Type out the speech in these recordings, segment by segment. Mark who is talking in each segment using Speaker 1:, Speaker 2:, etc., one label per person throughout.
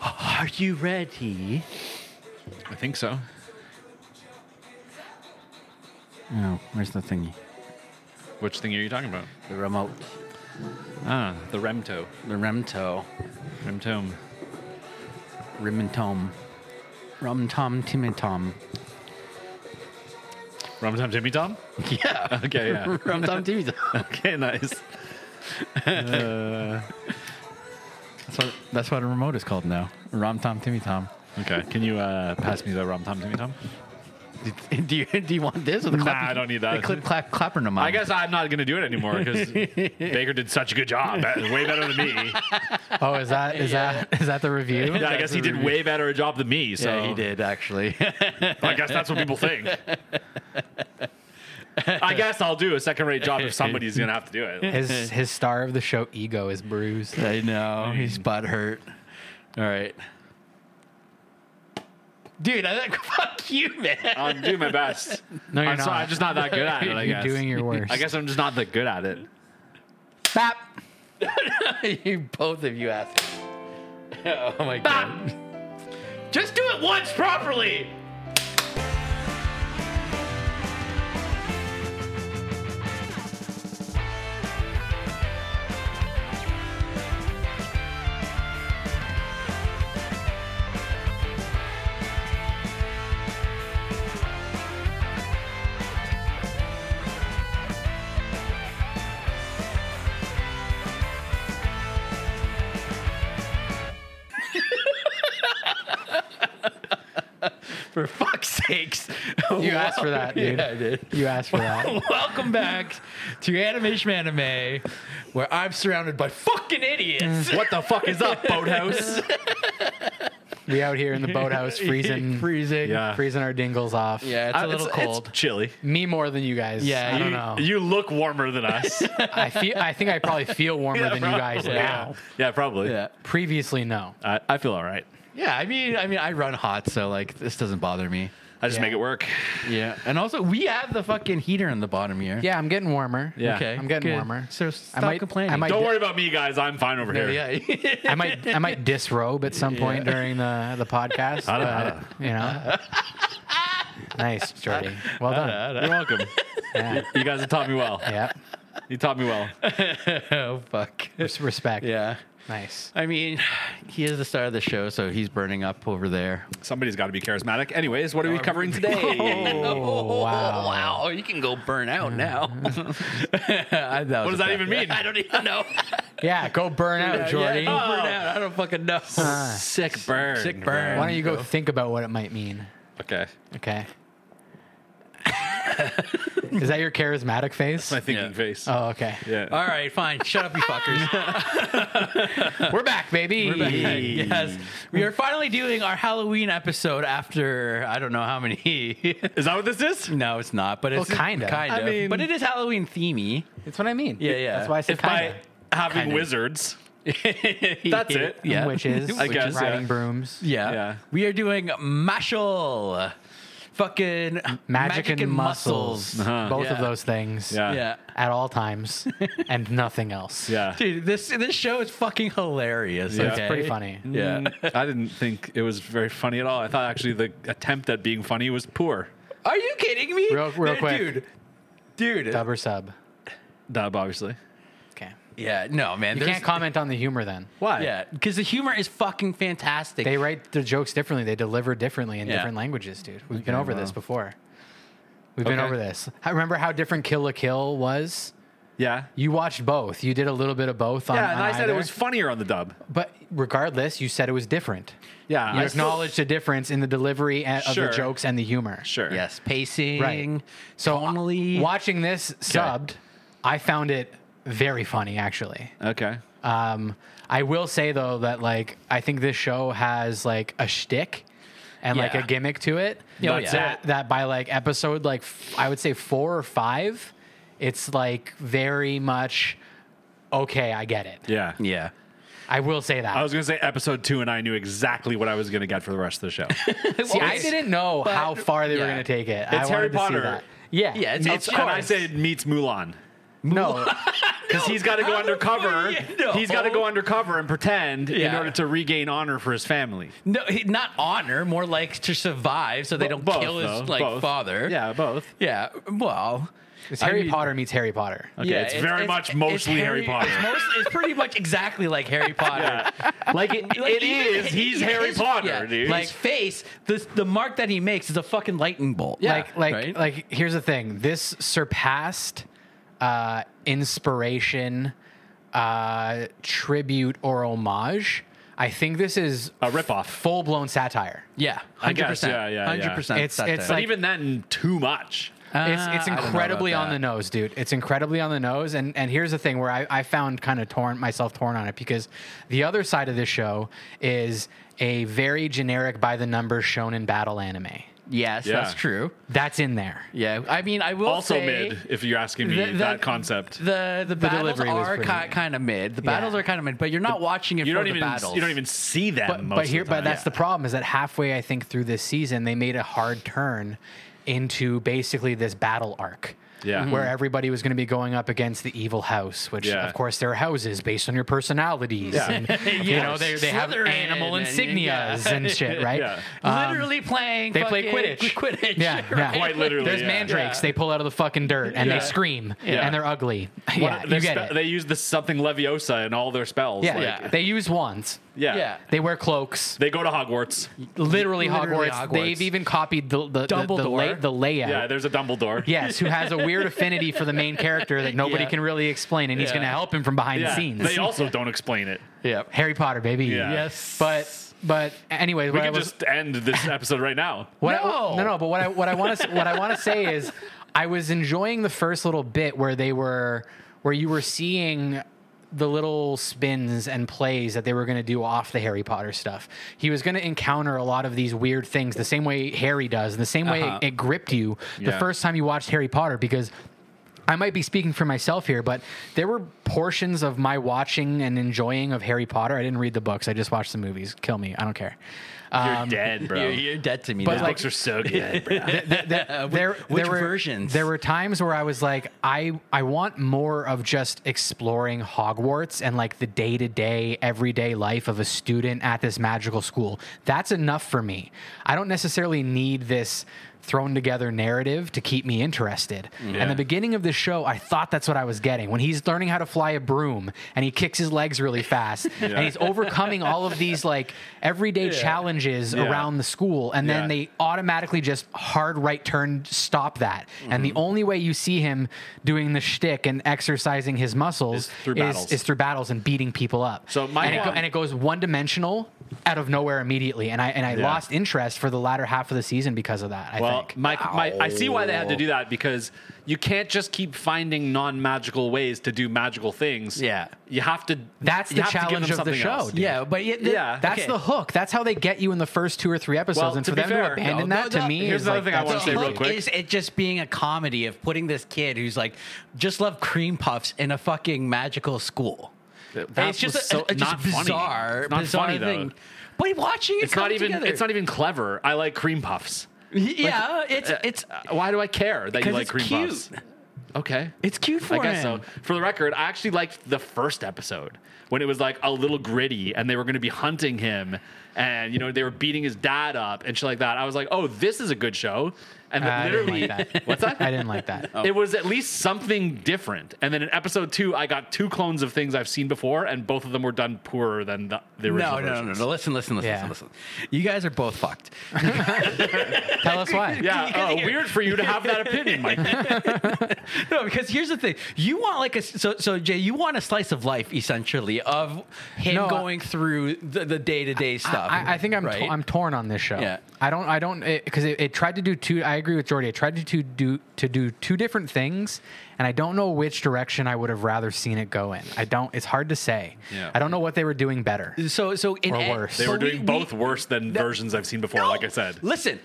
Speaker 1: Are you ready?
Speaker 2: I think so.
Speaker 1: Oh, where's the thingy?
Speaker 2: Which thing are you talking about?
Speaker 1: The remote.
Speaker 2: Ah, the Remto.
Speaker 1: The remto.
Speaker 2: Remtome.
Speaker 1: Rimintom. Rum tom timitom.
Speaker 2: Rumtom Timmy Tom?
Speaker 1: Yeah.
Speaker 2: Okay, yeah.
Speaker 1: Rum tom timitom.
Speaker 2: okay, nice.
Speaker 3: That's what, that's what a remote is called now. Rom Tom Timmy Tom.
Speaker 2: Okay, can you uh, pass me the Rumtom Timmy Tom?
Speaker 1: do you do you want this or the
Speaker 2: Nah,
Speaker 1: clap?
Speaker 2: I don't need
Speaker 3: They
Speaker 2: that.
Speaker 3: clip clap clapper to
Speaker 2: I guess I'm not going to do it anymore because Baker did such a good job. That was Way better than me.
Speaker 3: Oh, is that is that is that the review?
Speaker 2: Yeah, I guess he did way better a job than me. So
Speaker 1: Yeah, he did actually.
Speaker 2: I guess that's what people think. I guess I'll do a second rate job if somebody's going to have to do it.
Speaker 3: His his star of the show ego is bruised.
Speaker 1: I know. He's butt hurt. All right. Dude, I think fuck you, man.
Speaker 2: I'm doing my best.
Speaker 3: No, you're
Speaker 2: I'm,
Speaker 3: not.
Speaker 2: so, I'm just not that good at it. I
Speaker 3: You're
Speaker 2: guess.
Speaker 3: doing your worst.
Speaker 2: I guess I'm just not that good at it.
Speaker 3: Bap.
Speaker 1: you both of you assholes. Oh my god. Just do it once properly. For fuck's sakes.
Speaker 3: You asked for that, dude.
Speaker 1: Yeah, I did.
Speaker 3: You asked for that.
Speaker 1: Welcome back to Animation Anime, where I'm surrounded by fucking idiots.
Speaker 2: What the fuck is up, Boathouse?
Speaker 3: We out here in the boathouse freezing
Speaker 1: Freezing.
Speaker 2: Yeah.
Speaker 3: freezing our dingles off.
Speaker 1: Yeah, Mm. it's a little cold.
Speaker 2: It's chilly.
Speaker 3: Me more than you guys.
Speaker 1: Yeah,
Speaker 3: I don't
Speaker 2: you,
Speaker 3: know.
Speaker 2: you look warmer than us.
Speaker 3: I feel I think I probably feel warmer than you guys
Speaker 2: Probably.
Speaker 3: now.
Speaker 2: Yeah, probably.
Speaker 1: yeah.
Speaker 3: Previously, no.
Speaker 2: I, I feel all right.
Speaker 1: Yeah, I mean, I mean, I run hot, so like this doesn't bother me.
Speaker 2: I just
Speaker 3: Yeah.
Speaker 2: make it work.
Speaker 1: Yeah, and also we have the fucking heater in the bottom here.
Speaker 3: Yeah, I'm getting warmer.
Speaker 2: Yeah.
Speaker 1: okay,
Speaker 3: I'm getting
Speaker 1: good.
Speaker 3: warmer.
Speaker 1: So stop
Speaker 3: might-
Speaker 1: complaining.
Speaker 3: I might-
Speaker 2: Don't worry about me, guys. I'm fine over
Speaker 1: No,
Speaker 2: here.
Speaker 1: yeah,
Speaker 3: I might I might disrobe at some point during the the podcast.
Speaker 2: Ada,
Speaker 3: but,
Speaker 2: ada.
Speaker 3: You know. nice, Jordy. Well done.
Speaker 2: You're welcome.
Speaker 3: Yeah.
Speaker 2: you guys have taught me well.
Speaker 3: yeah.
Speaker 2: You taught me well.
Speaker 1: oh fuck.
Speaker 3: Res- Respect.
Speaker 1: Yeah,
Speaker 3: Nice.
Speaker 1: I mean, he is the star of the show, so he's burning up over there.
Speaker 2: Somebody's got to be charismatic. Anyways, what are we covering today?
Speaker 3: Oh, wow.
Speaker 1: wow, you can go burn out now.
Speaker 2: What does that even mean?
Speaker 1: I don't even know.
Speaker 3: Yeah, go burn out, Jordy.
Speaker 1: Yeah, Oh. go burn out. I don't fucking know.
Speaker 2: Sick burn.
Speaker 1: Sick burn.
Speaker 3: Why don't you go think about what it might mean?
Speaker 2: Okay.
Speaker 3: Okay. Is that your charismatic face?
Speaker 2: My thinking
Speaker 1: Yeah.
Speaker 2: face.
Speaker 3: Oh, okay.
Speaker 2: yeah.
Speaker 1: All right, fine. Shut up, you fuckers.
Speaker 3: We're back, baby.
Speaker 1: yes, we are finally doing our Halloween episode after I don't know how many.
Speaker 2: Is that what this is?
Speaker 1: no, it's not, but it's
Speaker 3: kinda.
Speaker 1: kind
Speaker 2: I
Speaker 1: of.
Speaker 2: mean-
Speaker 1: but it is Halloween themey.
Speaker 3: That's what I mean.
Speaker 1: Yeah, yeah.
Speaker 3: That's why I said
Speaker 2: It's by
Speaker 3: kinda.
Speaker 2: having
Speaker 1: Kinda.
Speaker 2: wizards.
Speaker 1: That's
Speaker 2: it.
Speaker 1: Yeah.
Speaker 3: Witches,
Speaker 2: I guess,
Speaker 3: riding
Speaker 2: yeah.
Speaker 3: brooms.
Speaker 1: Yeah.
Speaker 2: Yeah.
Speaker 1: We are doing Mashal. Fucking magic,
Speaker 3: magic, and, muscles, both
Speaker 1: Yeah.
Speaker 3: of those things
Speaker 2: Uh-huh. Yeah.
Speaker 1: Yeah.
Speaker 3: at all times and nothing else
Speaker 2: Yeah.
Speaker 1: Dude, this this show is fucking hilarious.
Speaker 2: Yeah.
Speaker 3: it's
Speaker 1: okay?
Speaker 3: pretty Mm. funny
Speaker 1: Yeah.
Speaker 2: I didn't think it was very funny at all. I thought actually the attempt at being funny was poor.
Speaker 1: Are you kidding me?
Speaker 3: Real- real
Speaker 1: Dude,
Speaker 3: quick.
Speaker 1: Dude. Dude.
Speaker 3: dub or sub
Speaker 2: Dub, obviously.
Speaker 3: okay
Speaker 1: Yeah, no, man.
Speaker 3: you
Speaker 1: there's-
Speaker 3: can't comment on the humor then
Speaker 2: Why?
Speaker 1: Yeah, because the humor is fucking fantastic.
Speaker 3: they write their jokes differently they deliver differently in
Speaker 1: Yeah.
Speaker 3: different languages dude we've been over this
Speaker 2: wow.
Speaker 3: before we've been
Speaker 2: Okay.
Speaker 3: over this I remember how different kill la kill was
Speaker 2: Yeah.
Speaker 3: you watched both you did a little bit of both on,
Speaker 2: Yeah, and
Speaker 3: on
Speaker 2: I said
Speaker 3: either,
Speaker 2: it was funnier on the dub.
Speaker 3: but regardless you said it was different
Speaker 2: Yeah,
Speaker 3: you
Speaker 2: I still-
Speaker 3: acknowledged the difference in the delivery and- of
Speaker 2: Sure.
Speaker 3: the jokes and the humor
Speaker 2: Sure.
Speaker 1: yes, pacing.
Speaker 3: Right. So uh,
Speaker 1: tonally.
Speaker 3: watching this subbed, I found it very funny actually.
Speaker 2: Okay.
Speaker 3: Um, I will say though that like I think this show has like a shtick and like
Speaker 1: Yeah.
Speaker 3: a gimmick to it.
Speaker 1: Yeah, oh,
Speaker 3: But
Speaker 1: yeah.
Speaker 3: That, that by like episode like f- I would say four or five, it's like very much okay. I get it.
Speaker 2: Yeah.
Speaker 1: Yeah.
Speaker 3: I will say that.
Speaker 2: I was gonna say episode two, and I knew exactly what I was gonna get for the rest of the show.
Speaker 3: See, I didn't know
Speaker 1: but-
Speaker 3: how far they
Speaker 1: yeah.
Speaker 3: were going to take it. I
Speaker 2: It's Harry
Speaker 3: wanted to see
Speaker 2: Potter.
Speaker 3: that. Yeah,
Speaker 1: Yeah, it's-
Speaker 3: Of
Speaker 1: it's-
Speaker 2: and I
Speaker 3: course.
Speaker 2: said meets Mulan.
Speaker 3: No,
Speaker 2: Because he's got to go
Speaker 1: how the fuck
Speaker 2: undercover.
Speaker 1: are you- No.
Speaker 2: He's got to go undercover and pretend in
Speaker 1: Yeah.
Speaker 2: order to regain honor for his family.
Speaker 1: No, he, not honor, more like to survive, so they don't
Speaker 2: Both,
Speaker 1: kill his
Speaker 2: though.
Speaker 1: like
Speaker 2: Both.
Speaker 1: father.
Speaker 2: Yeah, both.
Speaker 1: yeah. Well,
Speaker 3: it's
Speaker 1: I
Speaker 3: Harry
Speaker 1: mean-
Speaker 3: Potter meets Harry Potter.
Speaker 2: Okay,
Speaker 1: yeah,
Speaker 2: it's, very much
Speaker 1: it's
Speaker 2: mostly Harry, Potter.
Speaker 1: It's, mostly, it's pretty much exactly like Harry Potter.
Speaker 2: like it,
Speaker 1: Like,
Speaker 2: it
Speaker 1: even
Speaker 2: is.
Speaker 1: his-
Speaker 2: He's
Speaker 1: his-
Speaker 2: Harry Potter,
Speaker 1: yeah,
Speaker 2: dude.
Speaker 1: His face, the the mark that he makes is a fucking lightning bolt.
Speaker 3: like like
Speaker 1: right?
Speaker 3: like here's the thing this surpassed uh inspiration uh tribute or homage i think this is
Speaker 2: a ripoff.
Speaker 3: full-blown satire
Speaker 1: yeah,
Speaker 2: I
Speaker 1: hundred
Speaker 2: guess,
Speaker 1: percent,
Speaker 2: yeah, yeah, yeah.
Speaker 1: hundred percent.
Speaker 3: It's- it's
Speaker 2: But
Speaker 3: like-
Speaker 2: even then, too much.
Speaker 3: it's, it's
Speaker 1: Ah, I don't know
Speaker 3: incredibly
Speaker 1: about
Speaker 3: on
Speaker 1: that.
Speaker 3: the nose dude it's incredibly on the nose and and here's the thing where i, I found kind of torn myself torn on it because the other side of this show is a very generic by the numbers shown in battle anime
Speaker 1: yes,
Speaker 2: Yeah.
Speaker 1: that's true.
Speaker 3: that's in there
Speaker 1: Yeah, I mean, I will
Speaker 2: Also
Speaker 1: say
Speaker 2: mid, if you're asking me
Speaker 1: the- the-
Speaker 2: that concept.
Speaker 1: The the, battles
Speaker 3: delivery was
Speaker 1: are
Speaker 3: pretty
Speaker 1: ki-
Speaker 3: good.
Speaker 1: kind of mid. The battles
Speaker 3: Yeah.
Speaker 1: are kind of mid, but you're not watching it
Speaker 2: you
Speaker 1: for
Speaker 2: don't
Speaker 1: the
Speaker 2: even
Speaker 1: battles.
Speaker 2: you don't even see them.
Speaker 3: but,
Speaker 2: most
Speaker 3: but
Speaker 2: of
Speaker 3: here
Speaker 2: the
Speaker 3: but
Speaker 2: time.
Speaker 3: that's the problem is that halfway i think through this season they made a hard turn into basically this battle arc
Speaker 2: Yeah. Mhm.
Speaker 3: where everybody was going to be going up against the evil house which
Speaker 2: Yeah.
Speaker 3: of course there are houses based on your personalities
Speaker 2: Yeah.
Speaker 3: and you know they, they have
Speaker 1: Slytherin
Speaker 3: animal
Speaker 1: and-
Speaker 3: insignias and shit right Uh,
Speaker 2: Yeah.
Speaker 1: Literally playing.
Speaker 3: they play
Speaker 1: fucking
Speaker 3: Quidditch.
Speaker 1: Quidditch.
Speaker 3: Yeah, yeah.
Speaker 1: right?
Speaker 2: Quite literally,
Speaker 3: there's
Speaker 2: yeah.
Speaker 3: mandrakes
Speaker 1: Yeah.
Speaker 3: they pull out of the fucking dirt and
Speaker 2: Yeah.
Speaker 3: they scream
Speaker 2: Yeah.
Speaker 3: and they're ugly
Speaker 2: What-
Speaker 3: yeah
Speaker 2: their
Speaker 3: you get
Speaker 2: spe-
Speaker 3: it
Speaker 2: They use the something leviosa in all their spells.
Speaker 3: yeah.
Speaker 2: like-
Speaker 1: Yeah.
Speaker 3: they use wands
Speaker 2: yeah,
Speaker 1: Yeah.
Speaker 3: they wear cloaks
Speaker 2: They go to Hogwarts.
Speaker 1: Literally
Speaker 3: literally, Hogwarts.
Speaker 1: Hogwarts.
Speaker 3: They've even copied the the, the, the,
Speaker 1: Dumbledore.
Speaker 3: lay- the layout.
Speaker 2: Yeah, there's a Dumbledore.
Speaker 3: yes, who has a weird affinity for the main character that nobody
Speaker 1: Yeah.
Speaker 3: can really explain, and he's
Speaker 1: Yeah.
Speaker 3: going to help him from behind
Speaker 2: Yeah.
Speaker 3: the scenes.
Speaker 2: They also don't explain it.
Speaker 1: Yeah.
Speaker 3: Harry Potter, baby.
Speaker 2: Yeah.
Speaker 1: Yes.
Speaker 3: But but anyway,
Speaker 2: We
Speaker 3: what I
Speaker 2: can
Speaker 3: was
Speaker 2: just end this episode right now.
Speaker 3: what
Speaker 1: No.
Speaker 3: I, no no. But what I what I want to what I want to say is, I was enjoying the first little bit where they were where you were seeing the little spins and plays that they were going to do off the Harry Potter stuff. He was going to encounter a lot of these weird things the same way Harry does, the same way
Speaker 1: Uh-huh.
Speaker 3: it, it gripped you the
Speaker 2: Yeah.
Speaker 3: first time you watched Harry Potter because I might be speaking for myself here, but there were portions of my watching and enjoying of Harry Potter. I didn't read the books; I just watched the movies. Kill me, I don't care.
Speaker 2: You're dead, bro.
Speaker 1: You're, you're dead to me.
Speaker 3: But
Speaker 1: now.
Speaker 3: like-
Speaker 2: Books are so good. bro.
Speaker 3: there,
Speaker 1: Uh, which
Speaker 3: there were,
Speaker 1: versions?
Speaker 3: There were times where I was like, I I want more of just exploring Hogwarts and like the day to day, everyday life of a student at this magical school. That's enough for me. I don't necessarily need this thrown together narrative to keep me interested. And the beginning of the show, I thought that's what I was getting. When he's learning how to fly a broom and he kicks his legs really fast and he's overcoming all of these like everyday challenges around the school and then
Speaker 2: Yeah.
Speaker 3: they automatically just hard right turn stop that. And
Speaker 2: Mm-hmm.
Speaker 3: the only way you see him doing the shtick and exercising his muscles
Speaker 2: Is through
Speaker 3: is,
Speaker 2: battles.
Speaker 3: is through battles and beating people up.
Speaker 2: So my
Speaker 3: and, it go-
Speaker 2: one-
Speaker 3: and it goes one dimensional out of nowhere immediately. And I and I
Speaker 2: Yeah.
Speaker 3: lost interest for the latter half of the season because of that. I
Speaker 2: Well,
Speaker 3: think.
Speaker 2: my, my, I see why they had to do that because you can't just keep finding non-magical ways to do magical things.
Speaker 1: Yeah.
Speaker 2: you have to.
Speaker 3: That's
Speaker 2: you
Speaker 3: the
Speaker 2: have to give them
Speaker 3: challenge of the
Speaker 2: something
Speaker 3: show,
Speaker 2: else.
Speaker 3: dude.
Speaker 1: yeah, but yet,
Speaker 2: Yeah.
Speaker 3: That's
Speaker 1: okay.
Speaker 3: the hook. That's how they get you in the first two or three episodes.
Speaker 2: Well,
Speaker 3: and
Speaker 2: to
Speaker 3: for
Speaker 2: be
Speaker 3: them
Speaker 2: fair,
Speaker 3: to abandon
Speaker 1: no,
Speaker 3: that
Speaker 1: no,
Speaker 3: to
Speaker 1: no.
Speaker 3: me
Speaker 2: Here's
Speaker 3: is
Speaker 2: another
Speaker 3: like,
Speaker 2: thing I
Speaker 3: that's
Speaker 2: wanna
Speaker 1: the
Speaker 2: say real
Speaker 3: cheating.
Speaker 1: hook
Speaker 2: quick.
Speaker 1: Is it just being a comedy of putting this kid who's like just love cream puffs in a fucking magical school?
Speaker 2: That
Speaker 1: it's just
Speaker 2: was
Speaker 1: a,
Speaker 2: so-
Speaker 1: a- just
Speaker 2: not funny.
Speaker 1: bizarre,
Speaker 2: It's not
Speaker 1: bizarre
Speaker 2: funny, though.
Speaker 1: thing. But watching it,
Speaker 2: It's not
Speaker 1: come
Speaker 2: even.
Speaker 1: together-
Speaker 2: It's not even clever. I like cream puffs.
Speaker 1: Yeah, it's it's
Speaker 2: Uh, Why do I care that you
Speaker 1: 'Cause
Speaker 2: like
Speaker 1: it's
Speaker 2: cream
Speaker 1: cute.
Speaker 2: puffs? Okay,
Speaker 1: it's cute for
Speaker 2: I guess
Speaker 1: him.
Speaker 2: so. For the record, I actually liked the first episode when it was like a little gritty and they were going to be hunting him and you know they were beating his dad up and shit like that. I was like, oh, this is a good show. And then
Speaker 3: I didn't
Speaker 2: literally,
Speaker 3: like that.
Speaker 2: what's that?
Speaker 3: I didn't like that.
Speaker 1: Oh.
Speaker 2: It was at least something different. And then in episode two, I got two clones of things I've seen before, and both of them were done poorer than the, the original.
Speaker 1: No, no, no,
Speaker 2: versions.
Speaker 1: no. Listen, listen, listen,
Speaker 3: Yeah.
Speaker 1: listen. You guys are both fucked.
Speaker 3: Tell us why.
Speaker 2: Yeah,
Speaker 1: Because
Speaker 2: uh,
Speaker 1: here-
Speaker 2: weird for you to have that opinion, Mike.
Speaker 1: No, because here's the thing. You want like a so so Jay, you want a slice of life essentially of him
Speaker 3: No, I-
Speaker 1: going through the, the day-to-day stuff.
Speaker 3: I, I think I'm
Speaker 1: right?
Speaker 3: to- I'm torn on this show.
Speaker 1: Yeah.
Speaker 3: I don't I don't because it, it, tried to do two. I agree with Jordy. It tried to do- do to do two different things, and I don't know which direction I would have rather seen it go in. I don't. It's hard to say.
Speaker 2: Yeah.
Speaker 3: I don't know what they were doing better.
Speaker 1: so so in
Speaker 3: Or
Speaker 1: a-
Speaker 3: worse.
Speaker 2: They were
Speaker 1: but we-
Speaker 2: doing
Speaker 1: we-
Speaker 2: both worse than versions I've seen before,
Speaker 1: No,
Speaker 2: like I said.
Speaker 1: Listen.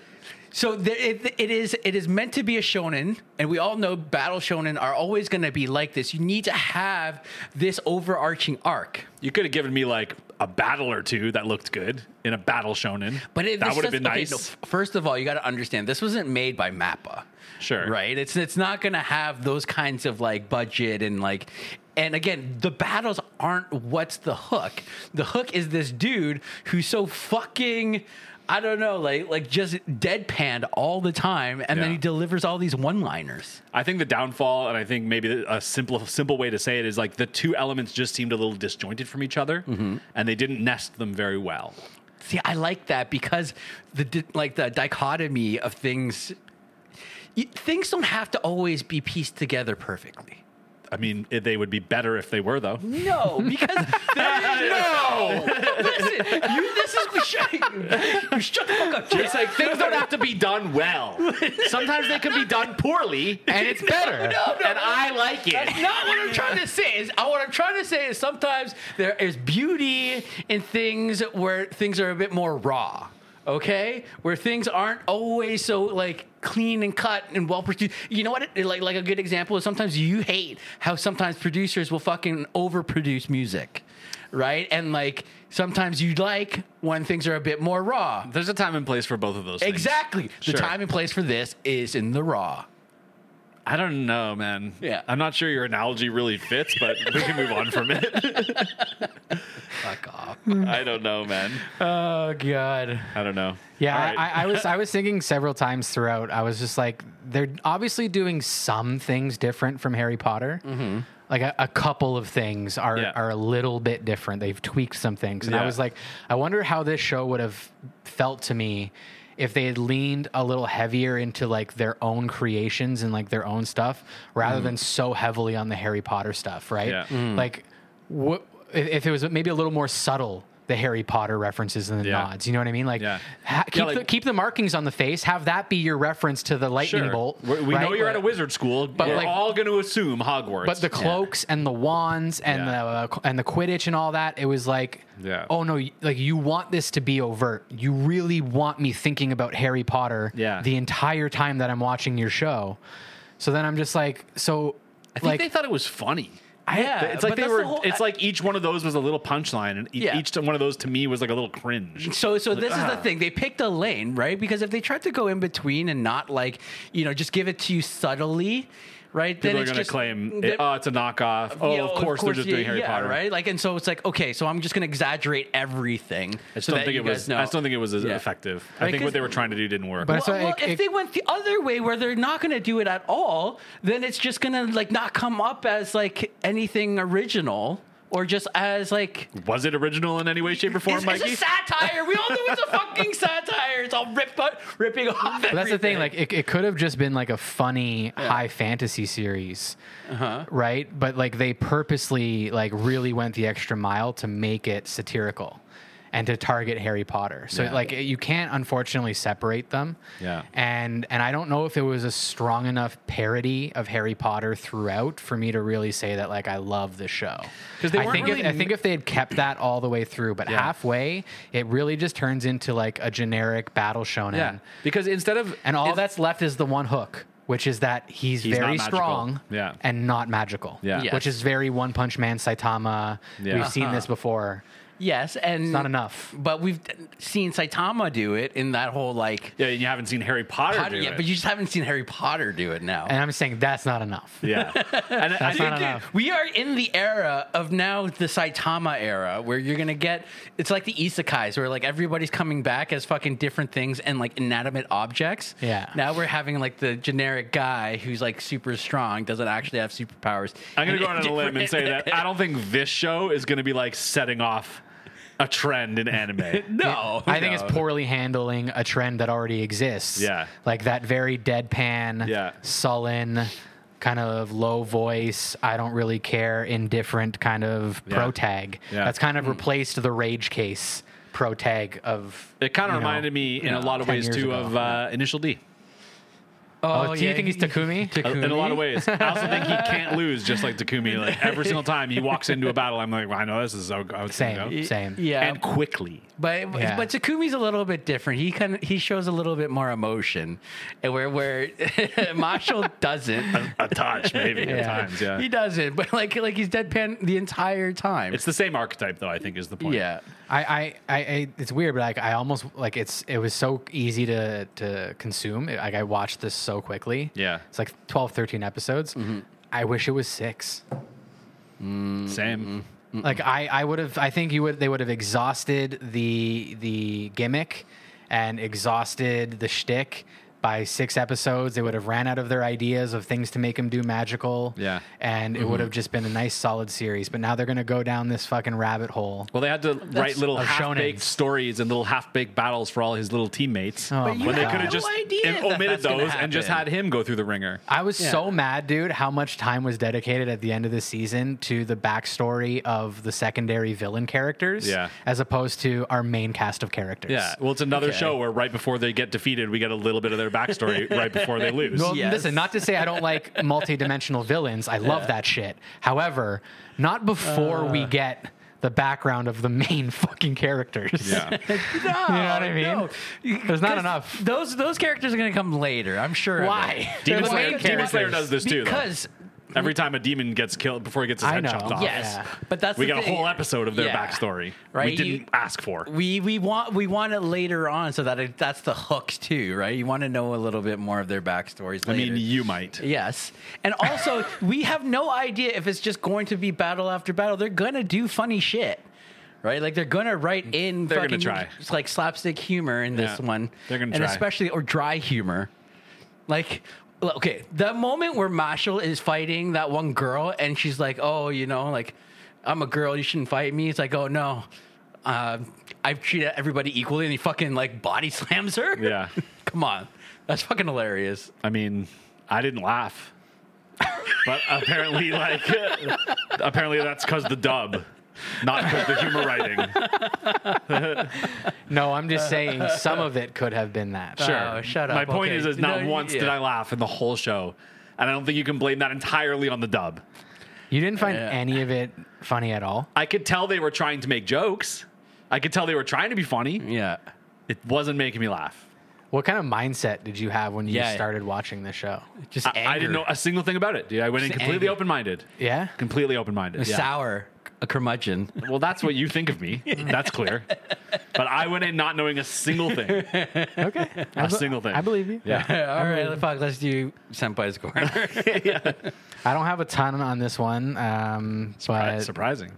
Speaker 1: So there, it, it is it is meant to be a shonen, and we all know battle shonen are always going to be like this. You need to have this overarching arc.
Speaker 2: You could have given me like a battle or two that looked good in a battle shonen.
Speaker 1: But it,
Speaker 2: that
Speaker 1: this
Speaker 2: would have been
Speaker 1: doesn't- okay,
Speaker 2: nice.
Speaker 1: no, f- first of all, you got to understand this wasn't made by Mappa.
Speaker 2: Sure.
Speaker 1: Right. It's it's not going to have those kinds of like budget and like. And again, the battles aren't what's the hook. The hook is this dude who's so fucking. I don't know, like like just deadpanned all the time, and then
Speaker 2: Yeah.
Speaker 1: he delivers all these one-liners.
Speaker 2: I think the downfall, and I think maybe a simple simple way to say it is like the two elements just seemed a little disjointed from each other, and they didn't nest them very well.
Speaker 1: See, I like that because the di- like the dichotomy of things. y things don't have to always be pieced together perfectly.
Speaker 2: I mean, it, they would be better if they were though.
Speaker 1: No, because no. Listen, you. This is shut, you shut the fuck up.
Speaker 2: It's like things don't have to be done well. Sometimes they can be done poorly,
Speaker 3: and it's better.
Speaker 2: and I like
Speaker 1: That's
Speaker 2: it.
Speaker 1: not what I'm trying to say. Is what I'm trying to say is sometimes there is beauty in things where things are a bit more raw. Okay, where things aren't always so like clean and cut and well produced. You know what? It- Like like a good example is sometimes you hate how sometimes producers will fucking overproduce music, right? And like sometimes you like when things are a bit more raw.
Speaker 2: There's a time and place for both of those. things.
Speaker 1: Exactly. The
Speaker 2: Sure.
Speaker 1: time and place for this is in the raw.
Speaker 2: I don't know, man.
Speaker 1: Yeah.
Speaker 2: I'm not sure your analogy really fits, but we can move on from it.
Speaker 1: Fuck off.
Speaker 2: I don't know, man.
Speaker 1: Oh god.
Speaker 2: I don't know.
Speaker 3: Yeah,
Speaker 2: All right.
Speaker 3: I, I was I was thinking several times throughout. I was just like, they're obviously doing some things different from Harry Potter. Like a, a couple of things are
Speaker 2: Mm-hmm. Yeah.
Speaker 3: are a little bit different. They've tweaked some things, and I
Speaker 2: Yeah.
Speaker 3: was like, I wonder how this show would have felt to me if they had leaned a little heavier into like their own creations and like their own stuff rather than so heavily on the Harry Potter stuff, right?
Speaker 2: Mm. Yeah. Mm.
Speaker 3: Like, what if, if it was maybe a little more subtle? The Harry Potter references and the
Speaker 2: Yeah.
Speaker 3: nods, you know what I mean? Like,
Speaker 2: Yeah.
Speaker 3: Ha- keep,
Speaker 2: Yeah, like-
Speaker 3: the, keep the markings on the face. Have that be your reference to the lightning
Speaker 2: Sure.
Speaker 3: bolt.
Speaker 2: We, we know
Speaker 3: right?
Speaker 2: you're at a wizard school, but we're
Speaker 3: like-
Speaker 2: all going to assume Hogwarts.
Speaker 3: But the cloaks and the wands and
Speaker 2: Yeah.
Speaker 3: the uh, and the Quidditch and all that, it was like,
Speaker 2: Yeah.
Speaker 3: oh no, y- like you want this to be overt. You really want me thinking about Harry Potter
Speaker 2: Yeah.
Speaker 3: the entire time that I'm watching your show. So then I'm just like, so
Speaker 2: I think
Speaker 3: like
Speaker 2: they thought it was funny.
Speaker 1: Yeah,
Speaker 2: It's like
Speaker 1: but
Speaker 2: they
Speaker 1: that's
Speaker 2: were.
Speaker 1: the whole-
Speaker 2: it's like each one of those was a little punchline, and e-
Speaker 1: Yeah.
Speaker 2: each one of those to me was like a little cringe.
Speaker 1: So, so this is the
Speaker 2: Ah.
Speaker 1: thing. They picked a lane, right? Because if they tried to go in between and not like, you know, just give it to you subtly, right?
Speaker 2: People are
Speaker 1: it's
Speaker 2: going to
Speaker 1: just-
Speaker 2: claim,
Speaker 1: then-
Speaker 2: "Oh, it's a knockoff." Oh,
Speaker 1: you know,
Speaker 2: of, course they're just
Speaker 1: yeah,
Speaker 2: doing Harry
Speaker 1: yeah,
Speaker 2: Potter,
Speaker 1: right? Like, and so it's like, okay, so I'm just going to exaggerate everything.
Speaker 2: I just don't think it was. I just don't think it was as
Speaker 1: Yeah.
Speaker 2: effective.
Speaker 1: Right,
Speaker 2: I think
Speaker 1: 'cause-
Speaker 2: what they were trying to do didn't work.
Speaker 3: But-
Speaker 1: Well,
Speaker 3: So it-
Speaker 1: well, if
Speaker 3: it-
Speaker 1: they went the other way where they're not going to do it at all, then it's just going to like not come up as like anything original or just as like
Speaker 2: was it original in any way, shape, or form,
Speaker 1: it's,
Speaker 2: Mikey?
Speaker 1: it's a satire. We all know it's a fucking satire. It's all rip, ripping off.
Speaker 3: But that's the thing. Like, it, it could have just been like a funny high fantasy series,
Speaker 2: Uh-huh.
Speaker 3: right? But like, they purposely like really went the extra mile to make it satirical and to target Harry Potter. So like, you can't unfortunately separate them.
Speaker 2: Yeah.
Speaker 3: And and I don't know if it was a strong enough parody of Harry Potter throughout for me to really say that like I love the show.
Speaker 2: 'Cause they
Speaker 3: I
Speaker 2: weren't
Speaker 3: think
Speaker 2: really
Speaker 3: if, I think if they had kept that all the way through, but halfway, it really just turns into like a generic battle shonen.
Speaker 2: yeah, because instead of
Speaker 3: And all
Speaker 2: it's-
Speaker 3: that's left is the one hook, which is that he's,
Speaker 2: He's
Speaker 3: very
Speaker 2: not magical.
Speaker 3: strong
Speaker 2: Yeah.
Speaker 3: and not magical.
Speaker 2: Yeah.
Speaker 1: Yes.
Speaker 3: Which is very One Punch Man Saitama.
Speaker 2: Yeah. Uh-huh.
Speaker 3: We've seen this before.
Speaker 1: Yes, and
Speaker 3: Not enough.
Speaker 1: But we've seen Saitama do it in that whole like.
Speaker 2: yeah, and you haven't seen Harry Potter.
Speaker 1: Potter,
Speaker 2: do
Speaker 1: yeah,
Speaker 2: it.
Speaker 1: but you just haven't seen Harry Potter do it now.
Speaker 3: And I'm saying that's not enough.
Speaker 2: yeah, and I
Speaker 3: That's
Speaker 2: think
Speaker 3: not
Speaker 1: Dude,
Speaker 3: enough.
Speaker 1: we are in the era of now the Saitama era where you're gonna get it's like the isekais where like everybody's coming back as fucking different things and like inanimate objects.
Speaker 3: Yeah.
Speaker 1: Now we're having like the generic guy who's like super strong, doesn't actually have superpowers.
Speaker 2: I'm gonna go out on a limb and say that I don't think this show is gonna be like setting off a trend in anime.
Speaker 1: No,
Speaker 3: I think
Speaker 1: no.
Speaker 3: it's poorly handling a trend that already exists.
Speaker 2: Yeah.
Speaker 3: Like that very deadpan,
Speaker 2: Yeah.
Speaker 3: sullen, kind of low voice, I don't really care, indifferent kind of
Speaker 2: Yeah.
Speaker 3: pro tag.
Speaker 2: Yeah.
Speaker 3: That's kind of
Speaker 1: Hmm.
Speaker 3: replaced the rage case pro tag of
Speaker 2: It kind
Speaker 3: You
Speaker 2: of
Speaker 3: know,
Speaker 2: reminded me in a
Speaker 3: yeah,
Speaker 2: lot of
Speaker 3: 10
Speaker 2: ways
Speaker 3: years
Speaker 2: too
Speaker 3: ago.
Speaker 2: of uh, Initial D.
Speaker 3: Oh,
Speaker 1: Oh,
Speaker 3: do you
Speaker 1: yeah,
Speaker 3: think he's
Speaker 1: he-
Speaker 3: Takumi?
Speaker 2: Uh, in a lot of ways. I also think he can't lose, just like Takumi. Like every single time he walks into a battle, I'm like, well, I know this is so. I was
Speaker 3: Same,
Speaker 2: gonna go.
Speaker 3: same.
Speaker 1: Yeah,
Speaker 2: and quickly.
Speaker 1: But
Speaker 3: Yeah.
Speaker 1: but Takumi's a little bit different. He kind of he shows a little bit more emotion, and where where Marshall doesn't.
Speaker 2: A touch, maybe at times. Yeah,
Speaker 1: he doesn't. But like like he's deadpan the entire time.
Speaker 2: it's the same archetype, though. I think is the point.
Speaker 1: yeah.
Speaker 3: I, I, I, I, it's weird, but like I almost like it's it was so easy to to consume. Like I watched this so quickly.
Speaker 2: Yeah. Mm-hmm.
Speaker 3: it's like 12, 13 episodes. I wish it was six.
Speaker 2: same.
Speaker 3: Like I, I would have. I think you would. They would have exhausted the the gimmick and exhausted the shtick by six episodes. They would have ran out of their ideas of things to make them do magical.
Speaker 2: Yeah. Mm-hmm.
Speaker 3: and it would have just been a nice solid series. But now they're gonna go down this fucking rabbit hole.
Speaker 2: Well, they had to write little
Speaker 3: of
Speaker 2: half-baked
Speaker 3: shonens.
Speaker 2: stories and little half-baked battles for all his little teammates.
Speaker 3: Oh But my you
Speaker 2: when they
Speaker 3: had
Speaker 2: could have
Speaker 3: no
Speaker 2: just
Speaker 1: idea
Speaker 2: and
Speaker 1: that
Speaker 2: omitted
Speaker 1: that's gonna
Speaker 2: those and just had
Speaker 1: happen.
Speaker 2: him go through the ringer.
Speaker 3: I was so mad, dude, how much time was dedicated at the end of the season to the backstory of the secondary villain characters
Speaker 2: Yeah.
Speaker 3: as opposed to our main cast of characters.
Speaker 2: Yeah. Well, it's another show where right before they get defeated, we get a little bit of their backstory right before they lose.
Speaker 3: Well,
Speaker 1: Yes.
Speaker 3: listen, not to say I don't like multidimensional villains. I love that shit. However, not before
Speaker 1: Uh.
Speaker 3: we get the background of the main fucking characters.
Speaker 2: Yeah.
Speaker 1: No, you
Speaker 3: what I mean? There's not enough.
Speaker 1: Those those characters are gonna come later. I'm sure. of it.
Speaker 3: Why?
Speaker 2: Demon
Speaker 3: They're the
Speaker 2: Slayer,
Speaker 3: main
Speaker 2: Demon Slayer
Speaker 3: characters.
Speaker 2: does this too. though.
Speaker 1: Because
Speaker 2: Every time a demon gets killed before he gets his
Speaker 3: I
Speaker 2: head
Speaker 3: know.
Speaker 2: chopped off,
Speaker 1: yes,
Speaker 3: Oh, Yeah.
Speaker 1: but that's
Speaker 2: we
Speaker 1: the
Speaker 2: got a
Speaker 1: thing.
Speaker 2: whole episode of their
Speaker 1: Yeah.
Speaker 2: backstory. We
Speaker 1: Right,
Speaker 2: didn't
Speaker 1: you-
Speaker 2: ask for.
Speaker 1: We we want we want it later on so that it, that's the hook too, right? You want to know a little bit more of their backstories.
Speaker 2: I
Speaker 1: Later.
Speaker 2: mean, you might.
Speaker 1: Yes. And also, we have no idea if it's just going to be battle after battle. They're going to do funny shit. Right? Like they're going to write in
Speaker 2: Mm. They're gonna
Speaker 1: fucking
Speaker 2: try.
Speaker 1: just, like slapstick humor in this
Speaker 2: Yeah.
Speaker 1: one.
Speaker 2: They're gonna
Speaker 1: and
Speaker 2: try.
Speaker 1: especially or dry humor. Like l- okay, the moment where Marshall is fighting that one girl and she's like, "Oh, you know, like I'm a girl, you shouldn't fight me." It's like, "Oh no. Um I've treated everybody equally." And he fucking like body slams her.
Speaker 2: Yeah.
Speaker 1: Come on. That's fucking hilarious.
Speaker 2: I mean, I didn't laugh. But apparently, like, apparently that's because the dub, not because the humor writing.
Speaker 3: No, I'm just saying some of it could have been that.
Speaker 2: Sure.
Speaker 1: Oh, shut up.
Speaker 2: My point
Speaker 1: Okay.
Speaker 2: is, is not
Speaker 1: No,
Speaker 2: once
Speaker 1: yeah.
Speaker 2: did I laugh in the whole show. And I don't think you can blame that entirely on the dub.
Speaker 3: You didn't find
Speaker 1: Yeah.
Speaker 3: any of it funny at all.
Speaker 2: I could tell they were trying to make jokes. I could tell they were trying to be funny.
Speaker 1: Yeah.
Speaker 2: It wasn't making me laugh.
Speaker 3: What kind of mindset did you have when you
Speaker 1: Yeah.
Speaker 3: started watching the show?
Speaker 1: Just
Speaker 2: I, I didn't know a single thing about it, dude. I went in
Speaker 1: Just angry.
Speaker 2: completely open minded.
Speaker 3: Yeah.
Speaker 2: Completely open minded.
Speaker 1: Sour, a curmudgeon.
Speaker 2: Well, that's what you think of me. That's clear. But I went in not knowing a single thing.
Speaker 3: Okay.
Speaker 2: A single thing.
Speaker 3: I believe you.
Speaker 2: Yeah.
Speaker 1: All right, let's fuck, let's do Senpai's corner.
Speaker 3: I don't have a ton on this one. Um, but
Speaker 2: That's surprising.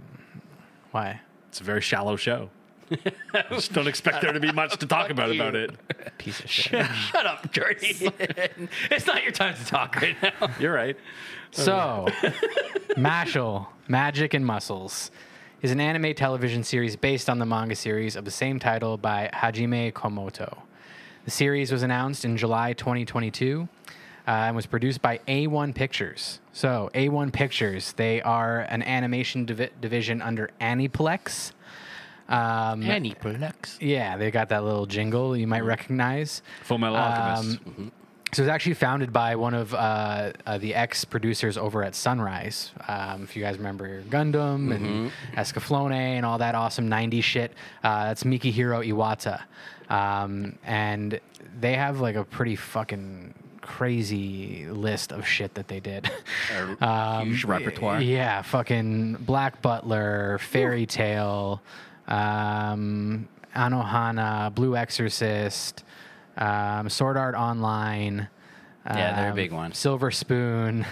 Speaker 3: why?
Speaker 2: It's a very shallow show. Just don't expect there to be much to talk about about it.
Speaker 3: Piece of shit.
Speaker 1: Shut up, Jordy. it's not your time to talk right now.
Speaker 2: You're right.
Speaker 3: so, Mashal, Magic and Muscles, is an anime television series based on the manga series of the same title by Hajime Komoto. The series was announced in July 2022 uh, and was produced by A1 Pictures. So, A1 Pictures, they are an animation divi- division under Aniplex. Um,
Speaker 1: Manny Plex.
Speaker 3: Yeah, they got that little jingle you might recognize.
Speaker 2: Mm-hmm.
Speaker 3: Um,
Speaker 2: Full Metal Alchemist.
Speaker 3: So it was actually founded by one of uh, uh, the ex producers over at Sunrise. Um, if you guys remember Gundam and
Speaker 2: Mm-hmm.
Speaker 3: Escaflowne and all that awesome 90s shit, uh, that's Mikihiro Iwata. Um, and they have like a pretty fucking crazy list of shit that they did.
Speaker 1: Huge repertoire.
Speaker 3: Yeah, fucking Black Butler, Fairy Tale, um, Anohana, Blue Exorcist, um, Sword Art Online.
Speaker 1: Yeah, they're a
Speaker 3: um,
Speaker 1: big one.
Speaker 3: Silver Spoon,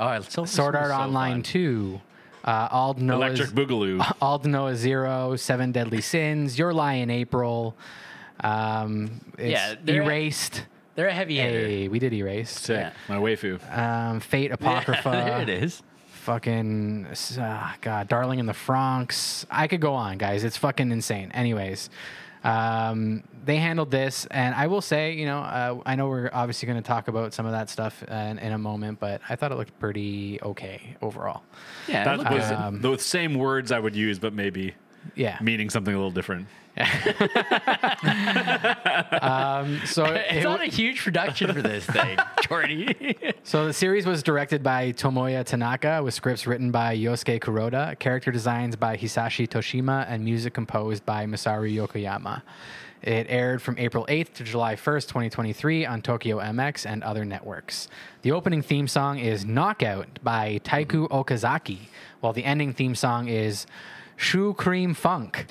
Speaker 1: Oh, so,
Speaker 3: Sword Art Online Two, uh, Ald Noah's
Speaker 2: Electric Boogaloo.
Speaker 3: Ald Noah Zero, Seven Deadly Sins, Your Lie in April. Um, it's
Speaker 1: Yeah, they're-
Speaker 3: erased.
Speaker 1: They're a heavy hitter.
Speaker 3: Hey, we did erased.
Speaker 2: Sick. My waifu.
Speaker 3: Um, Fate Apocrypha
Speaker 1: there it is.
Speaker 3: fucking uh, god darling in the Franks. i could go on guys it's fucking insane anyways um, they handled this and i will say you know uh, i know we're obviously going to talk about some of that stuff uh, in, in a moment but i thought it looked pretty okay overall
Speaker 1: Yeah,
Speaker 2: That
Speaker 1: look
Speaker 2: was
Speaker 1: good.
Speaker 2: the same words I would use, but maybe
Speaker 3: Yeah.
Speaker 2: meaning something a little different.
Speaker 3: So
Speaker 1: It's
Speaker 3: it-
Speaker 1: not a huge production for this thing, Jordy.
Speaker 3: So the series was directed by Tomoya Tanaka, with scripts written by Yosuke Kuroda, character designs by Hisashi Toshima, and music composed by Masaru Yokoyama. It aired from April 8th to July 1st, 2023 on Tokyo MX and other networks. The opening theme song is Knockout by Taiku Okazaki, while the ending theme song is Shoe Cream Funk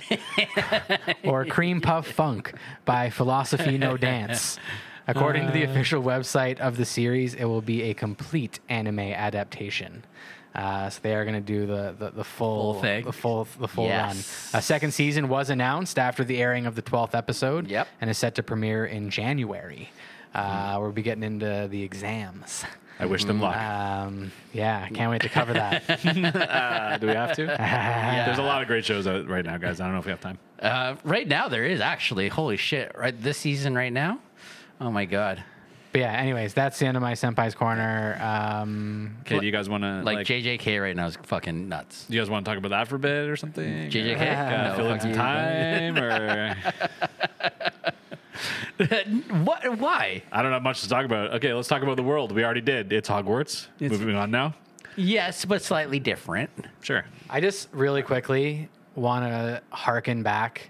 Speaker 3: or Cream Puff Funk by Philosophy No Dance. According to the
Speaker 1: Uh.
Speaker 3: official website of the series, it will be a complete anime adaptation. Uh, so they are going to do the, the, the full,
Speaker 1: Full thing.
Speaker 3: the full the full
Speaker 1: Yes.
Speaker 3: run. A second season was announced after the airing of the twelfth episode.
Speaker 1: Yep. Mm-hmm.
Speaker 3: and is set to premiere in January. Uh, we'll be getting into the exams.
Speaker 2: I wish them luck.
Speaker 3: Um, yeah, can't wait to cover that.
Speaker 2: Uh, do we have to? There's a lot of great shows out right now, guys. I don't know if we have time.
Speaker 1: Uh, right now, there is actually. Holy shit. Right This season, right now? Oh my God.
Speaker 3: but yeah, anyways, that's the end of my senpai's corner. Um,
Speaker 2: Okay, do you guys want to
Speaker 1: Like,
Speaker 2: like? do
Speaker 1: JJK right now is fucking nuts.
Speaker 2: you guys want to talk about that for a bit or something?
Speaker 1: JJK?
Speaker 2: Or, like, uh,
Speaker 1: No,
Speaker 2: fill in
Speaker 1: fuck
Speaker 2: some
Speaker 1: you.
Speaker 2: time, or
Speaker 1: what? Why?
Speaker 2: I don't have much to talk about. Okay, let's talk about the world. We already did. It's Hogwarts. Moving on now.
Speaker 1: Yes, but slightly different.
Speaker 2: Sure.
Speaker 3: I just really quickly want to harken back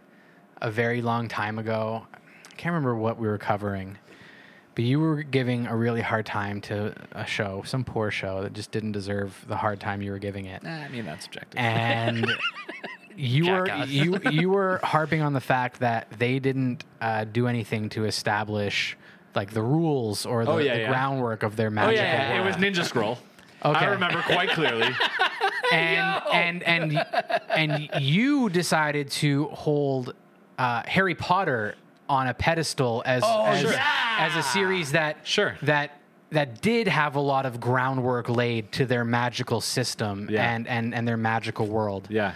Speaker 3: a very long time ago. I can't remember what we were covering, but you were giving a really hard time to a show, some poor show that just didn't deserve the hard time you were giving it.
Speaker 2: I mean that's subjective.
Speaker 3: And you were
Speaker 1: Jackass.
Speaker 3: you you were harping on the fact that they didn't uh, do anything to establish like the rules or the,
Speaker 2: Oh, yeah,
Speaker 3: the
Speaker 2: yeah.
Speaker 3: groundwork of their
Speaker 2: Oh
Speaker 3: magical
Speaker 2: yeah, yeah, it was
Speaker 3: world.
Speaker 2: Ninja Scroll.
Speaker 3: Okay.
Speaker 2: I remember quite clearly.
Speaker 3: and and and and you decided to hold uh, Harry Potter on a pedestal as as,
Speaker 2: Oh, sure.
Speaker 3: as a series that
Speaker 2: Sure.
Speaker 3: that that did have a lot of groundwork laid to their magical system
Speaker 2: Yeah.
Speaker 3: and, and and their magical world.
Speaker 2: yeah.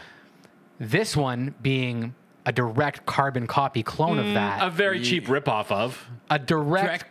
Speaker 3: This one being a direct carbon copy clone of that,
Speaker 2: Mm, A very cheap ripoff of.
Speaker 3: a direct,
Speaker 1: direct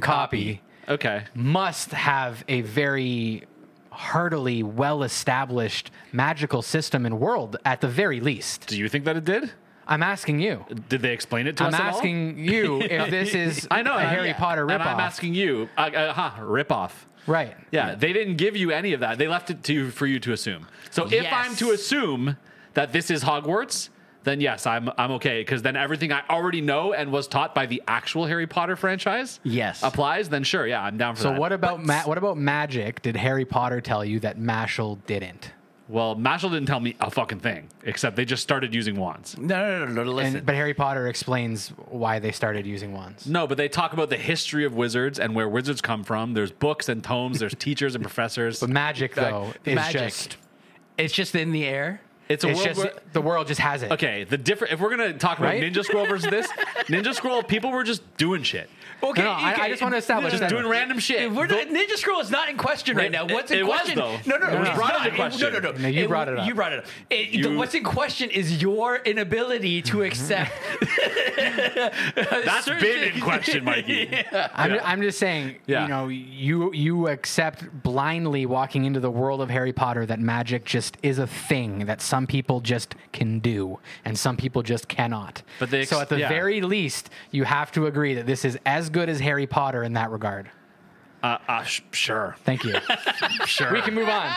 Speaker 1: carbon
Speaker 3: copy,
Speaker 1: copy.
Speaker 2: Okay.
Speaker 3: must have a very heartily well-established magical system and world at the very least.
Speaker 2: Do you think that it did?
Speaker 3: I'm asking you.
Speaker 2: Did they explain it to us?
Speaker 3: I'm
Speaker 2: at all?
Speaker 3: asking you if this is
Speaker 2: I know
Speaker 3: a
Speaker 2: and-
Speaker 3: Harry
Speaker 2: yeah.
Speaker 3: Potter ripoff.
Speaker 2: And I'm asking you. Uh, uh, huh, ripoff.
Speaker 3: right.
Speaker 2: Yeah, they didn't give you any of that. They left it to for you to assume. So if
Speaker 1: Yes.
Speaker 2: I'm to assume that this is Hogwarts, then yes, I'm I'm okay because then everything I already know and was taught by the actual Harry Potter franchise
Speaker 1: Yes.
Speaker 2: applies. Then sure, yeah, I'm down for
Speaker 3: So
Speaker 2: that.
Speaker 3: what about ma- what about magic? Did Harry Potter tell you that Mashal didn't?
Speaker 2: Well, Mashal didn't tell me a fucking thing except they just started using wands.
Speaker 1: No, no, no, no. Listen.
Speaker 3: And, but Harry Potter explains why they started using wands.
Speaker 2: No, but they talk about the history of wizards and where wizards come from. There's books and tomes. There's teachers and professors.
Speaker 3: But magic though is
Speaker 1: magic.
Speaker 3: just
Speaker 1: it's just in the air.
Speaker 2: It's a
Speaker 3: it's
Speaker 2: world
Speaker 3: just
Speaker 2: where-
Speaker 3: the world just has it.
Speaker 2: Okay, the different. If we're gonna talk about
Speaker 3: Right?
Speaker 2: Ninja Scroll versus this, Ninja Scroll people were just doing shit.
Speaker 1: Okay,
Speaker 3: no, I- I just wanna establish
Speaker 2: Just
Speaker 3: that-
Speaker 2: doing random shit.
Speaker 1: If we're not- Ninja Scroll is not in question right now. What's in
Speaker 2: It was,
Speaker 1: question?
Speaker 2: though.
Speaker 1: No, no,
Speaker 2: It was
Speaker 1: it's
Speaker 2: brought
Speaker 1: not
Speaker 2: into
Speaker 1: in- No, no, no.
Speaker 2: question.
Speaker 3: No, you brought it up.
Speaker 1: You brought it up. It- the-
Speaker 2: You-
Speaker 1: what's in question is your inability to accept.
Speaker 2: That's
Speaker 1: certain-
Speaker 2: been in question, Mikey.
Speaker 3: I'm, I'm just saying,
Speaker 2: Yeah.
Speaker 3: you know, you you accept blindly walking into the world of Harry Potter that magic just is a thing that some people just can do and some people just cannot.
Speaker 2: But they ex-
Speaker 3: so at the
Speaker 2: yeah.
Speaker 3: very least, you have to agree that this is as good as Harry Potter in that regard.
Speaker 2: Uh, uh, sh- sure,
Speaker 3: Thank you.
Speaker 2: sure,
Speaker 3: we can move on.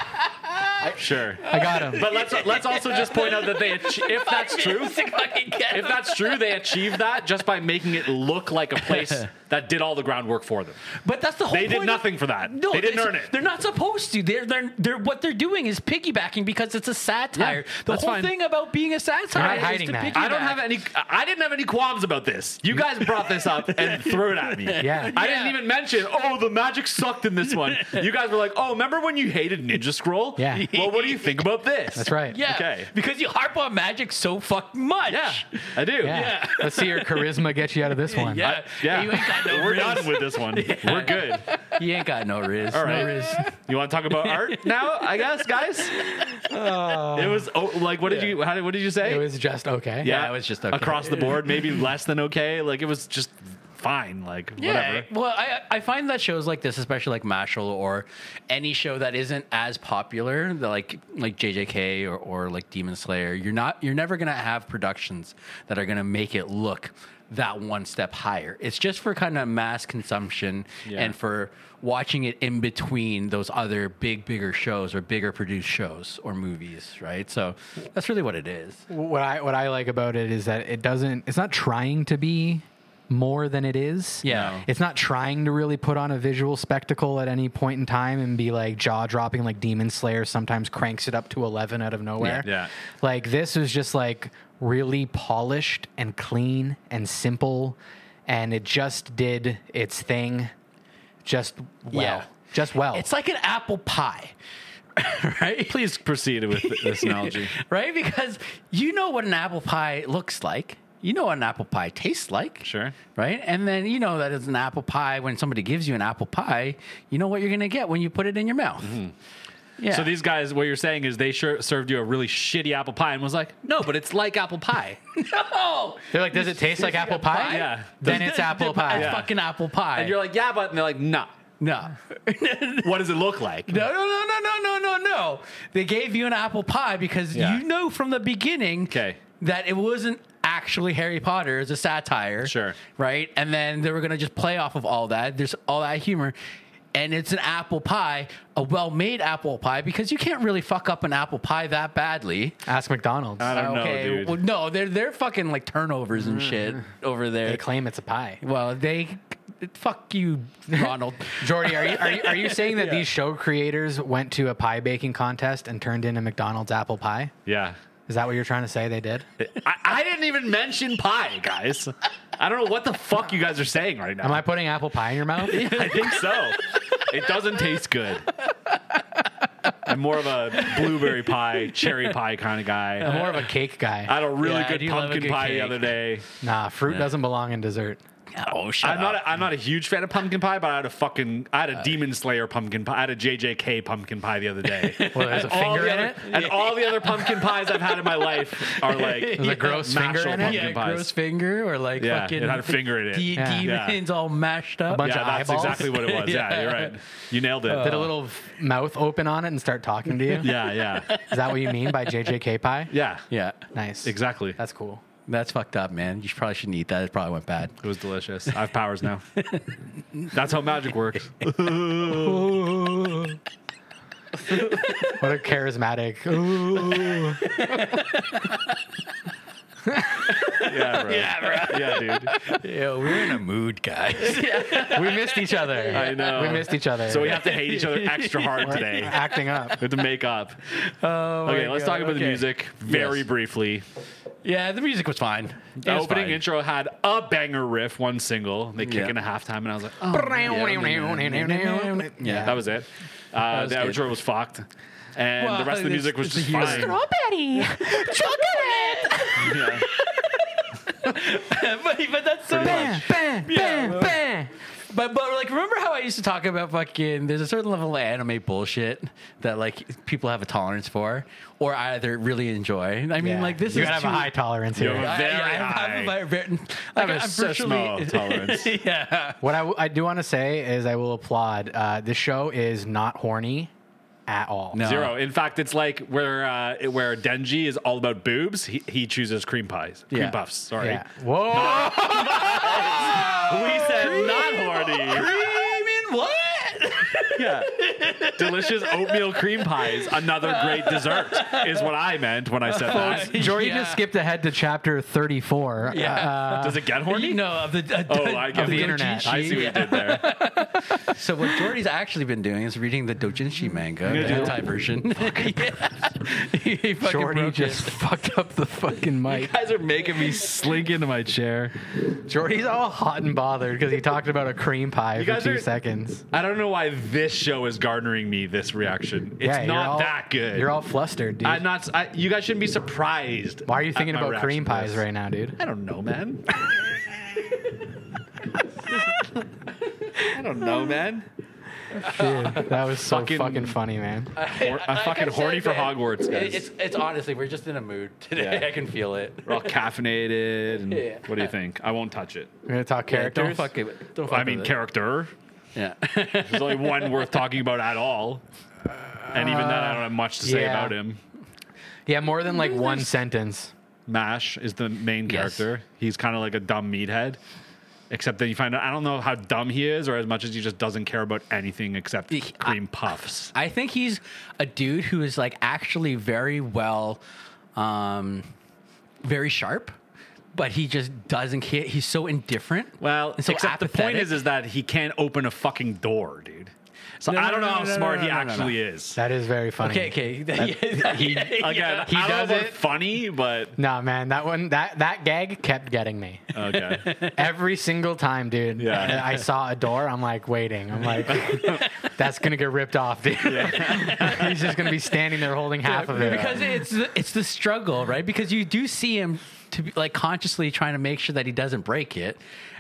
Speaker 2: sure.
Speaker 3: I got him.
Speaker 2: But let's let's also just point out that they, ach- if that's true, if that's true, they achieved that just by making it look like a place that did all the groundwork for them.
Speaker 1: But that's the whole.
Speaker 2: They did
Speaker 1: point
Speaker 2: nothing
Speaker 1: of,
Speaker 2: for that.
Speaker 1: No,
Speaker 2: They didn't
Speaker 1: it's-
Speaker 2: earn it.
Speaker 1: They're not supposed to. They're they're, they're what they're doing is piggybacking because it's a satire.
Speaker 2: Yeah,
Speaker 1: the
Speaker 2: that's
Speaker 1: whole
Speaker 2: fine.
Speaker 1: thing about being a satire is
Speaker 3: hiding
Speaker 1: to
Speaker 3: that.
Speaker 1: piggyback.
Speaker 2: I don't have any. I didn't have any qualms about this. You guys brought this up and threw it at me.
Speaker 3: Yeah.
Speaker 2: I didn't even mention. Oh, the magic sucked in this one. You guys were like, "Oh, remember when you hated Ninja Scroll?
Speaker 3: Yeah.
Speaker 2: Well, what do you think about this?
Speaker 3: That's right.
Speaker 1: Yeah,
Speaker 2: Okay.
Speaker 1: because you harp on magic so fucking much.
Speaker 2: Yeah, I do.
Speaker 3: Yeah. Let's see your charisma get you out of this one.
Speaker 1: Yeah.
Speaker 2: Yeah.
Speaker 1: You ain't got no
Speaker 2: We're
Speaker 1: riz.
Speaker 2: done with this one. We're good.
Speaker 1: He ain't got no riz.
Speaker 2: All right.
Speaker 1: No riz.
Speaker 2: You want to talk about art now? I guess, guys. it was oh, like, what did you? How did, what did you say?
Speaker 3: It was just okay.
Speaker 1: it was just okay.
Speaker 2: across the board, maybe less than okay. Like it was just fine. Like
Speaker 1: Yeah.
Speaker 2: whatever.
Speaker 1: Well, I I find that shows like this, especially like Mashal or any show that isn't as popular, the, like like JJK or, or like Demon Slayer, you're not you're never gonna have productions that are gonna make it look that one step higher. It's just for kind of mass consumption
Speaker 2: Yeah.
Speaker 1: and for watching it in between those other big bigger shows or bigger produced shows or movies, right? So that's really what it is.
Speaker 3: what I what I like about it is that it doesn't it's not trying to be more than it is.
Speaker 1: Yeah. No.
Speaker 3: It's not trying to really put on a visual spectacle at any point in time and be like jaw dropping like Demon Slayer sometimes cranks it up to 11 out of nowhere.
Speaker 2: Yeah. Yeah.
Speaker 3: Like this is just like really polished and clean and simple and it just did its thing just well.
Speaker 1: Yeah.
Speaker 3: Just well.
Speaker 1: It's like an apple pie. right?
Speaker 2: Please proceed with th- this analogy.
Speaker 1: right? Because you know what an apple pie looks like. You know what an apple pie tastes like.
Speaker 2: Sure.
Speaker 1: Right? And then you know that it's an apple pie. When somebody gives you an apple pie, you know what you're going to get when you put it in your mouth.
Speaker 3: Mm-hmm.
Speaker 1: Yeah.
Speaker 2: So these guys, what you're saying is they sure served you a really shitty apple pie and was like, no, but it's like apple pie.
Speaker 1: No!
Speaker 3: They're like, does it taste like apple pie?
Speaker 2: Yeah.
Speaker 3: Then it's apple pie.
Speaker 1: It's fucking apple pie.
Speaker 2: And you're like, yeah, but and they're like, nah.
Speaker 1: no.
Speaker 2: What does it look like?
Speaker 1: No, no, no, no, no, no, no, no. They gave you an apple pie because
Speaker 2: Yeah.
Speaker 1: you know from the beginning
Speaker 2: 'Kay.
Speaker 1: that it wasn't actually Harry Potter. It's a satire.
Speaker 2: Sure.
Speaker 1: Right? And then they were going to just play off of all that. There's all that humor. And it's an apple pie, a well made apple pie, because you can't really fuck up an apple pie that badly.
Speaker 3: Ask McDonald's.
Speaker 2: I
Speaker 1: Oh,
Speaker 2: don't know, dude. Mm.
Speaker 1: Well, no, they're, they're fucking like turnovers and shit over
Speaker 3: they
Speaker 1: there.
Speaker 3: claim it's a pie.
Speaker 1: Well, they. Fuck you, Ronald.
Speaker 3: Jordy, are you, are you are you saying that these show creators went to a pie baking contest and turned in a McDonald's apple pie?
Speaker 2: yeah.
Speaker 3: Is that what you're trying to say they did?
Speaker 2: I, I didn't even mention pie, guys. I don't know what the fuck you guys are saying right now.
Speaker 3: Am I putting apple pie in your mouth?
Speaker 2: I think so. It doesn't taste good. I'm more of a blueberry pie, cherry pie kind of
Speaker 3: I'm
Speaker 2: guy.
Speaker 3: more of a cake
Speaker 2: I
Speaker 3: guy.
Speaker 2: had a really
Speaker 1: Yeah, I
Speaker 2: good
Speaker 1: do love a
Speaker 2: pumpkin
Speaker 1: good
Speaker 2: pie the
Speaker 1: cake.
Speaker 2: other day.
Speaker 3: Nah, fruit doesn't belong in dessert.
Speaker 1: Oh, shut
Speaker 2: I'm not. A, I'm not a huge fan of pumpkin pie, but I had a fucking. I had a Demon Slayer pumpkin pie. I had a JJK pumpkin pie the other day.
Speaker 3: Well, there's
Speaker 2: And
Speaker 3: a
Speaker 2: all
Speaker 3: finger
Speaker 2: the
Speaker 3: in
Speaker 2: other-
Speaker 3: it.
Speaker 2: and all the other pumpkin pies I've had in my life are like
Speaker 3: There's a gross
Speaker 2: natural
Speaker 3: finger in it.
Speaker 2: pumpkin
Speaker 1: yeah,
Speaker 2: pies.
Speaker 1: gross finger or like
Speaker 2: Yeah,
Speaker 1: fucking
Speaker 2: it had a finger in it.
Speaker 1: de-
Speaker 3: Yeah.
Speaker 1: demons all mashed up.
Speaker 3: bunch-
Speaker 2: yeah,
Speaker 3: of
Speaker 2: that's
Speaker 3: eyeballs.
Speaker 2: exactly what it was. Yeah,
Speaker 1: Yeah.
Speaker 2: you're right. You nailed it.
Speaker 3: Did a little f- mouth open on it and start talking to you?
Speaker 2: yeah, yeah,
Speaker 3: Is that what you mean by JJK pie?
Speaker 2: yeah.
Speaker 1: yeah,
Speaker 3: Nice.
Speaker 2: Exactly.
Speaker 3: That's cool.
Speaker 1: that's fucked up, man. You probably shouldn't eat that. It probably went bad.
Speaker 2: It was delicious. I have powers now. That's how magic works.
Speaker 3: What a charismatic. Ooh.
Speaker 2: Yeah, bro. Yeah, bro. yeah dude.
Speaker 1: Yeah, we're in a mood, guys.
Speaker 3: We missed each other.
Speaker 2: I know.
Speaker 3: We missed each other.
Speaker 2: So we have to hate each other extra hard today.
Speaker 3: acting up.
Speaker 2: We have to make up. okay, let's talk about the
Speaker 1: Oh Okay.
Speaker 2: music very
Speaker 1: Yes.
Speaker 2: briefly.
Speaker 1: yeah, the music was fine. It
Speaker 2: The
Speaker 1: was
Speaker 2: opening
Speaker 1: fine.
Speaker 2: intro had a banger riff, one single. They kick
Speaker 1: Yeah.
Speaker 2: in a halftime, and I was like, oh,
Speaker 3: Yeah.
Speaker 1: Yeah.
Speaker 2: that was it. Uh,
Speaker 1: was
Speaker 2: the
Speaker 1: good.
Speaker 2: outro was fucked. And
Speaker 1: Well,
Speaker 2: the rest of the
Speaker 1: it's-
Speaker 2: music was
Speaker 1: it's
Speaker 2: just
Speaker 1: a huge-
Speaker 2: fine.
Speaker 4: Strawberry, chocolate.
Speaker 2: Yeah.
Speaker 1: but, but that's so.
Speaker 2: Bam,
Speaker 1: bam, bam, bam. But but like, remember how I used to talk about fucking? There's a certain level of anime bullshit that like people have a tolerance for, or either really enjoy. I mean, like this
Speaker 3: you
Speaker 1: is
Speaker 3: gotta have a
Speaker 1: too-
Speaker 3: high tolerance
Speaker 2: You
Speaker 3: here.
Speaker 2: have a
Speaker 1: I-
Speaker 2: very
Speaker 1: yeah, I have- I
Speaker 2: high.
Speaker 1: have a very- very-
Speaker 2: I
Speaker 1: like,
Speaker 2: have a
Speaker 1: I'm
Speaker 2: so small
Speaker 1: virtually-
Speaker 2: tolerance.
Speaker 1: yeah.
Speaker 3: What I, w- I do want to say is I will applaud. Uh, this show is not horny at all.
Speaker 1: No.
Speaker 2: Zero. In fact, it's like where uh, where Denji is all about boobs. He, he chooses cream pies, cream
Speaker 1: Yeah.
Speaker 2: puffs. Sorry,
Speaker 3: Yeah. Whoa.
Speaker 2: we said not horny.
Speaker 1: Cream and what?
Speaker 2: yeah, delicious oatmeal cream pies. Another great dessert is what I meant when I said that.
Speaker 3: Jory
Speaker 1: Yeah.
Speaker 3: just skipped ahead to chapter Uh, 34.
Speaker 1: Yeah.
Speaker 2: Does it get horny?
Speaker 1: no, of the, uh,
Speaker 2: Oh, I get
Speaker 3: Of the
Speaker 2: it.
Speaker 3: internet.
Speaker 2: I see what you did there.
Speaker 1: So what Jordy's actually been doing is reading the Dojinshi manga, the
Speaker 2: do-
Speaker 1: hentai version. Yeah. he, he
Speaker 3: Uh,
Speaker 1: fucking
Speaker 3: Jordy
Speaker 1: broke
Speaker 3: just
Speaker 1: it.
Speaker 3: fucked up the fucking mic.
Speaker 2: guys are making me slink into my chair.
Speaker 3: Jordy's all hot and bothered because he talked about a cream pie for
Speaker 2: guys
Speaker 3: two
Speaker 2: are-
Speaker 3: seconds.
Speaker 2: I don't know why this show is garnering me this reaction. It's
Speaker 3: Yeah, you're
Speaker 2: not
Speaker 3: all-
Speaker 2: that good.
Speaker 3: You're all flustered, dude.
Speaker 2: I'm not. I, you guys shouldn't be surprised.
Speaker 3: Why are you
Speaker 2: at
Speaker 3: thinking
Speaker 2: my
Speaker 3: about
Speaker 2: reaction
Speaker 3: cream
Speaker 2: to
Speaker 3: pies
Speaker 2: this.
Speaker 3: right now, dude?
Speaker 2: I don't know, man. I don't know, man.
Speaker 3: Dude, that was so
Speaker 2: Fucking-
Speaker 3: fucking, funny, man.
Speaker 2: Hor- I'm
Speaker 1: Like I
Speaker 2: fucking
Speaker 1: said,
Speaker 2: horny for
Speaker 1: man,
Speaker 2: Hogwarts,
Speaker 1: it-
Speaker 2: guys.
Speaker 1: It's, it's honestly, we're just in a mood today.
Speaker 2: Yeah.
Speaker 1: I can feel it.
Speaker 2: We're all caffeinated. And
Speaker 1: Yeah.
Speaker 2: What do you think? I won't touch it.
Speaker 3: We're gonna talk
Speaker 1: Yeah,
Speaker 3: characters.
Speaker 1: Don't fuck it. Don't fuck
Speaker 2: I mean,
Speaker 1: with it.
Speaker 2: character.
Speaker 1: Yeah.
Speaker 2: There's only one worth talking about at all. And even then, I don't have much to say
Speaker 3: yeah.
Speaker 2: about him.
Speaker 3: yeah, more than like one sentence.
Speaker 2: Mash is the main
Speaker 1: Yes.
Speaker 2: character. He's kind of like a dumb meathead. Except that you find out, I don't know how dumb he is, or as much as he just doesn't care about anything except
Speaker 1: He- uh,
Speaker 2: cream puffs.
Speaker 1: I think he's a dude who is like actually very well, um, very sharp, but he just doesn't care. He's so indifferent.
Speaker 2: Well,
Speaker 1: and so
Speaker 2: except the point
Speaker 1: apathetic.
Speaker 2: is, is that he can't open a fucking door, dude. So
Speaker 1: No,
Speaker 2: I
Speaker 1: no,
Speaker 2: don't
Speaker 1: no,
Speaker 2: know
Speaker 1: no,
Speaker 2: how
Speaker 1: no,
Speaker 2: smart
Speaker 1: no,
Speaker 2: he
Speaker 1: no, no, no.
Speaker 2: actually is.
Speaker 3: That is very funny.
Speaker 1: okay, okay.
Speaker 2: He,
Speaker 1: Yeah, yeah.
Speaker 2: again, he I don't
Speaker 3: does
Speaker 2: know about
Speaker 3: it-
Speaker 2: funny, but
Speaker 3: Nah, man, that one that that gag kept getting me
Speaker 2: okay.
Speaker 3: every single time, dude.
Speaker 2: Yeah.
Speaker 3: I saw a door. I'm like waiting. I'm like, that's gonna get ripped off, dude. He's just gonna be standing there holding half of it.
Speaker 1: because it's the, it's the struggle, right? Because you do see him to be like consciously trying to make sure that he doesn't break it,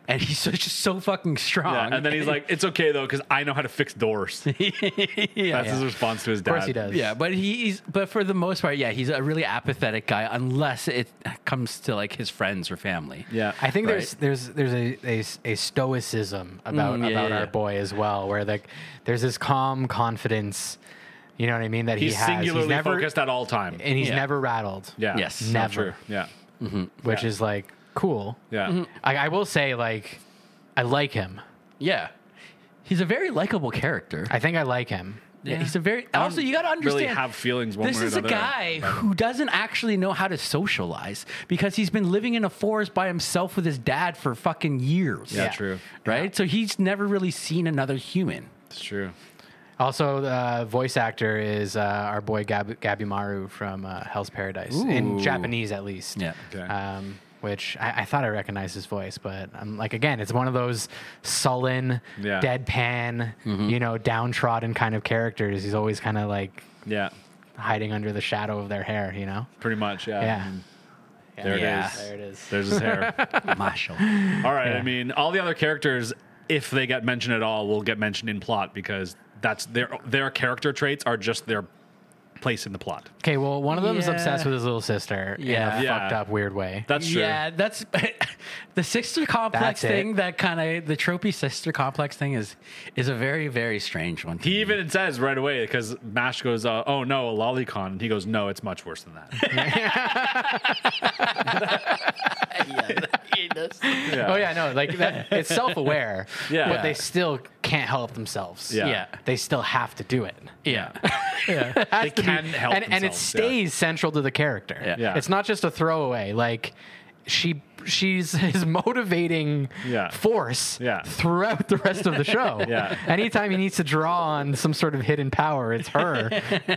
Speaker 1: and he's so, just so fucking strong.
Speaker 2: Yeah, and then he's like, "It's okay though, because I know how to fix doors." That's his response to his dad.
Speaker 3: of course he does.
Speaker 1: Yeah, but he's but for the most part, yeah, he's a really apathetic guy unless it comes to like his friends or family.
Speaker 2: Yeah,
Speaker 3: I think
Speaker 1: Right.
Speaker 3: there's there's there's a, a, a stoicism about
Speaker 1: Mm, yeah,
Speaker 3: about
Speaker 1: yeah, yeah.
Speaker 3: our boy as well, where like there's this calm confidence, you know what I mean? That
Speaker 2: he's
Speaker 3: he has.
Speaker 2: singularly
Speaker 3: he's never,
Speaker 2: focused at all time.
Speaker 3: and he's
Speaker 1: Yeah.
Speaker 3: never rattled.
Speaker 2: yeah,
Speaker 1: Yes.
Speaker 2: So
Speaker 3: Never.
Speaker 2: true. Yeah,
Speaker 3: which is like cool.
Speaker 2: yeah. Um,
Speaker 3: I, I will say like I like him.
Speaker 1: Yeah. He's a very likable character.
Speaker 3: I think I like him.
Speaker 1: Yeah. He's a very also you got to understand
Speaker 2: Really have feelings one
Speaker 1: this
Speaker 2: way or
Speaker 1: is a
Speaker 2: another.
Speaker 1: guy who doesn't actually know how to socialize because he's been living in a forest by himself with his dad for fucking years.
Speaker 2: Yeah, true.
Speaker 1: Right? So he's never really seen another human.
Speaker 2: It's true.
Speaker 3: Also, the uh, voice actor is uh, our boy Gab- Gabi Maru from uh, Hell's Paradise in
Speaker 1: Ooh.
Speaker 3: Japanese, at least.
Speaker 1: Yeah.
Speaker 2: Okay.
Speaker 3: Um, which I, I thought I recognized his voice, but I'm like, again, it's one of those sullen,
Speaker 2: Yeah. Mm-hmm.
Speaker 3: deadpan, you know, downtrodden kind of characters. He's always kind of like
Speaker 2: Yeah,
Speaker 3: hiding under the shadow of their hair, you know?
Speaker 2: pretty much. Yeah.
Speaker 3: Yeah.
Speaker 2: There
Speaker 1: Yeah.
Speaker 2: it is.
Speaker 3: There it is.
Speaker 2: There's his hair.
Speaker 1: Marshall.
Speaker 2: All right. I mean, all the other characters, if they get mentioned at all, will get mentioned in plot because that's their their character traits are just their place in the plot.
Speaker 3: Okay, well, one of them is
Speaker 1: Yeah.
Speaker 3: obsessed with his little sister
Speaker 1: Yeah.
Speaker 3: in a
Speaker 2: Yeah.
Speaker 3: fucked up, weird way.
Speaker 2: That's true.
Speaker 1: Yeah, that's the sister complex
Speaker 3: That's it.
Speaker 1: thing. That kind of the tropey sister complex thing is is a very very strange one. to
Speaker 2: He
Speaker 1: me.
Speaker 2: even says right away because Mash goes, uh, "Oh no, a lolicon." And he goes, "No, it's much worse than that." yeah.
Speaker 3: Oh yeah, no, like that, it's self-aware.
Speaker 2: Yeah.
Speaker 3: but
Speaker 2: Yeah.
Speaker 3: they still can't help themselves.
Speaker 2: Yeah.
Speaker 1: yeah,
Speaker 3: they still have to do it.
Speaker 1: yeah,
Speaker 2: They can help
Speaker 3: and, and it
Speaker 2: themselves, yeah.
Speaker 3: stays central to the character.
Speaker 1: Yeah.
Speaker 2: Yeah.
Speaker 3: it's not just a throwaway. Like she, she's his motivating
Speaker 2: Yeah.
Speaker 3: force
Speaker 2: Yeah.
Speaker 3: throughout the rest of the show.
Speaker 2: Yeah.
Speaker 3: anytime he needs to draw on some sort of hidden power, it's her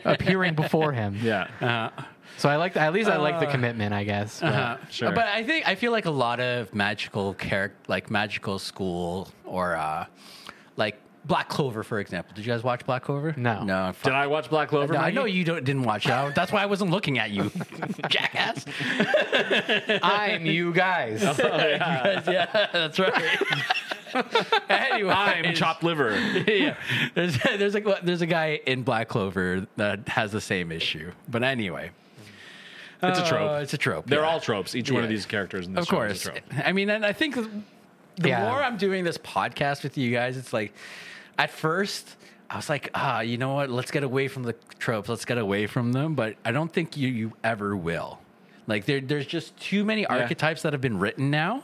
Speaker 3: appearing before him.
Speaker 2: Yeah. Uh.
Speaker 3: So I like, at least I like the commitment, I guess. but-
Speaker 2: Sure.
Speaker 1: Uh, But I think I feel like a lot of magical character, like magical school or uh, like Black Clover, for example. Did you guys watch Black Clover?
Speaker 3: No.
Speaker 1: no.
Speaker 2: Did I watch Black Clover?
Speaker 1: No, I
Speaker 2: Maggie?
Speaker 1: know you don't, didn't watch that. That's why I wasn't looking at you, jackass.
Speaker 3: I'm you guys.
Speaker 1: yeah, that's right. anyway,
Speaker 2: I'm chopped liver.
Speaker 1: yeah. There's there's like there's a guy in Black Clover that has the same issue. But anyway,
Speaker 2: It's a trope.
Speaker 1: Uh, it's a trope.
Speaker 2: They're
Speaker 1: yeah.
Speaker 2: all tropes. Each one of
Speaker 1: Yeah.
Speaker 2: these characters in this
Speaker 1: of
Speaker 2: show is
Speaker 1: course.
Speaker 2: a trope.
Speaker 1: I mean, and I think the
Speaker 3: Yeah.
Speaker 1: more I'm doing this podcast with you guys, it's like at first I was like, ah, you know what? Let's get away from the tropes. Let's get away from them. But I don't think you you ever will. Like there, there's just too many archetypes that have been written now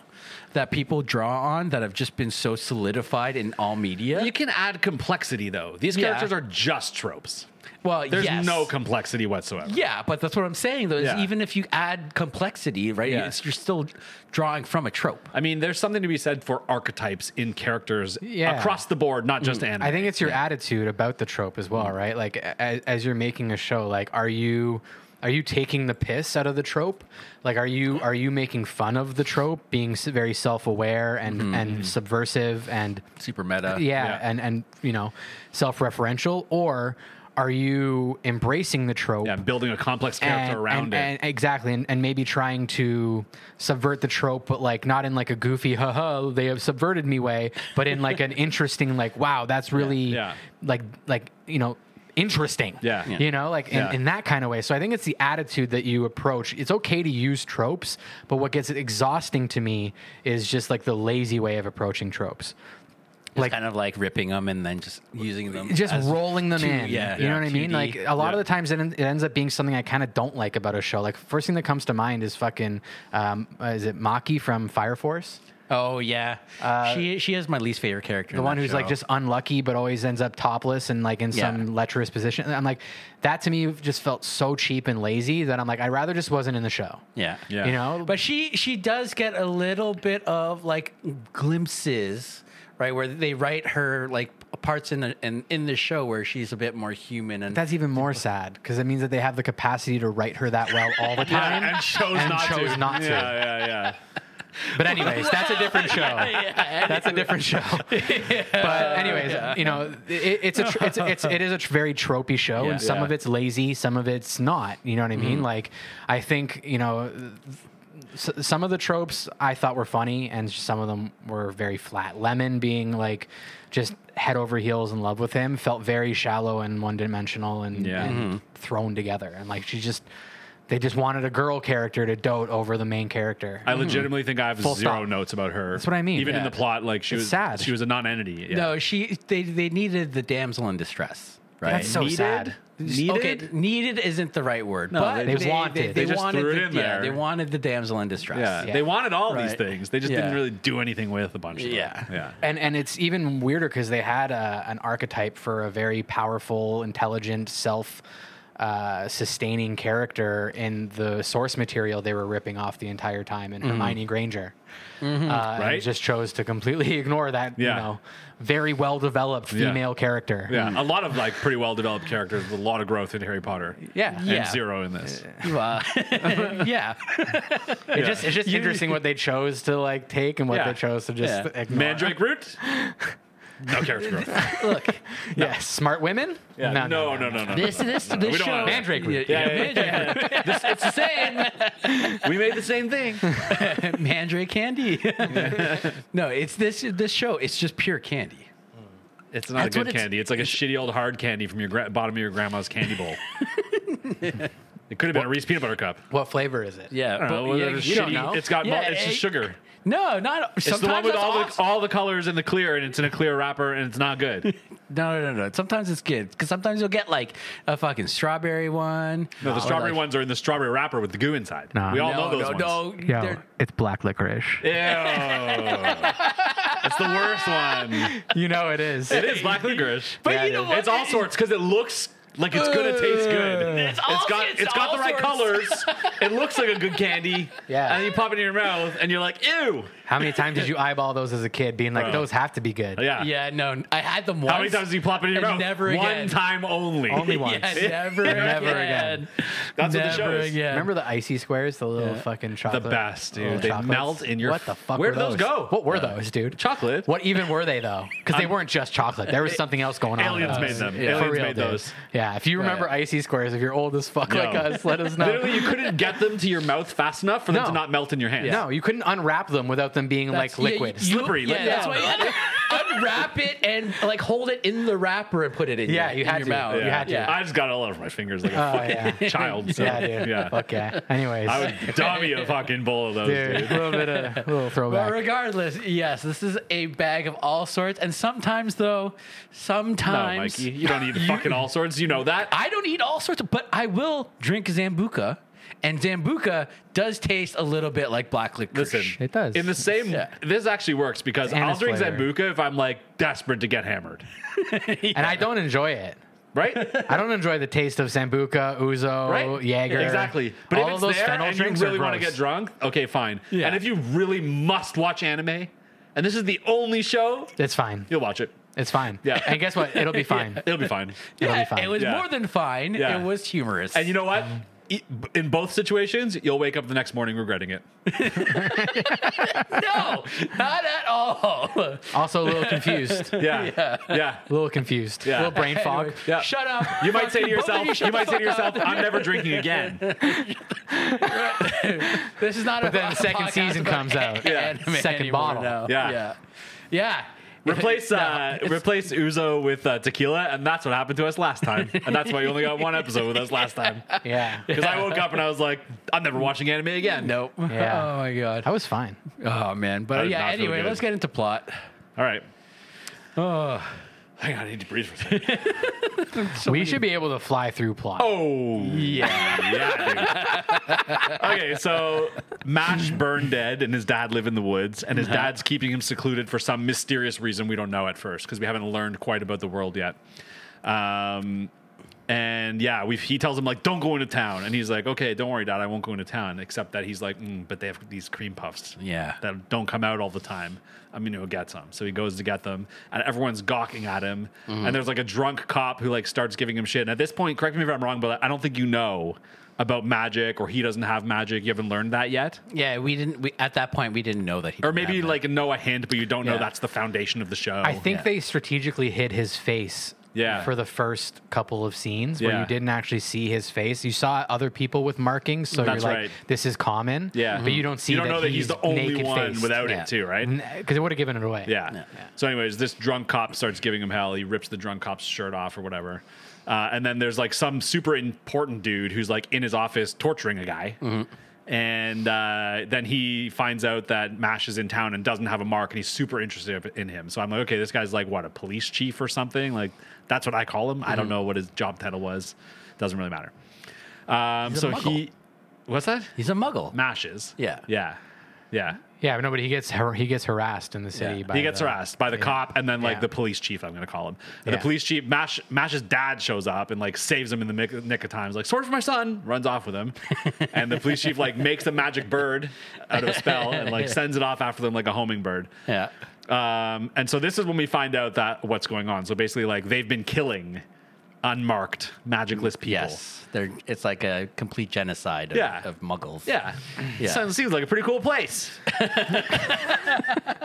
Speaker 1: that people draw on that have just been so solidified in all media.
Speaker 2: You can add complexity though. These
Speaker 1: Yeah.
Speaker 2: characters are just tropes.
Speaker 1: well,
Speaker 2: There's
Speaker 1: yes.
Speaker 2: no complexity whatsoever.
Speaker 1: Yeah, but that's what I'm saying though. Is
Speaker 2: Yeah.
Speaker 1: even if you add complexity, right?
Speaker 2: Yeah.
Speaker 1: It's, you're still drawing from a trope.
Speaker 2: I mean, there's something to be said for archetypes in characters
Speaker 3: Yeah.
Speaker 2: across the board, not
Speaker 1: Mm,
Speaker 2: just anime.
Speaker 3: I think it's your attitude about the trope as well, right? Like as, as you're making a show, like are you are you taking the piss out of the trope? Like are you are you making fun of the trope, being s- very self-aware and and subversive and
Speaker 1: Super meta.
Speaker 3: Mm-hmm. yeah,
Speaker 2: Yeah.
Speaker 3: and and you know self-referential or are you embracing the trope?
Speaker 2: Yeah, building a complex character around
Speaker 3: and,
Speaker 2: it.
Speaker 3: and- exactly, and, and maybe trying to subvert the trope, but like not in like a goofy "ha ha," they have subverted me" way, but in like an interesting, like "wow, that's really
Speaker 2: yeah.
Speaker 3: like like you know." Interesting,
Speaker 2: Yeah. Yeah.
Speaker 3: you know, like in,
Speaker 2: Yeah.
Speaker 3: in that kind of way. So I think it's the attitude that you approach. It's okay to use tropes, but what gets exhausting to me is just like the lazy way of approaching tropes,
Speaker 1: like kind of like ripping them and then just using them.
Speaker 3: just
Speaker 1: as-
Speaker 3: rolling them
Speaker 1: too-
Speaker 3: in.
Speaker 1: yeah,
Speaker 3: you know
Speaker 1: yeah,
Speaker 3: what I mean.
Speaker 1: 2D.
Speaker 3: Like a lot
Speaker 2: Yeah.
Speaker 3: of the times, it, en- it ends up being something I kind of don't like about a show. Like first thing that comes to mind is fucking, um, uh, is it Maki from Fire Force,
Speaker 1: Oh yeah, she she is my least favorite character.
Speaker 3: the one who's like just unlucky but always ends up topless and like in
Speaker 1: Yeah.
Speaker 3: some lecherous position. And I'm like, that to me just felt so cheap and lazy that I'm like, I rather just wasn't in the show.
Speaker 1: yeah
Speaker 2: Yeah.
Speaker 3: You know,
Speaker 1: But she she does get a little bit of like glimpses, right, where they write her like parts in the in, in the show where she's a bit more human and
Speaker 3: That's even more sad because it means that they have the capacity to write her that well all the
Speaker 2: Yeah,
Speaker 3: time.
Speaker 2: and chose
Speaker 3: and
Speaker 2: not
Speaker 3: chose
Speaker 2: to.
Speaker 3: not to.
Speaker 2: Yeah, yeah, yeah.
Speaker 3: But anyways, that's a different show. That's a different show. But anyways, you know, it, it's a tr- it's it's it is a tr- very tropey show,
Speaker 1: Yeah.
Speaker 3: and some
Speaker 2: Yeah.
Speaker 3: of it's lazy, some of it's not. You know what I mean? Like, I think you know. S- some of the tropes I thought were funny, and some of them were very flat. Lemon being like just head over heels in love with him felt very shallow and one dimensional and,
Speaker 2: Yeah.
Speaker 3: and thrown together. And like she just, they just wanted a girl character to dote over the main character.
Speaker 2: I legitimately think I have
Speaker 3: Full
Speaker 2: zero
Speaker 3: stop.
Speaker 2: notes about her. That's
Speaker 3: what I mean,
Speaker 2: Even in
Speaker 3: yeah.
Speaker 2: the plot, like she
Speaker 3: It's
Speaker 2: was
Speaker 3: sad.
Speaker 2: She was a non-entity. Yeah.
Speaker 1: no she they they needed the damsel in distress, right?
Speaker 3: That's so
Speaker 2: Needed?
Speaker 3: sad.
Speaker 2: Needed?
Speaker 1: Okay, needed isn't the right word, but
Speaker 3: they wanted.
Speaker 1: they,
Speaker 3: They
Speaker 2: just
Speaker 1: wanted
Speaker 2: threw it
Speaker 1: the,
Speaker 2: in
Speaker 1: yeah,
Speaker 2: there.
Speaker 1: they wanted the damsel in distress.
Speaker 2: Yeah.
Speaker 3: Yeah.
Speaker 2: They wanted all these
Speaker 1: Right.
Speaker 2: things. They just didn't
Speaker 1: Yeah.
Speaker 2: really do anything with a bunch of them.
Speaker 1: Yeah.
Speaker 2: Yeah.
Speaker 3: and and it's even weirder because they had a, an archetype for a very powerful, intelligent, self uh, sustaining character in the source material they were ripping off the entire time in Hermione Granger. Uh, and
Speaker 2: Mm-hmm. Right.
Speaker 3: just chose to completely ignore that,
Speaker 2: Yeah.
Speaker 3: you know, very well developed
Speaker 2: Yeah.
Speaker 3: female character.
Speaker 2: Yeah, a lot of like pretty well developed characters with a lot of growth in Harry Potter.
Speaker 1: Yeah.
Speaker 2: and
Speaker 1: Yeah.
Speaker 2: zero in this.
Speaker 1: Uh, yeah.
Speaker 3: It just, it's just interesting what they chose to like take and what
Speaker 2: Yeah.
Speaker 3: they chose to just
Speaker 1: Yeah.
Speaker 3: ignore.
Speaker 2: Mandrake root, no character growth.
Speaker 3: Yeah, smart women.
Speaker 2: Yeah, no, no, no, no, no.
Speaker 1: This this
Speaker 2: no,
Speaker 1: this
Speaker 2: we don't
Speaker 1: show
Speaker 2: want that.
Speaker 3: Mandrake root.
Speaker 2: Yeah, yeah, yeah.
Speaker 1: it's the same.
Speaker 2: we made the same thing.
Speaker 1: Mandrake candy. no, it's this this show. It's just pure candy.
Speaker 2: It's not
Speaker 1: That's
Speaker 2: a
Speaker 1: what
Speaker 2: good
Speaker 1: it's-
Speaker 2: candy. It's like a shitty old hard candy from your gra- bottom of your grandma's candy bowl. it could have been a Reese peanut butter cup.
Speaker 3: What flavor is it?
Speaker 1: Yeah,
Speaker 2: I don't know, whatever
Speaker 1: you don't
Speaker 2: shitty-
Speaker 1: know.
Speaker 2: It's got mul-
Speaker 1: Yeah,
Speaker 2: it's
Speaker 1: it-
Speaker 2: just sugar.
Speaker 1: No, not
Speaker 2: It's the one with all
Speaker 1: awesome.
Speaker 2: the all the colors in the clear, and it's in a clear wrapper, and it's not good.
Speaker 1: No, no, no, no. Sometimes it's good because sometimes you'll get like a fucking strawberry one.
Speaker 2: No, the strawberry
Speaker 1: like,
Speaker 2: ones are in the strawberry wrapper with the goo inside.
Speaker 3: Nah.
Speaker 2: we all
Speaker 1: Oh, No,
Speaker 2: know those
Speaker 1: no,
Speaker 2: ones.
Speaker 1: no. they're-
Speaker 3: it's black licorice.
Speaker 2: Ew. That's the worst one.
Speaker 3: You know it is.
Speaker 2: It is black licorice.
Speaker 1: But you know what?
Speaker 2: It's all sorts because it looks like it's gonna taste good. It's,
Speaker 1: all-
Speaker 2: got
Speaker 1: it's
Speaker 2: it's got
Speaker 1: all
Speaker 2: the right
Speaker 1: sorts.
Speaker 2: colors. It looks like a good candy.
Speaker 3: Yeah.
Speaker 2: And you pop it in your mouth and you're like, ew.
Speaker 3: How many times did you eyeball those as a kid, being like,
Speaker 2: Bro.
Speaker 3: those have to be good?
Speaker 2: Yeah.
Speaker 1: Yeah, no, I had them once.
Speaker 2: How many times do you plop it in your
Speaker 1: and
Speaker 2: mouth?
Speaker 1: Never
Speaker 2: One
Speaker 1: again.
Speaker 2: time only.
Speaker 3: Only once.
Speaker 1: Yeah, never,
Speaker 3: Never
Speaker 1: again.
Speaker 3: again.
Speaker 2: That's
Speaker 1: never
Speaker 2: what the show is.
Speaker 1: again.
Speaker 3: Remember the icy squares, the little fucking
Speaker 2: The
Speaker 3: chocolate?
Speaker 2: best, dude.
Speaker 3: little
Speaker 2: They
Speaker 3: chocolates?
Speaker 2: melt in your.
Speaker 3: What the fuck?
Speaker 2: Where
Speaker 3: were
Speaker 2: did those go?
Speaker 3: What were those, dude?
Speaker 2: Chocolate.
Speaker 3: What even were they though? Because they weren't just chocolate. There was something else going on. with
Speaker 2: Aliens
Speaker 3: those.
Speaker 2: made them.
Speaker 3: For
Speaker 2: Aliens
Speaker 3: real,
Speaker 2: made
Speaker 3: dude.
Speaker 2: those.
Speaker 3: Yeah. If you remember icy squares, if you're old as fuck like
Speaker 2: Yo.
Speaker 3: us, let us know.
Speaker 2: Literally, you couldn't get them to your mouth fast enough for them
Speaker 3: No.
Speaker 2: to not melt in your hands.
Speaker 3: No, you couldn't unwrap them without them being like
Speaker 1: Yeah,
Speaker 3: liquid.
Speaker 1: you-
Speaker 2: Slippery,
Speaker 1: Yeah,
Speaker 2: like-
Speaker 1: that's
Speaker 2: Yeah.
Speaker 1: why you had to unwrap it and like hold it in the wrapper and put it in.
Speaker 3: Yeah,
Speaker 1: your,
Speaker 3: you had
Speaker 1: in your
Speaker 3: to.
Speaker 1: mouth.
Speaker 3: You had to.
Speaker 1: Yeah.
Speaker 2: I just got it all over my fingers like a
Speaker 3: Oh,
Speaker 2: fucking
Speaker 3: yeah.
Speaker 2: child. So,
Speaker 3: yeah, dude.
Speaker 2: yeah.
Speaker 3: Fuck yeah. Anyways,
Speaker 2: I would dummy a fucking bowl of those,
Speaker 3: dude,
Speaker 2: dude.
Speaker 3: a little bit of a little throwback.
Speaker 1: But regardless, yes, this is a bag of all sorts. And sometimes, though,
Speaker 2: No,
Speaker 1: sometimes
Speaker 2: Mikey, you don't eat fucking all sorts. You know that.
Speaker 1: I don't eat all sorts of, but I will drink Zambuca. And Zambuca does taste a little bit like black licorice.
Speaker 2: Listen,
Speaker 3: It does.
Speaker 2: In the same,
Speaker 1: Yeah.
Speaker 2: this actually works because I'll
Speaker 3: anise
Speaker 2: drink
Speaker 3: flavor.
Speaker 2: Zambuca if I'm like desperate to get hammered,
Speaker 3: and I don't enjoy it.
Speaker 2: right?
Speaker 3: I don't enjoy the taste of Sambuca, Uzo,
Speaker 1: Oh,
Speaker 2: right?
Speaker 3: Jaeger.
Speaker 2: exactly. But
Speaker 3: all
Speaker 2: if
Speaker 3: of
Speaker 2: it's
Speaker 3: those
Speaker 2: there
Speaker 3: fennel
Speaker 2: and you
Speaker 3: drinks
Speaker 2: really
Speaker 3: want
Speaker 2: want to get drunk, okay, fine.
Speaker 1: Yeah.
Speaker 2: And if you really must watch anime, and this is the only show,
Speaker 3: It's fine.
Speaker 2: you'll watch it.
Speaker 3: It's fine.
Speaker 2: Yeah.
Speaker 3: And guess what? It'll be fine.
Speaker 2: It'll be fine.
Speaker 3: It'll
Speaker 1: Yeah,
Speaker 3: be fine.
Speaker 1: It was
Speaker 2: Yeah.
Speaker 1: more than fine.
Speaker 2: Yeah.
Speaker 1: It was humorous.
Speaker 2: And you know what? e- in both situations, you'll wake up the next morning regretting it.
Speaker 1: No, not at all.
Speaker 3: Also, a little confused. A
Speaker 2: Yeah, yeah.
Speaker 3: little confused.
Speaker 2: Yeah.
Speaker 3: A little brain fog.
Speaker 2: Yeah.
Speaker 1: Shut up.
Speaker 2: You might say to
Speaker 1: Both of
Speaker 2: yourself, you,
Speaker 1: shut
Speaker 2: might
Speaker 1: the
Speaker 2: say to
Speaker 1: fuck up.
Speaker 2: yourself, I'm never drinking again.
Speaker 1: This is not a
Speaker 3: Then the second
Speaker 1: podcast
Speaker 3: season
Speaker 1: about
Speaker 3: comes out.
Speaker 2: Yeah.
Speaker 1: anime
Speaker 3: Second
Speaker 1: anymore,
Speaker 3: bottle.
Speaker 1: no.
Speaker 2: Yeah.
Speaker 1: yeah, yeah.
Speaker 2: Replace
Speaker 1: No,
Speaker 2: uh,
Speaker 1: it's-
Speaker 2: replace Uzo with uh, tequila, and that's what happened to us last time. And that's why you only got one episode with us last time.
Speaker 3: Yeah.
Speaker 2: Because I woke up and I was like, I'm never watching anime again.
Speaker 1: Nope.
Speaker 3: Yeah.
Speaker 1: Oh my god.
Speaker 3: I was fine.
Speaker 1: Oh man. But
Speaker 2: did
Speaker 1: yeah.
Speaker 2: not feel
Speaker 1: Anyway,
Speaker 2: good.
Speaker 1: let's get into plot.
Speaker 2: All right. Oh, hang on, I need to breathe for a second.
Speaker 3: we should be able to fly through plot.
Speaker 2: Oh, yeah. dude. okay, so Mash burned dead, and his dad live in the woods, and his dad's keeping him secluded for some mysterious reason we don't know at first because we haven't learned quite about the world yet. Um, and yeah, we he tells him like, "Don't go into town," and he's like, "Okay, don't worry, Dad, I won't go into town." Except that he's like, mm, "But they have these cream puffs,
Speaker 1: Yeah.
Speaker 2: that don't come out all the time. I'm gonna go get some." So he goes to get them, and everyone's gawking at him. And there's like a drunk cop who like starts giving him shit. And at this point, correct me if I'm wrong, but I don't think you know about magic, or he doesn't have magic. You haven't learned that yet,
Speaker 1: Yeah. We didn't. We at that point we didn't know that he.
Speaker 2: or maybe like know a hint, but you don't know
Speaker 1: Yeah.
Speaker 2: that's the foundation of the show.
Speaker 3: I think they strategically hid his face
Speaker 2: Yeah.
Speaker 3: for the first couple of scenes where
Speaker 2: Yeah.
Speaker 3: you didn't actually see his face. You saw other people with markings, so
Speaker 2: That's
Speaker 3: you're like,
Speaker 2: right.
Speaker 3: this is common.
Speaker 2: Yeah.
Speaker 3: But you don't see
Speaker 2: you don't
Speaker 3: that
Speaker 2: know that he's, the only
Speaker 3: naked
Speaker 2: one
Speaker 3: faced. Mm-hmm.
Speaker 2: without
Speaker 1: Yeah.
Speaker 2: it too, right?
Speaker 3: Because it would have given it away.
Speaker 2: Yeah. So, anyways, this drunk cop starts giving him hell. He rips the drunk cop's shirt off or whatever. Uh, and then there's like some super important dude who's like in his office torturing a guy.
Speaker 1: Mm-hmm.
Speaker 2: And uh, then he finds out that Mash is in town and doesn't have a mark, and he's super interested in him. So I'm like, okay, this guy's like what a police chief or something. Like that's what I call him.
Speaker 1: Mm-hmm.
Speaker 2: I don't know what his job title was. Doesn't really matter. Um,
Speaker 1: a
Speaker 2: so
Speaker 1: muggle.
Speaker 2: he, what's that?
Speaker 1: he's a muggle.
Speaker 2: Mash is.
Speaker 1: Yeah.
Speaker 2: Yeah. Yeah.
Speaker 3: Yeah, but no, but he gets har- he gets harassed in the city.
Speaker 1: Yeah.
Speaker 3: By
Speaker 2: He gets
Speaker 3: the-
Speaker 2: harassed by the cop and then like
Speaker 3: Yeah.
Speaker 2: the police chief. I'm going to call him. And
Speaker 3: Yeah.
Speaker 2: the police chief, Mash, Mash's dad shows up and like saves him in the nick, nick of time. He's like, "Sword for my son!" Runs off with him, and the police chief like makes a magic bird out of a spell and like sends it off after them like a homing bird.
Speaker 1: Yeah.
Speaker 2: Um, and so this is when we find out that what's going on. So basically, like they've been killing unmarked magicless people.
Speaker 1: Yes. They're, it's like a complete genocide of,
Speaker 2: Yeah.
Speaker 1: of muggles.
Speaker 2: Yeah.
Speaker 1: Yeah.
Speaker 2: Sounds seems like a pretty cool place.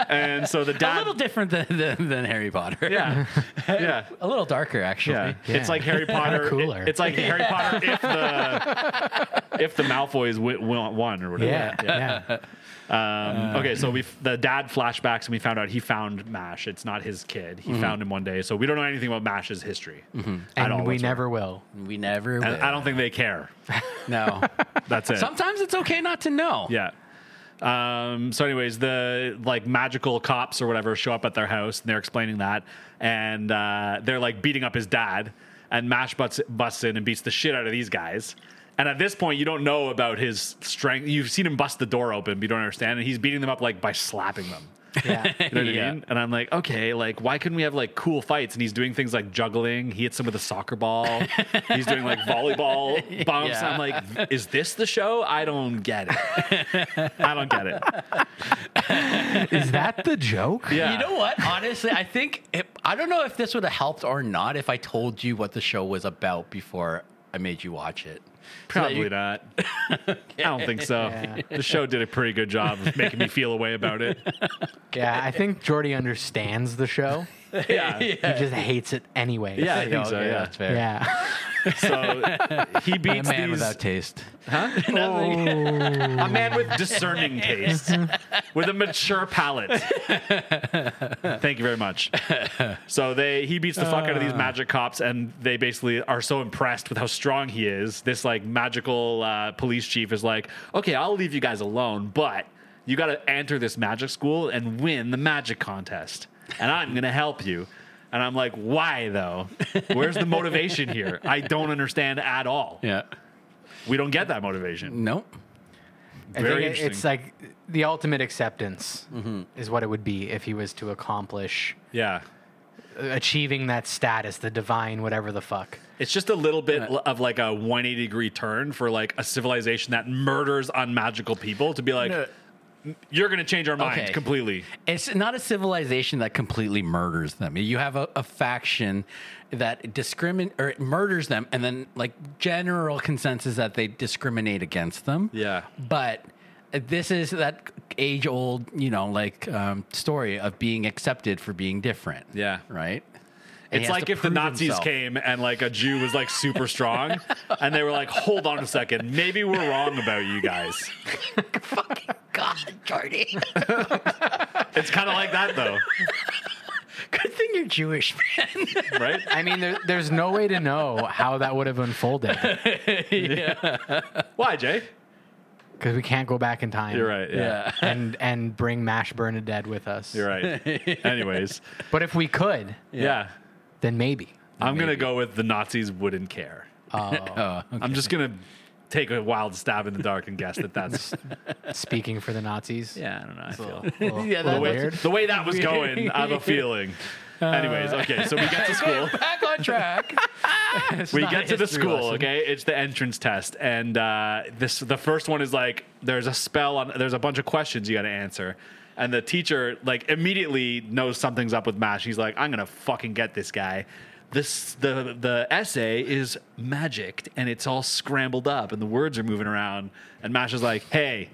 Speaker 2: and so the
Speaker 1: A
Speaker 2: dad.
Speaker 1: little different than, than, than Harry Potter.
Speaker 2: yeah. Yeah.
Speaker 1: A little darker, actually.
Speaker 2: Yeah.
Speaker 3: Yeah.
Speaker 2: it's like Harry Potter. it-
Speaker 3: cooler.
Speaker 2: it's like Harry Potter if the if the Malfoys wi- wi- won or whatever.
Speaker 3: Yeah, yeah.
Speaker 2: Um, okay, so we the dad flashbacks and we found out he found Mash. It's not his kid. He found him one day. So we don't know anything about Mash's history at
Speaker 3: Mm-hmm. And
Speaker 2: all.
Speaker 3: we
Speaker 2: whatsoever.
Speaker 3: never will.
Speaker 1: We never.
Speaker 2: And I don't think they care.
Speaker 1: know.
Speaker 2: That's it.
Speaker 1: Sometimes it's okay not to know.
Speaker 2: Yeah. Um, so, anyways, the like magical cops or whatever show up at their house and they're explaining that, and uh, they're like beating up his dad, and Mash butts busts in and beats the shit out of these guys. And at this point, you don't know about his strength. You've seen him bust the door open, but you don't understand. And he's beating them up like by slapping them.
Speaker 3: Yeah.
Speaker 2: You know what I
Speaker 1: Yeah.
Speaker 2: mean? And I'm like, okay, like why couldn't we have like cool fights? And he's doing things like juggling. He hits him with a soccer ball. he's doing like volleyball bumps.
Speaker 1: Yeah.
Speaker 2: I'm like, is this the show? I don't get it. I don't get it.
Speaker 3: is that the joke?
Speaker 2: Yeah.
Speaker 1: You know what? Honestly, I think it, I don't know if this would have helped or not if I told you what the show was about before I made you watch it. So that
Speaker 2: Probably
Speaker 1: you-
Speaker 2: not. I don't think so. The show did a pretty good job of making me feel a way about it.
Speaker 3: Yeah, I think Jordy understands the show.
Speaker 2: Yeah. Yeah,
Speaker 3: He just hates it anyway.
Speaker 2: I think so.
Speaker 1: Okay,
Speaker 2: Yeah.
Speaker 1: that's fair.
Speaker 3: Yeah.
Speaker 2: So he
Speaker 1: A
Speaker 2: beats
Speaker 1: man
Speaker 2: these
Speaker 1: without taste.
Speaker 2: a man with discerning taste, with a mature palate. Thank you very much. So they he beats the fuck out of these magic cops, and they basically are so impressed with how strong he is. This like magical uh, police chief is like, okay, I'll leave you guys alone, but you got to enter this magic school and win the magic contest, and I'm gonna help you. And I'm like, why though? Where's the motivation here? I don't understand at all.
Speaker 1: Yeah.
Speaker 2: We don't get that motivation.
Speaker 1: Nope.
Speaker 3: I
Speaker 2: Very
Speaker 3: think it-
Speaker 2: interesting. Mm-hmm.
Speaker 3: it's like the ultimate acceptance is what it would be if he was to accomplish
Speaker 2: yeah.
Speaker 3: achieving that status, the divine, whatever the fuck.
Speaker 2: It's just a little bit l- of like a 180 degree turn for like a civilization that murders unmagical people to be like, you're going to change our mind
Speaker 1: Okay.
Speaker 2: completely.
Speaker 1: It's not a civilization that completely murders them. You have a, a faction that discrimin or it murders them, and then like general consensus that they discriminate against them.
Speaker 2: Yeah.
Speaker 1: but this is that age old, you know, like um, story of being accepted for being different.
Speaker 2: Yeah.
Speaker 1: right. And he
Speaker 2: It's
Speaker 1: has
Speaker 2: like
Speaker 1: to
Speaker 2: if the
Speaker 1: prove
Speaker 2: Nazis
Speaker 1: himself.
Speaker 2: came and like a Jew was like super strong, and they were like, "Hold on a second, maybe we're wrong about you guys."
Speaker 1: Fucking God, Jordy.
Speaker 2: It's kind of like that though,
Speaker 1: Good thing you're Jewish, man.
Speaker 2: right?
Speaker 3: I mean, there, there's no way to know how that would have unfolded
Speaker 2: Why, Jay?
Speaker 3: because we can't go back in time.
Speaker 2: You're right. yeah.
Speaker 3: And and bring Mash Bernadette with us.
Speaker 2: You're right. Anyways,
Speaker 3: But if we could,
Speaker 2: yeah.
Speaker 3: then maybe. Oh,
Speaker 2: I'm going to go with the Nazis wouldn't care. Uh, I'm just going to take a wild stab in the dark and guess that that's
Speaker 3: Speaking for the Nazis.
Speaker 2: yeah, I don't know. I feel
Speaker 1: Yeah,
Speaker 3: that-
Speaker 2: the way,
Speaker 3: Weird. Uh,
Speaker 2: the way that was going, I have a feeling. Anyways, okay, so we get to school.
Speaker 1: Back on track.
Speaker 2: we get to the
Speaker 1: history
Speaker 2: school
Speaker 1: lesson.
Speaker 2: okay it's the entrance test and uh, this the first one is like there's a spell on there's a bunch of questions you got to answer and the teacher like immediately knows something's up with mash he's like i'm gonna fucking get this guy this the the essay is magic and it's all scrambled up and the words are moving around and mash is like hey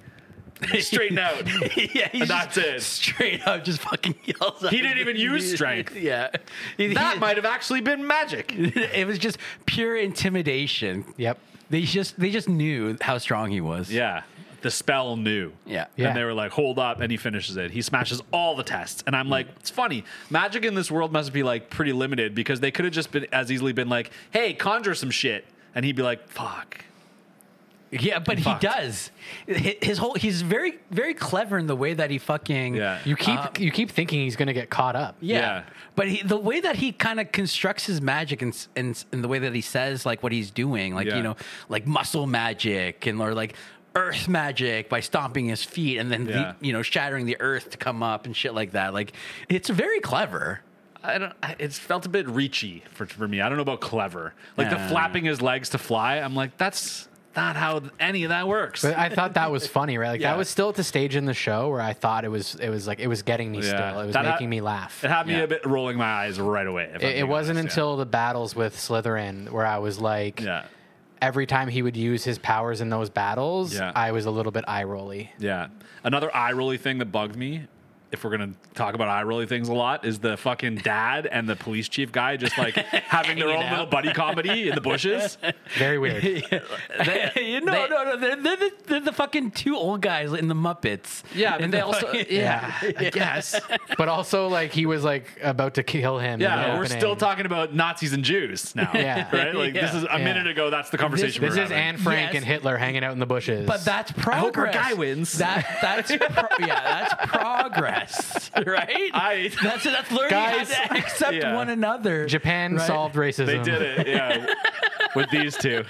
Speaker 2: straighten out
Speaker 1: yeah, he's
Speaker 2: And that's
Speaker 1: just
Speaker 2: it.
Speaker 1: Straight up, just fucking yells. at
Speaker 2: He
Speaker 1: him.
Speaker 2: didn't even use strength.
Speaker 1: yeah, He-
Speaker 2: that
Speaker 1: he-
Speaker 2: might have actually been magic
Speaker 1: It was just pure intimidation.
Speaker 3: Yep.
Speaker 1: They just they just knew how strong he was.
Speaker 2: yeah the spell knew
Speaker 1: yeah,
Speaker 3: Yeah.
Speaker 2: And they were like, hold up. And he finishes it. He smashes all the tests. And I'm like, it's funny. Magic in this world must be like pretty limited because they could have just been as easily been like, hey, conjure some shit. And he'd be like, fuck.
Speaker 1: Yeah, But he
Speaker 2: Fucked.
Speaker 1: does. Hi- His whole he's very very clever in the way that he fucking
Speaker 2: Yeah.
Speaker 3: You keep
Speaker 1: Um,
Speaker 3: you keep thinking he's going to get caught up.
Speaker 1: Yeah.
Speaker 2: Yeah.
Speaker 1: But he, the way that he kind of constructs his magic and, s- and s- and the way that he says like what he's doing, like
Speaker 2: Yeah.
Speaker 1: you know, like muscle magic and or like earth magic by stomping his feet and then
Speaker 2: Yeah.
Speaker 1: the, you know shattering the earth to come up and shit like that. Like it's very clever.
Speaker 2: I don't, I- it's felt a bit reachy for, for me. I don't know about clever. Like
Speaker 1: Yeah.
Speaker 2: the flapping his legs to fly. I'm like, that's not how any of that works.
Speaker 3: But I thought that was funny, right? Like
Speaker 2: Yeah.
Speaker 3: that was still at the stage in the show where I thought it was it was like it was getting me
Speaker 2: Yeah.
Speaker 3: still. It was
Speaker 2: That-
Speaker 3: making me laugh.
Speaker 2: It had me
Speaker 1: Yeah.
Speaker 2: a bit rolling my eyes right away. if I'm
Speaker 3: It, it
Speaker 2: being
Speaker 3: wasn't
Speaker 2: honest,
Speaker 3: until the battles with Slytherin where I was like,
Speaker 2: Yeah. yeah.
Speaker 3: every time he would use his powers in those battles,
Speaker 2: Yeah.
Speaker 3: I was a little bit eye rolly.
Speaker 2: Yeah. Another eye rolly thing that bugged me, if we're gonna talk about eye rolly things a lot, is the fucking dad and the police chief guy just like having their own
Speaker 1: out.
Speaker 2: little buddy comedy in the bushes.
Speaker 3: Very weird.
Speaker 1: no, no, no, they're, they're, the, they're the fucking two old guys in the Muppets.
Speaker 2: Yeah, but
Speaker 1: In
Speaker 2: they
Speaker 1: the
Speaker 2: also
Speaker 1: fucking-
Speaker 2: yeah, I guess.
Speaker 3: but also like he was like about to kill him. in the
Speaker 2: Yeah, we're
Speaker 3: opening.
Speaker 2: still talking about Nazis and Jews now.
Speaker 3: Yeah.
Speaker 2: Right? Like this
Speaker 1: Yeah.
Speaker 2: is a minute ago that's the conversation
Speaker 3: This
Speaker 2: we were
Speaker 3: is
Speaker 2: having.
Speaker 3: Anne Frank
Speaker 1: Yes.
Speaker 3: and Hitler hanging out in the bushes.
Speaker 1: But that's progress.
Speaker 2: hope our guy wins.
Speaker 1: That that's pro- yeah, that's progress, right?
Speaker 2: I-
Speaker 1: that's that's learning
Speaker 3: Guys,
Speaker 1: how to accept
Speaker 2: yeah.
Speaker 1: one another.
Speaker 3: Japan
Speaker 1: right?
Speaker 3: solved racism.
Speaker 2: they did it, yeah. With these two.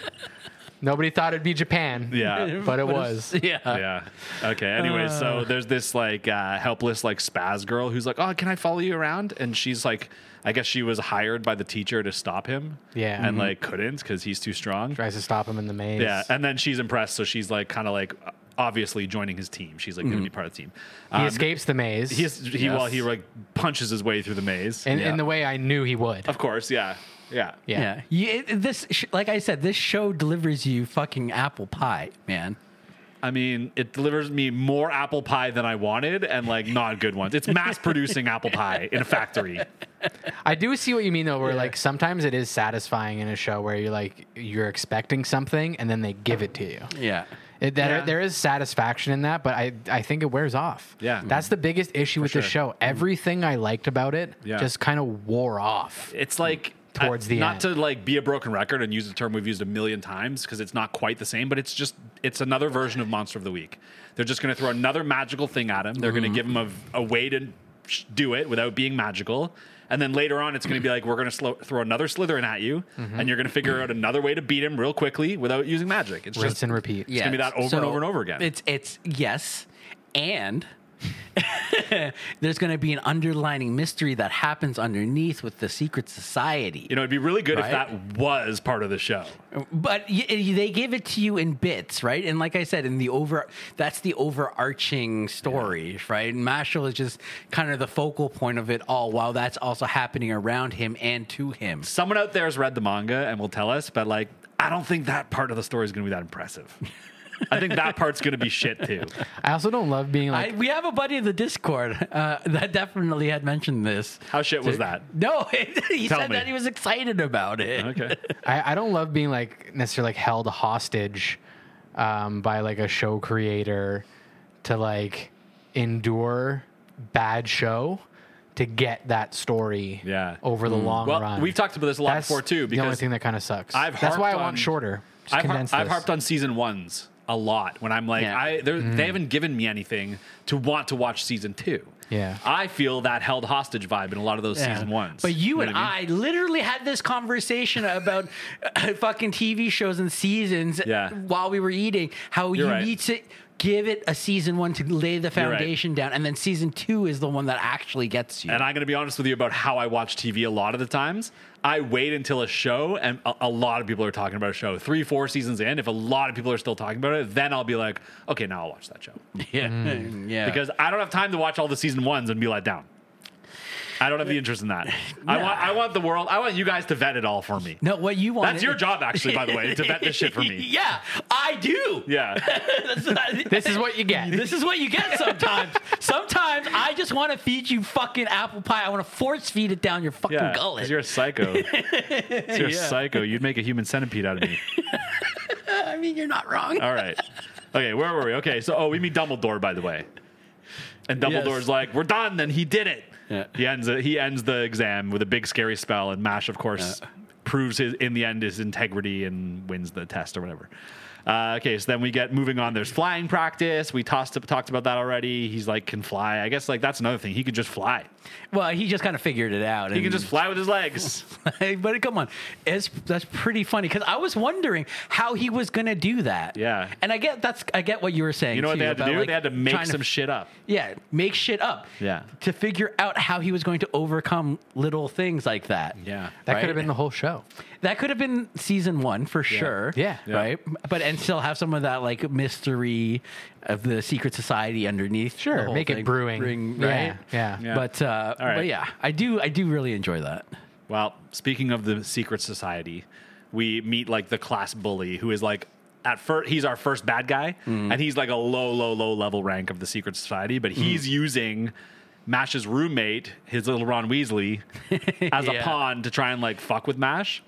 Speaker 3: Nobody thought it'd be Japan.
Speaker 2: Yeah.
Speaker 3: But it was.
Speaker 1: Yeah.
Speaker 2: yeah. Okay. Anyway, so there's this like uh, helpless like spaz girl who's like, "Oh, can I follow you around?" And she's like, I guess she was hired by the teacher to stop him.
Speaker 3: Yeah.
Speaker 2: And
Speaker 3: Mhm.
Speaker 2: like couldn't because he's too strong.
Speaker 3: Tries to stop him in the maze.
Speaker 2: Yeah. And then she's impressed, so she's like kind of like obviously joining his team. She's like going to be part of the team.
Speaker 3: He
Speaker 2: Um,
Speaker 3: escapes the maze.
Speaker 2: He is, he
Speaker 1: Yes.
Speaker 2: while he like punches his way through the maze.
Speaker 3: in,
Speaker 2: yeah.
Speaker 3: in the way I knew he would.
Speaker 2: of course, yeah, yeah.
Speaker 3: Yeah.
Speaker 1: Yeah. You, it, this, sh- like I said, this show delivers you fucking apple pie, man.
Speaker 2: I mean, it delivers me more apple pie than I wanted, and like not good ones. It's mass producing apple pie in a factory.
Speaker 3: I do see what you mean though, where like sometimes it is satisfying in a show where you're like you're expecting something and then they give it to you.
Speaker 1: Yeah.
Speaker 3: It, there,
Speaker 2: Yeah.
Speaker 3: there is satisfaction in that, but I, I think it wears off.
Speaker 2: Yeah. Mm-hmm.
Speaker 3: that's the biggest issue with the
Speaker 2: sure. Mm-hmm.
Speaker 3: show. Everything I liked about it
Speaker 2: Yeah.
Speaker 3: just kind of wore off.
Speaker 2: it's like
Speaker 3: Towards
Speaker 2: I-
Speaker 3: the
Speaker 2: not
Speaker 3: end.
Speaker 2: to like be a broken record and use the term we've used a million times because it's not quite the same but it's just it's another version of monster of the week they're just going to throw another magical thing at him they're going
Speaker 3: Mm-hmm.
Speaker 2: to give him a, a way to sh- do it without being magical and then later on it's going to be like we're going to sl- throw another slytherin at you
Speaker 3: Mm-hmm.
Speaker 2: and you're going to figure out another way to beat him real quickly without using magic it's
Speaker 3: Rinse
Speaker 2: just
Speaker 3: and repeat.
Speaker 1: Yeah.
Speaker 2: gonna be that over and over and over again.
Speaker 1: It's, it's, yes. And There's going to be an underlining mystery that happens underneath with the secret society.
Speaker 2: You know, it'd be really good if
Speaker 1: Right.
Speaker 2: that was part of the show.
Speaker 1: But y- y- they give it to you in bits, right? And like I said, in the over, that's the overarching story, right? And Mashal is just kind of the focal point of it all, while that's also happening around him and to him.
Speaker 2: Someone out there has read the manga and will tell us, but like, I don't think that part of the story is going to be that impressive. I think that part's going to be shit too.
Speaker 3: I also don't love being
Speaker 1: I,
Speaker 3: like,
Speaker 1: we have a buddy in the Discord uh, that definitely had mentioned this.
Speaker 2: How shit was that?
Speaker 1: No, he
Speaker 2: Tell
Speaker 1: said
Speaker 2: me.
Speaker 1: that he was excited about it.
Speaker 2: Okay.
Speaker 3: I, I don't love being like necessarily like held hostage um, by like a show creator to like endure bad show to get that story
Speaker 2: Yeah. Mm-hmm.
Speaker 3: over the long
Speaker 2: Well,
Speaker 3: run.
Speaker 2: we've talked about this a lot
Speaker 3: That's
Speaker 2: before too.
Speaker 3: the only
Speaker 2: Because
Speaker 3: thing that kind of sucks.
Speaker 2: I've
Speaker 3: That's why I
Speaker 2: harped on-
Speaker 3: want shorter. Just
Speaker 2: I've, har-
Speaker 3: condense
Speaker 2: I've
Speaker 3: this.
Speaker 2: harped on season ones a lot when I'm like,
Speaker 1: Yeah.
Speaker 2: I they're-
Speaker 3: Mm.
Speaker 2: they haven't given me anything to want to watch season two.
Speaker 3: Yeah.
Speaker 2: I feel that held hostage vibe in a lot of those season ones.
Speaker 1: But you,
Speaker 2: know
Speaker 1: and
Speaker 2: what mean?
Speaker 1: I, literally had this conversation about uh, fucking TV shows and seasons
Speaker 2: Yeah.
Speaker 1: while we were eating. How
Speaker 2: You're
Speaker 1: you
Speaker 2: right.
Speaker 1: need to give it a season one to lay the
Speaker 2: right.
Speaker 1: foundation down, and then season two is the one that actually gets you.
Speaker 2: And I'm going to be honest with you about how I watch TV a lot of the times. I wait until a show, and a, a lot of people are talking about a show. Three, four seasons in, if a lot of people are still talking about it, then I'll be like, okay, now I'll watch that show.
Speaker 1: yeah,
Speaker 3: Mm.
Speaker 1: yeah.
Speaker 2: Because I don't have time to watch all the season ones and be let down. I don't have the interest in that. I want I want the world, I want you guys to vet it all for me.
Speaker 1: no, what you want?
Speaker 2: That's your job, actually, by the way, to vet this shit for me.
Speaker 1: Yeah, I do.
Speaker 2: Yeah.
Speaker 1: That's not-
Speaker 3: This is what you get.
Speaker 1: This is what you get sometimes. sometimes I just want to feed you fucking apple pie. I want to force feed it down your fucking
Speaker 2: Yeah. 'cause
Speaker 1: gullet.
Speaker 2: You're a psycho. 'Cause You're a psycho. You'd make a human centipede out of me.
Speaker 1: I mean, you're not wrong.
Speaker 2: All right. Okay, where were we? Okay, so oh, we meet Dumbledore, by the way. And Dumbledore's
Speaker 1: Yes.
Speaker 2: like, "We're done," and he did it.
Speaker 1: Yeah.
Speaker 2: He ends it, he ends the exam with a big scary spell, and Mash, of course, proves his in the end his integrity and wins the test or whatever. Uh, okay, so then we get moving on. There's flying practice. We tossed talked about that already. He's like can fly. I guess like that's another thing. He could just fly.
Speaker 1: Well, he just kind of figured it out.
Speaker 2: He can just fly with his legs.
Speaker 1: but come on, it's that's pretty funny because I was wondering how he was gonna do that.
Speaker 2: Yeah.
Speaker 1: and I get that's I get what you were saying.
Speaker 2: You know what
Speaker 1: too,
Speaker 2: they had to
Speaker 1: about,
Speaker 2: do?
Speaker 1: like,
Speaker 2: they had to make
Speaker 1: trying
Speaker 2: some shit up.
Speaker 1: yeah, make shit up.
Speaker 2: Yeah.
Speaker 1: to figure out how he was going to overcome little things like that.
Speaker 2: Yeah.
Speaker 3: That
Speaker 1: Right?
Speaker 3: could have been the whole show.
Speaker 1: That could have been season one for sure.
Speaker 3: Yeah. Yeah.
Speaker 1: Right. But and still have some of that like mystery of the secret society underneath.
Speaker 3: Sure,
Speaker 1: the whole
Speaker 3: make it
Speaker 1: thing.
Speaker 3: brewing. Yeah,
Speaker 1: right.
Speaker 3: yeah.
Speaker 2: Yeah.
Speaker 1: But uh,
Speaker 2: All right.
Speaker 1: but yeah, I do I do really enjoy that.
Speaker 2: Well, speaking of the secret society, we meet like the class bully who is like at first he's our first bad guy and he's like a low low low level rank of the secret society, but he's using Mash's roommate, his little Ron Weasley, as a
Speaker 1: Yeah.
Speaker 2: pawn to try and like fuck with Mash.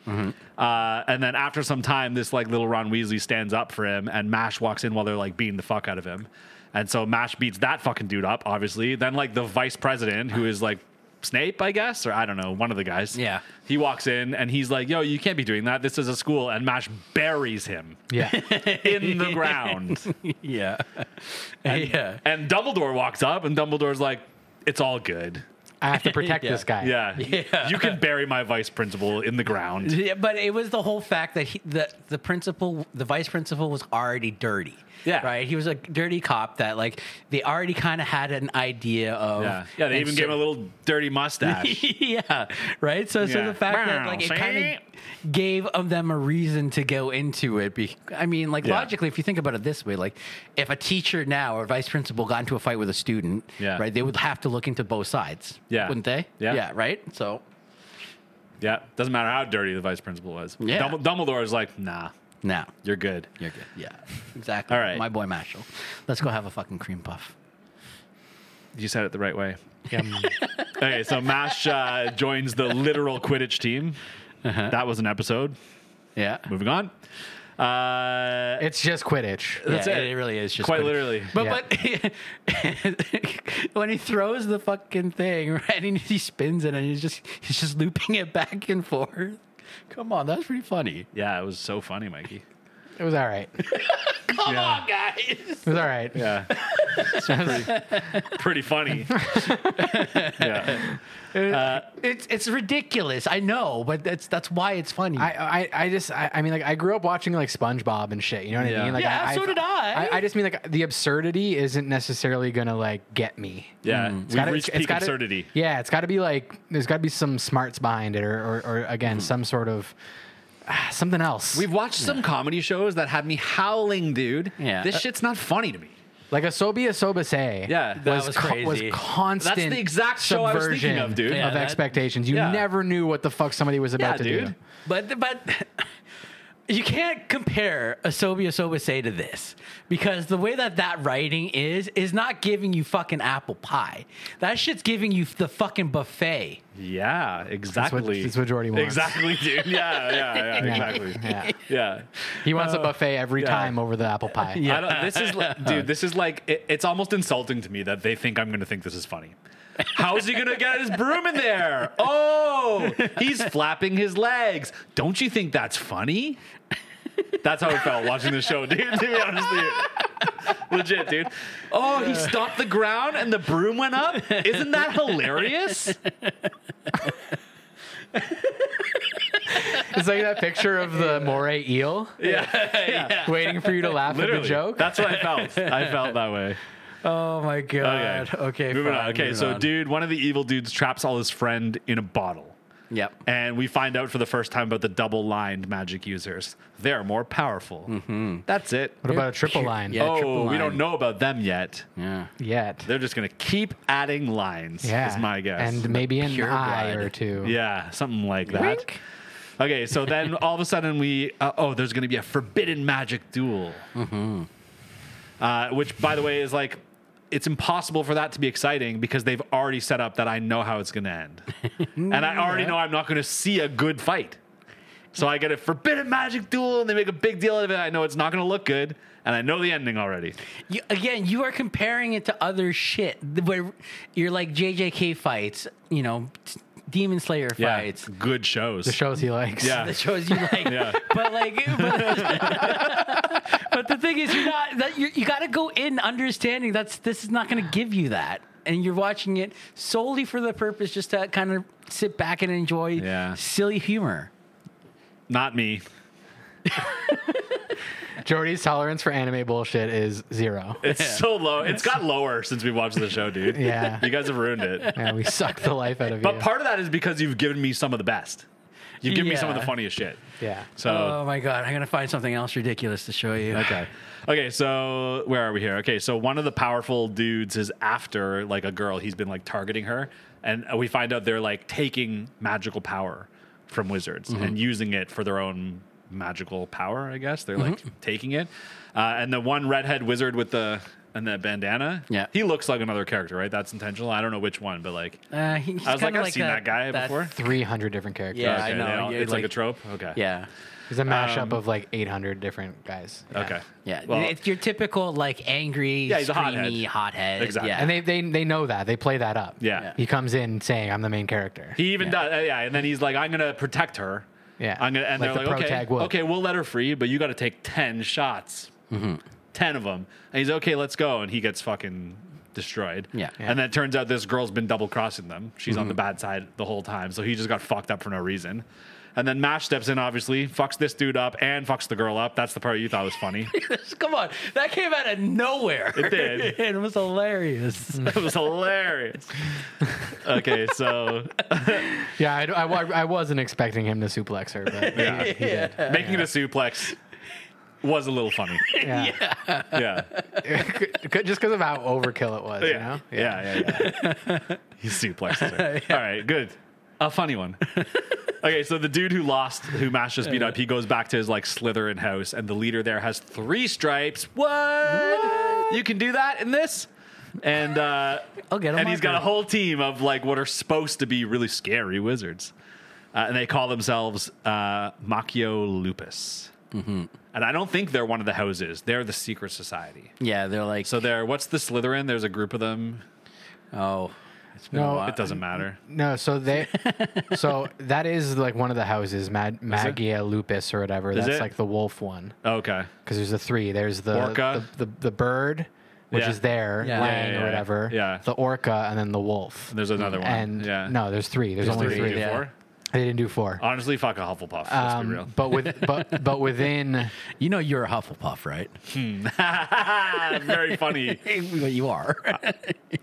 Speaker 2: Uh, and then after some time, this like little Ron Weasley stands up for him, and Mash walks in while they're like beating the fuck out of him. And so Mash beats that fucking dude up, obviously. Then like the vice president, who is like Snape, I guess, or I don't know, one of the guys.
Speaker 1: Yeah.
Speaker 2: He walks in and he's like, "Yo, you can't be doing that. This is a school." And Mash buries him
Speaker 3: Yeah.
Speaker 2: in the ground.
Speaker 1: Yeah. yeah.
Speaker 2: And Dumbledore walks up, and Dumbledore's like, "It's all good.
Speaker 3: I have to protect
Speaker 1: Yeah.
Speaker 3: this guy.
Speaker 2: Yeah, you can bury my vice principal in the ground."
Speaker 1: Yeah, but it was the whole fact that he, the the principal, the vice principal, was already dirty.
Speaker 2: Yeah.
Speaker 1: right. He was a dirty cop that like they already kind of had an idea of.
Speaker 2: Yeah, yeah. They
Speaker 1: and
Speaker 2: even
Speaker 1: so-
Speaker 2: gave him a little dirty mustache.
Speaker 1: yeah, right. So, so
Speaker 2: Yeah.
Speaker 1: the fact that
Speaker 2: Wow,
Speaker 1: like it
Speaker 2: see?
Speaker 1: kind of gave of them a reason to go into it. Be- I mean, like
Speaker 2: Yeah.
Speaker 1: logically, if you think about it this way, like if a teacher now or a vice principal got into a fight with a student,
Speaker 2: Yeah.
Speaker 1: right, they would have to look into both sides.
Speaker 2: Yeah.
Speaker 1: wouldn't they?
Speaker 2: Yeah.
Speaker 1: yeah, right. So,
Speaker 2: Yeah, doesn't matter how dirty the vice principal was.
Speaker 1: Yeah.
Speaker 2: Dumbledore Dumbledore's like, nah,
Speaker 1: now.
Speaker 2: you're good.
Speaker 1: You're good. Yeah, exactly.
Speaker 2: All right.
Speaker 1: my boy Mashal. Let's go have a fucking cream puff.
Speaker 2: You said it the right way.
Speaker 3: Yeah.
Speaker 2: Okay, so Mash uh, joins the literal Quidditch team.
Speaker 1: Uh-huh.
Speaker 2: That was an episode.
Speaker 1: Yeah,
Speaker 2: Moving on. Uh,
Speaker 3: It's just Quidditch.
Speaker 2: That's
Speaker 1: Yeah,
Speaker 2: it.
Speaker 1: It really is just
Speaker 2: quite
Speaker 1: good.
Speaker 2: literally.
Speaker 1: But
Speaker 3: Yeah.
Speaker 1: but when he throws the fucking thing right, and he spins it, and he's just he's just looping it back and forth. Come on, that's pretty funny.
Speaker 2: Yeah, it was so funny, Mikey.
Speaker 3: It was all right. It
Speaker 1: Come on, guys.
Speaker 3: was all right.
Speaker 2: Yeah. It's pretty, pretty funny. yeah. Uh,
Speaker 1: It's it's ridiculous. I know, but that's that's why it's funny.
Speaker 3: I, I, I just I, I mean like I grew up watching like SpongeBob and shit. You know what
Speaker 2: Yeah.
Speaker 3: I mean? Like
Speaker 1: Yeah,
Speaker 3: I,
Speaker 1: so
Speaker 3: I've-
Speaker 1: did I.
Speaker 3: I. I just mean like the absurdity isn't necessarily gonna like get me.
Speaker 5: Mm-hmm.
Speaker 2: Yeah. We've
Speaker 3: gotta-
Speaker 2: reached
Speaker 3: it's
Speaker 2: peak
Speaker 3: gotta-
Speaker 2: absurdity.
Speaker 3: Yeah, it's got to be like there's got to be some smarts behind it, or or, or
Speaker 2: Hmm.
Speaker 3: again some sort of ah, something else.
Speaker 5: We've watched some comedy shows that had me howling, dude.
Speaker 1: Yeah.
Speaker 3: Uh,
Speaker 5: This shit's not funny to me.
Speaker 3: like a Sobia Sobase.
Speaker 5: Yeah, that
Speaker 1: was
Speaker 3: co-
Speaker 1: crazy.
Speaker 3: was constant.
Speaker 5: That's the exact show I was thinking
Speaker 3: subversion
Speaker 5: of, dude.
Speaker 1: Yeah, that-
Speaker 3: expectations. You
Speaker 5: yeah.
Speaker 3: never knew what the fuck somebody was about
Speaker 5: Yeah,
Speaker 3: to
Speaker 5: dude.
Speaker 3: do.
Speaker 1: But but you can't compare Asobia Sobase to this because the way that that writing is is not giving you fucking apple pie. That shit's giving you the fucking buffet.
Speaker 2: Yeah, exactly.
Speaker 3: that's what Jordy wants.
Speaker 2: Exactly, dude. Yeah, yeah, yeah, exactly.
Speaker 3: Yeah.
Speaker 2: Yeah.
Speaker 3: He wants a buffet every
Speaker 2: yeah.
Speaker 3: time over the apple pie.
Speaker 2: I don't, this is, li- dude. This is like it, it's almost insulting to me that they think I'm going to think this is funny. How's he going to get his broom in there? Oh, he's flapping his legs. Don't you think that's funny? That's how I felt watching the show, dude. To be honest with you. Legit, dude. Oh, he stopped the ground and the broom went up. Isn't that hilarious?
Speaker 3: It's like that picture of the moray eel waiting for you to laugh at
Speaker 2: Literally.
Speaker 3: the joke.
Speaker 2: That's what I felt. I felt that way.
Speaker 1: Oh my god. Okay.
Speaker 2: Moving
Speaker 1: fine,
Speaker 2: on. Okay,
Speaker 1: moving
Speaker 2: so
Speaker 1: on.
Speaker 2: dude, one of the evil dudes traps all his friend in a bottle.
Speaker 1: Yep.
Speaker 2: And we find out for the first time about the double lined magic users. They're more powerful.
Speaker 3: Mm-hmm.
Speaker 2: That's it.
Speaker 3: What about a triple line?
Speaker 1: yeah.
Speaker 2: oh,
Speaker 1: triple
Speaker 2: we
Speaker 1: line.
Speaker 2: don't know about them yet.
Speaker 1: Yeah.
Speaker 3: Yet.
Speaker 2: They're just going to keep adding lines,
Speaker 3: Yeah.
Speaker 2: is my guess.
Speaker 3: And maybe an
Speaker 1: Pure
Speaker 3: eye
Speaker 1: blood.
Speaker 3: or two.
Speaker 2: yeah, something like that. Okay, so then all of a sudden we, uh, oh, there's going to be a forbidden magic duel. Uh, which, by the way, is like, it's impossible for that to be exciting because they've already set up that I know how it's going to end. and I already know I'm not going to see a good fight. So I get a forbidden magic duel and they make a big deal out of it. I know it's not going to look good. And I know the ending already.
Speaker 1: You, again, you are comparing it to other shit th- where you're like JJK fights, you know, t- Demon Slayer fights.
Speaker 2: Good shows.
Speaker 3: The shows he likes.
Speaker 2: Yeah.
Speaker 1: That shows you like,
Speaker 2: Yeah.
Speaker 1: but like, but, but the thing is, you're not that you you got to go in understanding that's this is not going to give you that, and you're watching it solely for the purpose just to kind of sit back and enjoy
Speaker 2: Yeah.
Speaker 1: silly humor.
Speaker 2: Not me.
Speaker 3: Jordy's tolerance for anime bullshit is zero.
Speaker 2: It's so low. It's got lower since we watched the show, dude.
Speaker 3: Yeah.
Speaker 2: You guys have ruined it.
Speaker 3: Yeah, we suck the life out of
Speaker 2: But
Speaker 3: you.
Speaker 2: part of that is because you've given me some of the best. You've given me some of the
Speaker 1: Yeah.
Speaker 2: funniest shit.
Speaker 3: yeah.
Speaker 2: So
Speaker 1: Oh my god, I'm gonna find something else ridiculous to show you.
Speaker 2: okay, okay. So where are we here? Okay, so one of the powerful dudes is after like a girl. He's been like targeting her, and we find out they're like taking magical power from wizards
Speaker 1: Mm-hmm.
Speaker 2: and using it for their own magical power. I guess they're
Speaker 1: Mm-hmm.
Speaker 2: like taking it. Uh, and the one redhead wizard with the and the bandana,
Speaker 1: Yeah.
Speaker 2: he looks like another character, right? That's intentional. I don't know which one, but like,
Speaker 1: Uh, he- he's
Speaker 2: I was like,
Speaker 1: kinda
Speaker 2: I've seen that, guy before.
Speaker 3: 300 different characters.
Speaker 1: Yeah, I
Speaker 2: Okay,
Speaker 1: know.
Speaker 2: they all-
Speaker 1: Yeah,
Speaker 2: it's like, a
Speaker 1: like-
Speaker 2: trope. Okay.
Speaker 1: Yeah.
Speaker 3: It's a mashup of like 800 different guys.
Speaker 2: Um, Okay.
Speaker 1: Yeah,
Speaker 2: Well,
Speaker 1: it's your typical like angry,
Speaker 2: Yeah, he's a
Speaker 1: screamy
Speaker 2: hothead.
Speaker 1: hothead.
Speaker 2: Exactly.
Speaker 1: Yeah.
Speaker 3: And they, they they know that. They play that up.
Speaker 2: Yeah.
Speaker 3: He comes in saying, I'm the main character.
Speaker 2: He even does, uh, yeah. And then he's like, "I'm gonna protect her."
Speaker 3: Yeah.
Speaker 2: I'm gonna, and
Speaker 3: Like
Speaker 2: they're
Speaker 3: the
Speaker 2: like, "Okay,
Speaker 3: protag would.
Speaker 2: okay, we'll let her free, but you got to take ten shots, ten of them." And he's okay, let's go, and he gets fucking destroyed.
Speaker 1: Yeah. Yeah.
Speaker 2: And then it turns out this girl's been double crossing them. She's on the bad side the whole time, so he just got fucked up for no reason. And then Mash steps in, obviously, fucks this dude up and fucks the girl up. That's the part you thought was funny.
Speaker 1: Come on, that came out of nowhere.
Speaker 2: It did. Mm.
Speaker 1: it was hilarious.
Speaker 2: it was hilarious. okay, so
Speaker 3: yeah, I, d- I wa- I wasn't expecting him to suplex her, but
Speaker 2: Yeah.
Speaker 3: he, he did.
Speaker 2: making it a suplex was a little funny.
Speaker 3: Yeah.
Speaker 2: Yeah.
Speaker 3: Just because of how overkill it was, you know?
Speaker 2: Yeah, yeah, yeah. he suplexes her. All right, good. A funny one. okay, so the dude who lost, who Mash just beat up, he goes back to his like Slytherin house, and the leader there has three stripes. What? You can do that in this? And uh,
Speaker 1: I'll get a
Speaker 2: and he's got a
Speaker 1: marker.
Speaker 2: whole team of like what are supposed to be really scary wizards, uh, and they call themselves uh, Machio Lupus.
Speaker 3: Mm-hmm.
Speaker 2: And I don't think they're one of the houses; they're the secret society.
Speaker 1: Yeah, they're like,
Speaker 2: So there, what's the Slytherin? There's a group of them.
Speaker 1: oh,
Speaker 2: It's been a
Speaker 3: No,
Speaker 2: while.
Speaker 3: I-
Speaker 2: it doesn't matter.
Speaker 3: No, so they, so that is like one of the houses, Mag- Magia Lupus or whatever. That's
Speaker 2: it?
Speaker 3: like the wolf one
Speaker 2: Okay.
Speaker 3: because there's the three. There's the
Speaker 2: Orca.
Speaker 3: the, the, the bird, which
Speaker 2: Yeah.
Speaker 3: is there
Speaker 1: Yeah.
Speaker 3: laying
Speaker 2: Yeah, yeah,
Speaker 3: or
Speaker 2: yeah.
Speaker 3: whatever.
Speaker 2: Yeah.
Speaker 3: The orca and then the wolf.
Speaker 2: There's another one.
Speaker 3: And
Speaker 2: yeah.
Speaker 3: no, there's three. There's,
Speaker 2: There's
Speaker 3: only
Speaker 2: three,
Speaker 3: three.
Speaker 2: two,
Speaker 1: yeah.
Speaker 2: four?
Speaker 3: They didn't do four.
Speaker 2: Honestly, fuck a Hufflepuff. Let's
Speaker 3: Um,
Speaker 2: be real.
Speaker 3: but with but but within
Speaker 1: You know you're a Hufflepuff, right?
Speaker 2: very funny.
Speaker 1: you are.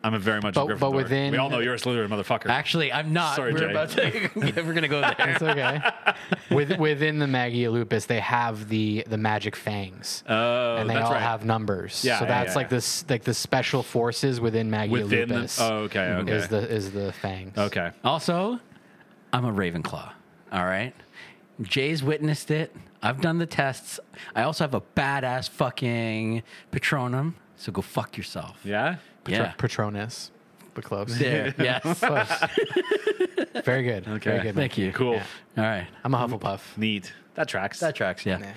Speaker 2: I'm a very much a
Speaker 3: But-
Speaker 2: Gryffindor.
Speaker 3: but within-
Speaker 2: we all know you're a Slytherin motherfucker.
Speaker 1: Actually, I'm not.
Speaker 2: Sorry,
Speaker 1: we're
Speaker 2: Jay.
Speaker 1: about to. we're gonna go there.
Speaker 3: it's okay. with, within the Magia Lupus, they have the the magic fangs.
Speaker 2: oh,
Speaker 3: and they
Speaker 2: that's
Speaker 3: all
Speaker 2: right.
Speaker 3: have numbers.
Speaker 2: Yeah,
Speaker 3: so
Speaker 2: yeah,
Speaker 3: that's
Speaker 2: yeah,
Speaker 3: like
Speaker 2: yeah.
Speaker 3: this like the special forces within Magia
Speaker 2: within. The,
Speaker 3: Lupus.
Speaker 2: oh, okay. Okay.
Speaker 3: Is the is the fangs.
Speaker 2: okay.
Speaker 1: Also, I'm a Ravenclaw. All right. Jay's witnessed it. I've done the tests. I also have a badass fucking Patronum. So go fuck yourself.
Speaker 2: Yeah.
Speaker 1: Yeah.
Speaker 3: Patronus. But close.
Speaker 1: There. Yes.
Speaker 3: Close. Very good. Very good.
Speaker 1: Thank you.
Speaker 2: Cool.
Speaker 3: Yeah.
Speaker 1: All right.
Speaker 3: I'm a Hufflepuff.
Speaker 2: Neat. That tracks.
Speaker 1: That tracks. Yeah.
Speaker 3: Yeah.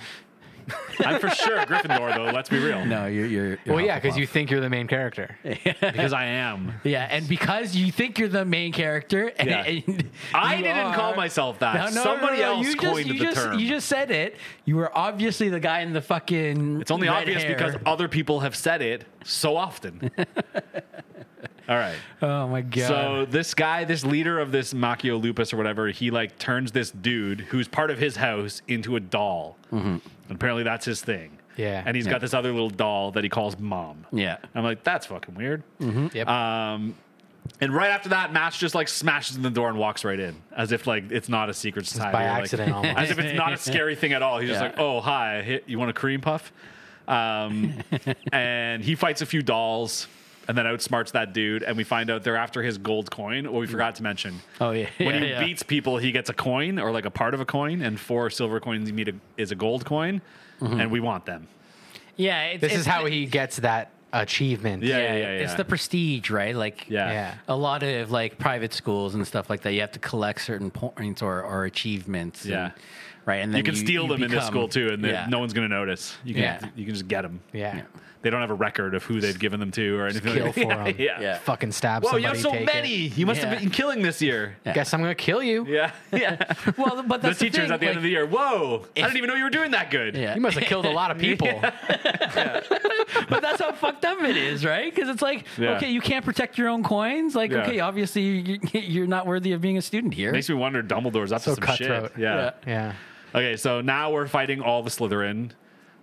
Speaker 2: I'm for sure a Gryffindor though. Let's be real.
Speaker 1: No, you're. you're, you're
Speaker 3: Well, yeah, because you
Speaker 1: Hufflepuff.
Speaker 3: think you're the main character.
Speaker 2: because I am.
Speaker 1: yeah, and because you think you're the main character. And,
Speaker 2: Yeah.
Speaker 1: and
Speaker 2: I
Speaker 1: you
Speaker 2: didn't
Speaker 1: are-
Speaker 2: call myself
Speaker 1: No,
Speaker 2: that.
Speaker 1: no, no,
Speaker 2: Somebody
Speaker 1: no, no,
Speaker 2: else
Speaker 1: you just-
Speaker 2: coined
Speaker 1: you
Speaker 2: the
Speaker 1: just,
Speaker 2: term.
Speaker 1: You just said it. You were obviously the guy in the fucking.
Speaker 2: it's only
Speaker 1: red
Speaker 2: obvious
Speaker 1: hair.
Speaker 2: because other people have said it so often. All right.
Speaker 1: Oh my god.
Speaker 2: So this guy, this leader of this Machio Lupus or whatever, he like turns this dude who's part of his house into a doll. And apparently that's his thing.
Speaker 3: Mm-hmm. Yeah.
Speaker 2: And he's got this other little doll that he calls mom.
Speaker 1: Yeah.
Speaker 2: I'm like, that's fucking weird.
Speaker 3: Yep.
Speaker 2: Um, and right after that, Max just like smashes in the door and walks right in, as if like it's not a secret society.
Speaker 3: by
Speaker 2: like-
Speaker 3: accident almost.
Speaker 2: as if it's not a scary thing at all. He's just
Speaker 1: Yeah.
Speaker 2: like, oh hi, hi- you want a cream puff? Um, and he fights a few dolls. And then outsmarts that dude, and we find out they're after his gold coin. What we forgot to mention.
Speaker 1: Oh, yeah.
Speaker 2: when
Speaker 1: Yeah,
Speaker 2: he
Speaker 1: yeah.
Speaker 2: beats people, he gets a coin or like a part of a coin, and four silver coins you need a, is a gold coin,
Speaker 1: Mm-hmm.
Speaker 2: and we want them.
Speaker 1: yeah, it's,
Speaker 3: this is
Speaker 1: it's
Speaker 3: how
Speaker 1: the-
Speaker 3: he gets that achievement.
Speaker 2: Yeah, yeah, yeah.
Speaker 1: It's
Speaker 2: yeah.
Speaker 1: the prestige, right? Like
Speaker 2: yeah.
Speaker 3: Yeah.
Speaker 1: a lot of like private schools and stuff like that. You have to collect certain points or, or achievements. and-
Speaker 2: Yeah.
Speaker 1: right. And then
Speaker 2: you can steal them in this
Speaker 1: become-
Speaker 2: school too, and then
Speaker 1: yeah.
Speaker 2: no one's going to notice. You can
Speaker 1: Yeah.
Speaker 2: you can just get them.
Speaker 3: Yeah.
Speaker 2: They don't have a record of who they've given them to or anything.
Speaker 3: Kill
Speaker 2: like
Speaker 3: for
Speaker 2: that.
Speaker 3: him.
Speaker 2: Yeah.
Speaker 1: Yeah.
Speaker 3: Fucking stab
Speaker 2: Whoa,
Speaker 3: somebody.
Speaker 2: you have so
Speaker 3: take
Speaker 2: many.
Speaker 3: It.
Speaker 2: You must
Speaker 1: Yeah.
Speaker 2: have been killing this year.
Speaker 3: Guess I'm gonna kill you.
Speaker 2: Yeah. Yeah.
Speaker 1: Well, but
Speaker 2: the
Speaker 1: that's the
Speaker 2: teachers
Speaker 1: thing,
Speaker 2: at the end
Speaker 1: like-
Speaker 2: of the year. Whoa! I didn't even know you were doing that good.
Speaker 1: Yeah.
Speaker 3: You must have killed a lot of people.
Speaker 1: but that's how fucked up it is, right? Because it's like,
Speaker 2: Yeah.
Speaker 1: okay, you can't protect your own coins. Like,
Speaker 2: Yeah.
Speaker 1: okay, obviously you- you're not worthy of being a student here.
Speaker 2: Makes me wonder Dumbledore's up
Speaker 3: So
Speaker 2: to some
Speaker 3: cutthroat.
Speaker 2: shit. Yeah.
Speaker 3: Yeah.
Speaker 2: Okay, so now we're fighting all the Slytherin.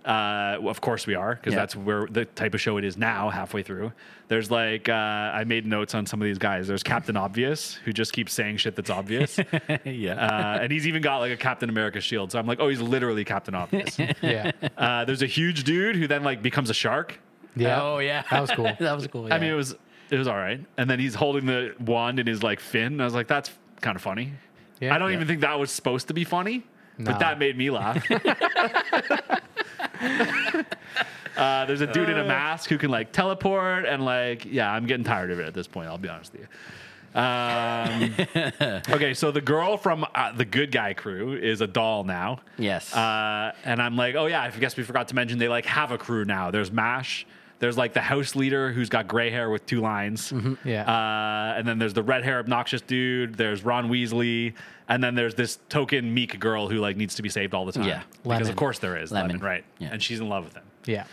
Speaker 2: Uh, well, of course we are, because
Speaker 1: Yeah.
Speaker 2: that's where the type of show it is now. Halfway through, there's like uh, I made notes on some of these guys. There's Captain Obvious, who just keeps saying shit that's obvious.
Speaker 1: yeah.
Speaker 2: uh, and he's even got like a Captain America shield. So I'm like, oh, he's literally Captain Obvious.
Speaker 3: Yeah.
Speaker 2: uh, there's a huge dude who then like becomes a shark.
Speaker 3: Yeah.
Speaker 1: Oh yeah.
Speaker 3: That was cool.
Speaker 1: that was cool.
Speaker 2: I mean,
Speaker 1: yeah.
Speaker 2: it was it was all right. And then he's holding the wand in his like fin. And I was like, that's kind of funny.
Speaker 3: Yeah.
Speaker 2: I don't
Speaker 3: Yeah.
Speaker 2: even think that was supposed to be funny,
Speaker 3: No.
Speaker 2: but that made me laugh. uh, there's a dude in a mask who can like teleport and like yeah, I'm getting tired of it at this point. I'll be honest with you. Um, okay, so the girl from uh, the Good Guy crew is a doll now.
Speaker 1: Yes.
Speaker 2: Uh, and I'm like, oh yeah, I guess we forgot to mention they like have a crew now. There's Mash. There's like the house leader who's got gray hair with two lines.
Speaker 1: Mm-hmm,
Speaker 3: Yeah.
Speaker 2: Uh, and then there's the red hair obnoxious dude. There's Ron Weasley. And then there's this token meek girl who like needs to be saved all the time.
Speaker 1: Yeah.
Speaker 2: Because
Speaker 1: Lemon.
Speaker 2: of course there is lemon,
Speaker 1: Lemon.
Speaker 2: right?
Speaker 1: Yeah.
Speaker 2: And she's in love with him.
Speaker 3: yeah.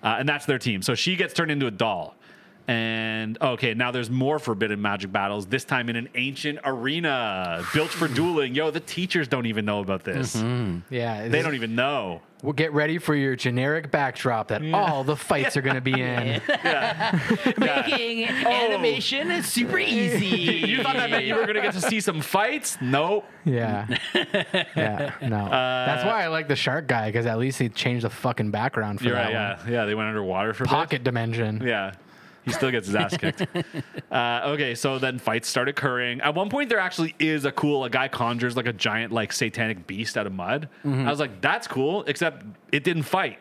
Speaker 2: Uh, and that's their team. So she gets turned into a doll. And okay, now there's more forbidden magic battles, this time in an ancient arena built for dueling. Yo, the teachers don't even know about this.
Speaker 1: Mm-hmm.
Speaker 3: Yeah.
Speaker 2: They don't even know.
Speaker 3: Well, get ready for your generic backdrop that all the fights are going to be in.
Speaker 1: Making animation is super easy.
Speaker 2: uh, oh. You thought that meant you were going to get to see some fights? Nope.
Speaker 3: Yeah. Yeah. No.
Speaker 2: Uh,
Speaker 3: That's why I like the shark guy because at least he changed the fucking background for
Speaker 2: You're
Speaker 3: that
Speaker 2: right.
Speaker 3: one.
Speaker 2: Yeah. Yeah. They went underwater for a bit.
Speaker 3: Pocket dimension.
Speaker 2: Yeah. He still gets his ass kicked. Uh, okay, so then fights start occurring. At one point, there actually is a cool. A guy conjures like a giant, like satanic beast out of mud. I was like, "That's cool," except it didn't fight.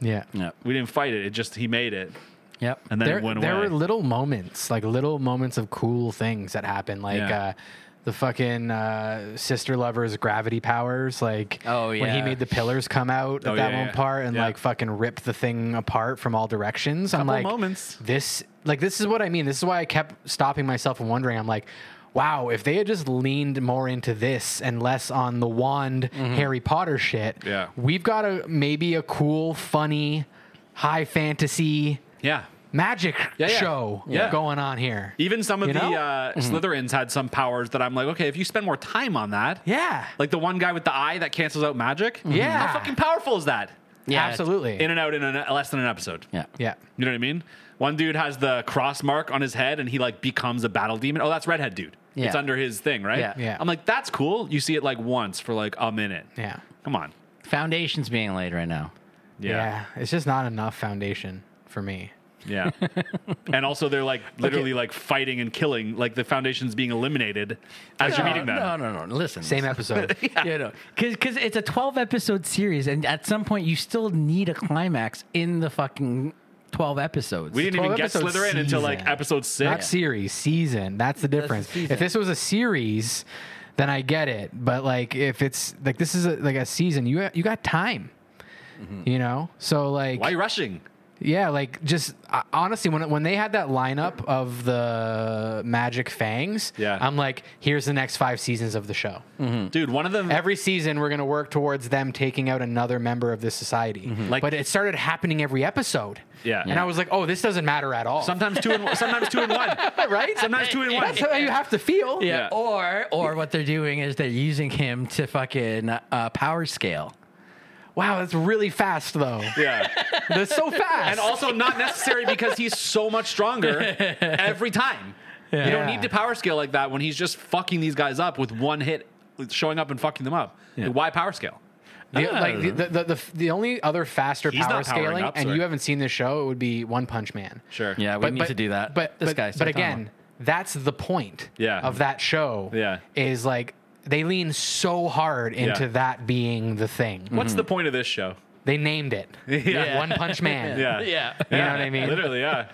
Speaker 3: Yeah.
Speaker 1: yep.
Speaker 2: We didn't fight it. It just he made it,
Speaker 1: Yep.
Speaker 2: and then
Speaker 3: There,
Speaker 2: it went
Speaker 3: there
Speaker 2: away.
Speaker 3: were little moments, like little moments of cool things that happened. Like
Speaker 2: Yeah.
Speaker 3: uh, the fucking uh, sister lovers gravity powers. Like
Speaker 1: Oh,
Speaker 3: when he
Speaker 1: yeah.
Speaker 3: made the pillars come out at
Speaker 2: Oh,
Speaker 3: that
Speaker 2: yeah,
Speaker 3: one
Speaker 2: yeah.
Speaker 3: part and
Speaker 2: Yeah.
Speaker 3: like fucking rip the thing apart from all directions. I'm like
Speaker 2: moments.
Speaker 3: this like this is what I mean. This is why I kept stopping myself and wondering. I'm like, wow, if they had just leaned more into this and less on the wand Harry Potter shit,
Speaker 2: Mm-hmm. Yeah.
Speaker 3: we've got a maybe a cool, funny, high fantasy
Speaker 2: Yeah.
Speaker 3: magic
Speaker 2: yeah.
Speaker 3: show
Speaker 2: Yeah.
Speaker 3: going on here.
Speaker 2: Even some of
Speaker 3: You
Speaker 2: the
Speaker 3: know?
Speaker 2: uh, Slytherins had some powers that I'm like, okay, if you spend more time on that,
Speaker 3: yeah.
Speaker 2: like the one guy with the eye that cancels out magic,
Speaker 3: Yeah.
Speaker 2: how fucking powerful is that?
Speaker 1: Mm-hmm. Yeah,
Speaker 3: absolutely.
Speaker 2: In and out in an, less than an episode.
Speaker 1: Yeah.
Speaker 3: yeah.
Speaker 2: You know what I mean? One dude has the cross mark on his head and he like becomes a battle demon. Oh, that's redhead dude.
Speaker 1: Yeah.
Speaker 2: It's under his thing, right?
Speaker 1: Yeah.
Speaker 3: Yeah.
Speaker 2: I'm like, that's cool. You see it like once for like a minute.
Speaker 3: Yeah.
Speaker 2: Come on.
Speaker 1: Foundation's being laid right now.
Speaker 2: Yeah.
Speaker 3: yeah. It's just not enough foundation for me.
Speaker 2: Yeah. and also they're like literally like fighting and killing, like the foundation's being eliminated as you're
Speaker 1: No,
Speaker 2: meeting them.
Speaker 1: No, no, no. Listen.
Speaker 3: Same episode.
Speaker 1: Yeah, no. Because it's a 12 episode series, and at some point, you still need a climax in the fucking 12 episodes.
Speaker 2: We didn't even
Speaker 3: 12
Speaker 2: get
Speaker 3: episode
Speaker 2: Slytherin until like
Speaker 3: season.
Speaker 2: episode
Speaker 3: not
Speaker 2: six.
Speaker 3: series, season. That's the difference.
Speaker 1: season.
Speaker 3: if this was a series, then I get it. But like if it's like this is a, like a season, you you got time. You know? So like
Speaker 2: Mm-hmm. Why are you rushing?
Speaker 3: yeah, like just uh, honestly when when they had that lineup of the Magic Fangs,
Speaker 2: Yeah.
Speaker 3: I'm like here's the next 5 seasons of the show.
Speaker 1: Hmm.
Speaker 2: Dude, one of them
Speaker 3: Every season we're going to work towards them taking out another member of this society.
Speaker 2: Mm-hmm. Like-
Speaker 3: but it started happening every episode.
Speaker 2: Yeah.
Speaker 3: And I was like, "Oh, this doesn't matter at all."
Speaker 2: sometimes two and sometimes two and one.
Speaker 3: right?
Speaker 2: Sometimes two and one.
Speaker 3: That's how you have to feel.
Speaker 2: Yeah.
Speaker 1: Or, or what they're doing is they're using him to fucking uh, power scale.
Speaker 3: Wow, that's really fast though.
Speaker 2: Yeah.
Speaker 3: That's so fast.
Speaker 2: and also not necessary because he's so much stronger every time. You don't
Speaker 3: Yeah.
Speaker 2: need to power scale like that when he's just fucking these guys up with one hit, with showing up and fucking them up. Like, why power scale?
Speaker 3: the, like the, the, the, the only other faster
Speaker 2: He's
Speaker 3: power
Speaker 2: not powering
Speaker 3: scaling,
Speaker 2: up,
Speaker 3: and
Speaker 2: sorry.
Speaker 3: you haven't seen this show, it would be One Punch Man.
Speaker 2: Sure.
Speaker 1: Yeah, we need to do that.
Speaker 3: But
Speaker 1: this
Speaker 3: but,
Speaker 1: guy.
Speaker 3: but
Speaker 1: Saitama.
Speaker 3: again, that's the point
Speaker 2: Yeah.
Speaker 3: of that show.
Speaker 2: Yeah.
Speaker 3: Is like they lean so hard into that being the thing.
Speaker 2: What's the point of this show?
Speaker 3: They named it.
Speaker 2: Yeah.
Speaker 3: One Punch Man.
Speaker 2: Yeah.
Speaker 1: Yeah.
Speaker 3: You know what I mean?
Speaker 2: Literally, yeah.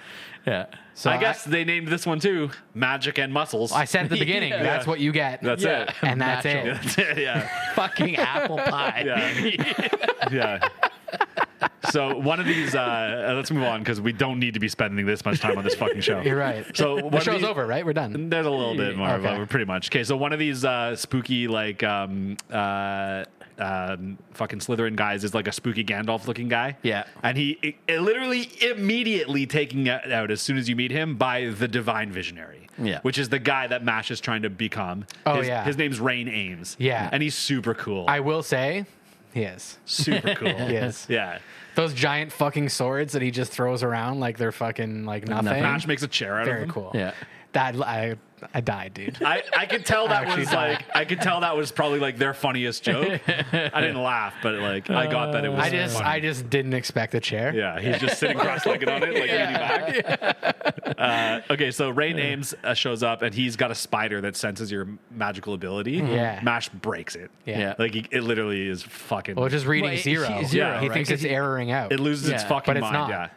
Speaker 1: Yeah.
Speaker 3: So
Speaker 2: I guess they named this one too Magic and Muscles.
Speaker 3: I, said at the beginning,
Speaker 1: Yeah.
Speaker 3: that's what you get.
Speaker 2: That's
Speaker 1: Yeah.
Speaker 2: it.
Speaker 3: and that's
Speaker 1: Natural.
Speaker 3: it.
Speaker 2: That's it. Yeah.
Speaker 1: Fucking apple pie.
Speaker 2: Yeah. yeah. So one of these, uh, let's move on because we don't need to be spending this much time on this fucking show.
Speaker 3: You're right.
Speaker 2: So
Speaker 3: The
Speaker 2: one of
Speaker 3: show's
Speaker 2: these-
Speaker 3: over, right? We're done.
Speaker 2: There's a little bit more,
Speaker 3: Okay.
Speaker 2: but pretty much. Okay, so one of these uh, spooky, like, um, uh, um, fucking Slytherin guys is like a spooky Gandalf looking guy.
Speaker 1: Yeah.
Speaker 2: And he i i- literally immediately taking it out as soon as you meet him by the Divine Visionary.
Speaker 1: Yeah.
Speaker 2: Which is the guy that MASH is trying to become.
Speaker 3: Oh,
Speaker 2: his,
Speaker 3: yeah.
Speaker 2: His name's Rain Ames.
Speaker 3: Yeah.
Speaker 2: And he's super cool.
Speaker 3: I will say, yes.
Speaker 2: super cool.
Speaker 3: Yes.
Speaker 2: Yeah.
Speaker 3: Those giant fucking swords that he just throws around like they're fucking like nothing.
Speaker 2: MASH makes a chair out of
Speaker 3: Very
Speaker 2: him.
Speaker 3: cool.
Speaker 1: Yeah.
Speaker 3: That I I died, dude.
Speaker 2: I, I could tell that
Speaker 3: actually
Speaker 2: was
Speaker 3: died.
Speaker 2: like I could tell that was probably like their funniest joke. I didn't laugh, but like I got that it was.
Speaker 3: I just
Speaker 2: funny.
Speaker 3: I just didn't expect a chair.
Speaker 2: yeah, he's just sitting cross-legged on it, like leaning back. Uh, okay, so Ray Names uh, shows up and he's got a spider that senses your magical ability.
Speaker 3: Mm-hmm. Yeah.
Speaker 2: Mash breaks it.
Speaker 3: Yeah. Oh, Yeah.
Speaker 2: like he, it literally is fucking.
Speaker 3: Well, just reading
Speaker 1: Well, he-
Speaker 3: zero.
Speaker 1: he- zero,
Speaker 3: Yeah, he
Speaker 1: right?
Speaker 3: thinks
Speaker 1: 'Cause
Speaker 3: it's
Speaker 1: he-
Speaker 3: erroring out.
Speaker 2: it loses its
Speaker 1: Yeah,
Speaker 2: fucking
Speaker 3: but it's
Speaker 2: mind.
Speaker 3: not.
Speaker 2: Yeah, it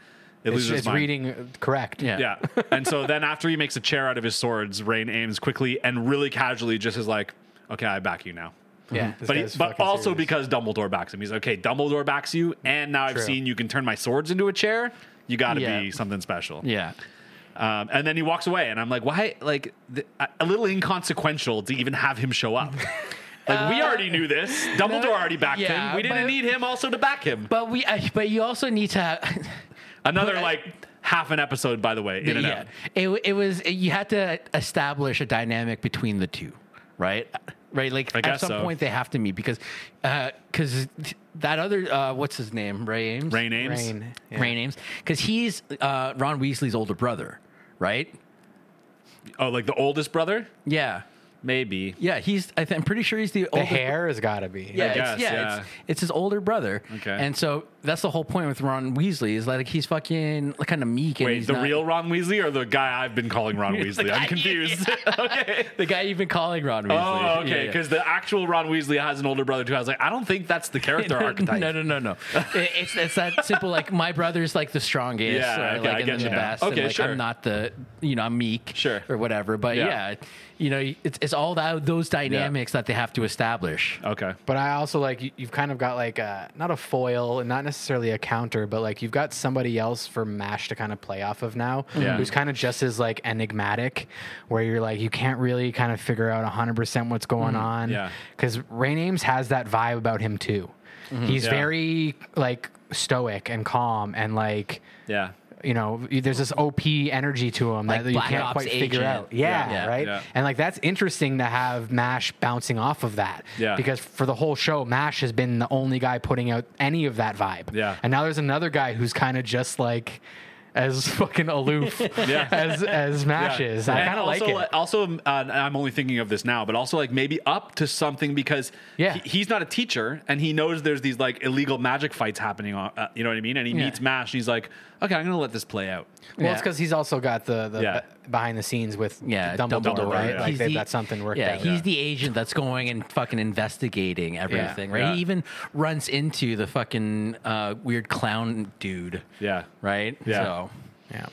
Speaker 3: It's,
Speaker 2: loses its,
Speaker 3: it's
Speaker 2: mind.
Speaker 3: reading uh, correct.
Speaker 1: Yeah.
Speaker 2: Yeah. and so then after he makes a chair out of his swords, Rain aims quickly and really casually just is like, okay, I back you now.
Speaker 3: yeah. this
Speaker 2: But, he,
Speaker 3: guy's
Speaker 2: but
Speaker 3: fucking
Speaker 2: also
Speaker 3: serious.
Speaker 2: because Dumbledore backs him. He's like, okay, Dumbledore backs you, and now I've
Speaker 3: True.
Speaker 2: seen you can turn my swords into a chair. You got to
Speaker 1: Yeah.
Speaker 2: be something special.
Speaker 1: Yeah.
Speaker 2: Um, and then he walks away, and I'm like, why? Like, th- a- a little inconsequential to even have him show up. like, we already knew this. Dumbledore already backed
Speaker 1: yeah,
Speaker 2: him. We didn't
Speaker 1: but-
Speaker 2: need him also to back him.
Speaker 1: But we, I, but you also need to. Have,
Speaker 2: Another,
Speaker 1: but I-
Speaker 2: like, half an episode, by the way, in and
Speaker 1: yeah,
Speaker 2: out.
Speaker 1: it, it was. you had to establish a dynamic between the two, right? Right, like
Speaker 2: I
Speaker 1: at
Speaker 2: guess
Speaker 1: some
Speaker 2: so.
Speaker 1: point they have to meet because, because that other uh, what's his name, Ray Ames,
Speaker 2: Rain aims.
Speaker 3: Rain. Yeah.
Speaker 1: Ray Ames, because he's uh, Ron Weasley's older brother, right?
Speaker 2: Oh, like the oldest brother?
Speaker 1: Yeah,
Speaker 2: Maybe.
Speaker 1: yeah, he's. I th- I'm pretty sure he's the
Speaker 3: the
Speaker 1: older.
Speaker 3: hair has got to be.
Speaker 1: Yeah, it's,
Speaker 2: guess,
Speaker 1: yeah,
Speaker 2: yeah.
Speaker 1: It's, it's his older brother.
Speaker 2: Okay.
Speaker 1: and so that's the whole point with Ron Weasley is like he's fucking kind of meek. And
Speaker 2: Wait,
Speaker 1: he's
Speaker 2: the
Speaker 1: not-
Speaker 2: real Ron Weasley or the guy I've been calling Ron Weasley? I'm confused. okay.
Speaker 1: the guy you've been calling Ron Weasley.
Speaker 2: Oh,
Speaker 1: Yeah,
Speaker 2: okay.
Speaker 1: yeah.
Speaker 2: Because the actual Ron Weasley has an older brother too. I was like, I don't think that's the character archetype.
Speaker 1: No, no, no, no. It- it's it's that simple. Like my brother's like the strongest,
Speaker 2: Yeah,
Speaker 1: or,
Speaker 2: okay, I
Speaker 1: like and
Speaker 2: get
Speaker 1: then the
Speaker 2: you.
Speaker 1: best.
Speaker 2: Okay,
Speaker 1: and, like,
Speaker 2: sure.
Speaker 1: I'm not the you know I'm meek,
Speaker 2: Sure.
Speaker 1: or whatever. But
Speaker 2: Yeah.
Speaker 1: yeah, you know it's it's all that, those dynamics that they have to establish.
Speaker 2: Okay.
Speaker 3: But I also like you- you've kind of got like a not a foil and not necessarily a counter, but like you've got somebody else for Mash to kind of play off of now,
Speaker 2: Yeah.
Speaker 3: who's kind of just as like enigmatic, where you're like you can't really kind of figure out 100 percent what's going on,
Speaker 2: Mm-hmm. yeah.
Speaker 3: Because Ray Names has that vibe about him too. He's
Speaker 2: Mm-hmm. Yeah.
Speaker 3: very like stoic and calm and like
Speaker 2: Yeah.
Speaker 3: you know, there's this OP energy to him
Speaker 6: Like
Speaker 3: that you
Speaker 6: Black
Speaker 3: can't
Speaker 6: Ops
Speaker 3: quite figure
Speaker 6: agent.
Speaker 3: out. Yeah,
Speaker 6: Yeah.
Speaker 3: right.
Speaker 2: Yeah.
Speaker 3: And like that's interesting to have Mash bouncing off of that.
Speaker 2: Yeah.
Speaker 3: Because for the whole show, Mash has been the only guy putting out any of that vibe.
Speaker 2: Yeah.
Speaker 3: And now there's another guy who's kind of just like as fucking aloof as as Mash
Speaker 2: Yeah.
Speaker 3: is. I
Speaker 2: And
Speaker 3: kind of like
Speaker 2: also,
Speaker 3: it.
Speaker 2: uh, Also, um, uh, and I'm only thinking of this now, but also like maybe up to something because
Speaker 3: Yeah.
Speaker 2: he- he's not a teacher and he knows there's these like illegal magic fights happening. On, uh, you know what I mean? And he meets Mash and he's like, okay, I'm gonna let this play out.
Speaker 3: well,
Speaker 6: Yeah.
Speaker 3: it's because he's also got the, the
Speaker 2: Yeah.
Speaker 3: be- behind the scenes with
Speaker 6: Yeah,
Speaker 3: Dumbledore,
Speaker 6: Dumbledore,
Speaker 3: right?
Speaker 2: yeah.
Speaker 3: Like
Speaker 6: He's
Speaker 3: they've
Speaker 6: the-
Speaker 3: got something worked
Speaker 6: yeah,
Speaker 3: out.
Speaker 6: he's the agent that's going and fucking investigating everything, right?
Speaker 2: Yeah.
Speaker 6: He even runs into the fucking uh, weird clown dude,
Speaker 2: Yeah.
Speaker 6: right?
Speaker 2: Yeah.
Speaker 6: So,
Speaker 3: yeah.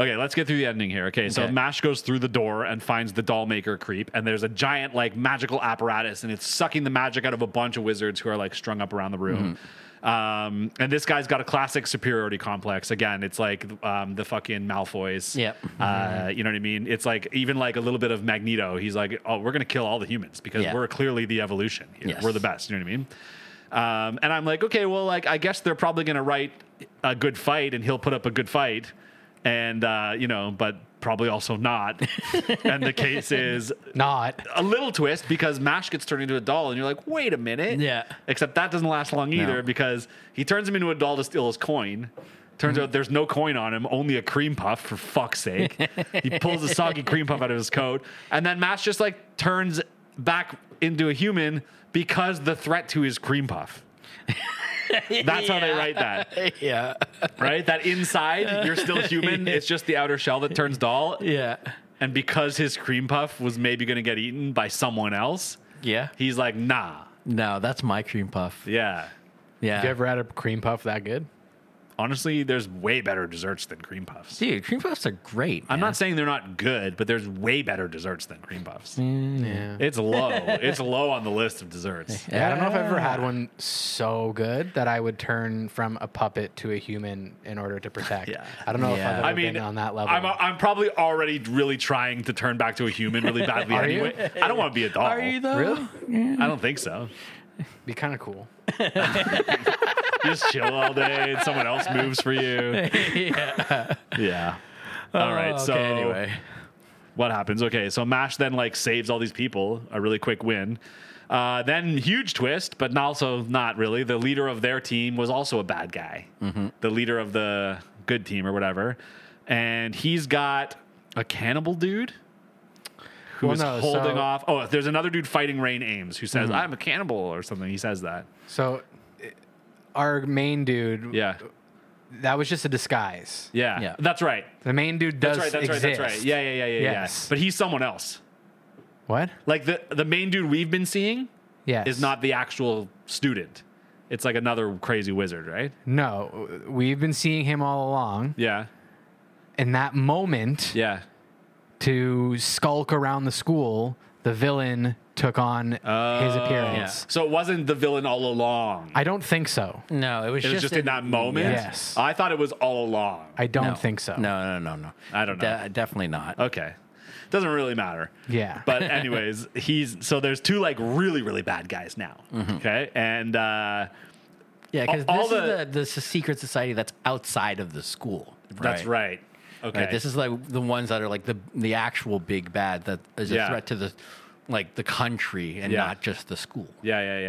Speaker 2: Okay, let's get through the ending here. Okay, so
Speaker 6: Okay.
Speaker 2: Mash goes through the door and finds the doll maker creep, and there's a giant like magical apparatus, and it's sucking the magic out of a bunch of wizards who are like strung up around the room.
Speaker 6: Mm-hmm.
Speaker 2: Um, and this guy's got a classic superiority complex. Again, it's like um, the fucking Malfoys.
Speaker 6: Yep. Mm-hmm.
Speaker 2: Uh, you know what I mean? It's like even like a little bit of Magneto. He's like, oh, we're gonna kill all the humans because
Speaker 6: Yeah.
Speaker 2: we're clearly the evolution. Here.
Speaker 6: Yes.
Speaker 2: We're the best. You know what I mean? Um, and I'm like, okay, well, like I guess they're probably gonna write a good fight, and he'll put up a good fight, and uh, you know, but probably also not. and the case is
Speaker 3: Not.
Speaker 2: a little twist because Mash gets turned into a doll, and you're like, wait a minute.
Speaker 6: Yeah.
Speaker 2: Except that doesn't last long either because he turns him into a doll to steal his coin. Turns out there's no coin on him, only a cream puff, for fuck's sake. he pulls a soggy cream puff out of his coat. And then Mash just like turns back into a human because the threat to his cream puff. That's how they write that.
Speaker 6: yeah.
Speaker 2: Right? That inside, you're still human. It's just the outer shell that turns doll.
Speaker 6: Yeah.
Speaker 2: And because his cream puff was maybe going to get eaten by someone else,
Speaker 6: Yeah.
Speaker 2: he's like, nah,
Speaker 6: No, that's my cream puff.
Speaker 2: yeah.
Speaker 6: Yeah.
Speaker 3: You ever had a cream puff that good?
Speaker 2: Honestly, there's way better desserts than cream puffs.
Speaker 6: Dude, cream puffs are great.
Speaker 2: I'm
Speaker 6: man.
Speaker 2: not saying they're not good, but there's way better desserts than cream puffs.
Speaker 3: Mm, Yeah.
Speaker 2: It's low. it's low on the list of desserts.
Speaker 3: Yeah, I don't know if I've ever had one so good that I would turn from a puppet to a human in order to protect.
Speaker 2: Yeah.
Speaker 3: I don't know if
Speaker 6: Yeah.
Speaker 3: I've ever
Speaker 2: I mean,
Speaker 3: been on that level.
Speaker 2: I'm, I'm probably already really trying to turn back to a human really badly
Speaker 3: Are you?
Speaker 2: anyway. I don't want to be a doll.
Speaker 6: Are you though?
Speaker 3: really?
Speaker 2: I don't think so.
Speaker 3: Be kind of cool.
Speaker 2: just chill all day and someone else moves for you. yeah. Yeah. All
Speaker 3: Oh,
Speaker 2: right. so
Speaker 6: Oh, anyway.
Speaker 2: what happens? Okay, so Mash then like saves all these people. A really quick win. Uh, then huge twist, but also not really. The leader of their team was also a bad guy.
Speaker 3: Mm-hmm.
Speaker 2: The leader of the good team or whatever, and he's got a cannibal dude who
Speaker 3: Well,
Speaker 2: is
Speaker 3: no,
Speaker 2: holding
Speaker 3: so-
Speaker 2: off. Oh, there's another dude fighting Rain Ames who
Speaker 3: Mm-hmm.
Speaker 2: says, "I'm a cannibal" or something. He says that.
Speaker 3: So, uh, our main dude,
Speaker 2: Yeah,
Speaker 3: that was just a disguise.
Speaker 2: yeah,
Speaker 6: Yeah.
Speaker 2: that's right.
Speaker 3: The main dude does
Speaker 2: That's right. That's
Speaker 3: exist.
Speaker 2: right. That's right. Yeah, yeah, yeah, yeah,
Speaker 3: Yes.
Speaker 2: yeah. But he's someone else.
Speaker 3: What?
Speaker 2: Like the the main dude we've been seeing
Speaker 3: Yes.
Speaker 2: is not the actual student. It's like another crazy wizard, right?
Speaker 3: No, we've been seeing him all along.
Speaker 2: Yeah.
Speaker 3: In that moment,
Speaker 2: Yeah.
Speaker 3: to skulk around the school, the villain took on his appearance.
Speaker 2: So it wasn't the villain all along.
Speaker 3: I don't think so.
Speaker 6: No, it was
Speaker 2: it
Speaker 6: just
Speaker 2: was just in that moment.
Speaker 3: Yes.
Speaker 2: I thought it was all along.
Speaker 3: I don't
Speaker 6: no.
Speaker 3: think so.
Speaker 6: No, no, no, no.
Speaker 2: I don't know. Uh,
Speaker 6: De- definitely not.
Speaker 2: Okay. Doesn't really matter.
Speaker 3: Yeah.
Speaker 2: But anyways, he's so there's two like really really bad guys now. Okay. And uh
Speaker 6: Yeah, because
Speaker 2: All- all
Speaker 6: this
Speaker 2: the-
Speaker 6: is the, the s- secret society that's outside of the school.
Speaker 2: that's right. Okay.
Speaker 6: Right, This is like the ones that are like the the actual big bad that is a
Speaker 2: Yeah.
Speaker 6: threat to the like the country and
Speaker 2: Yeah.
Speaker 6: not just the school.
Speaker 2: Yeah, yeah,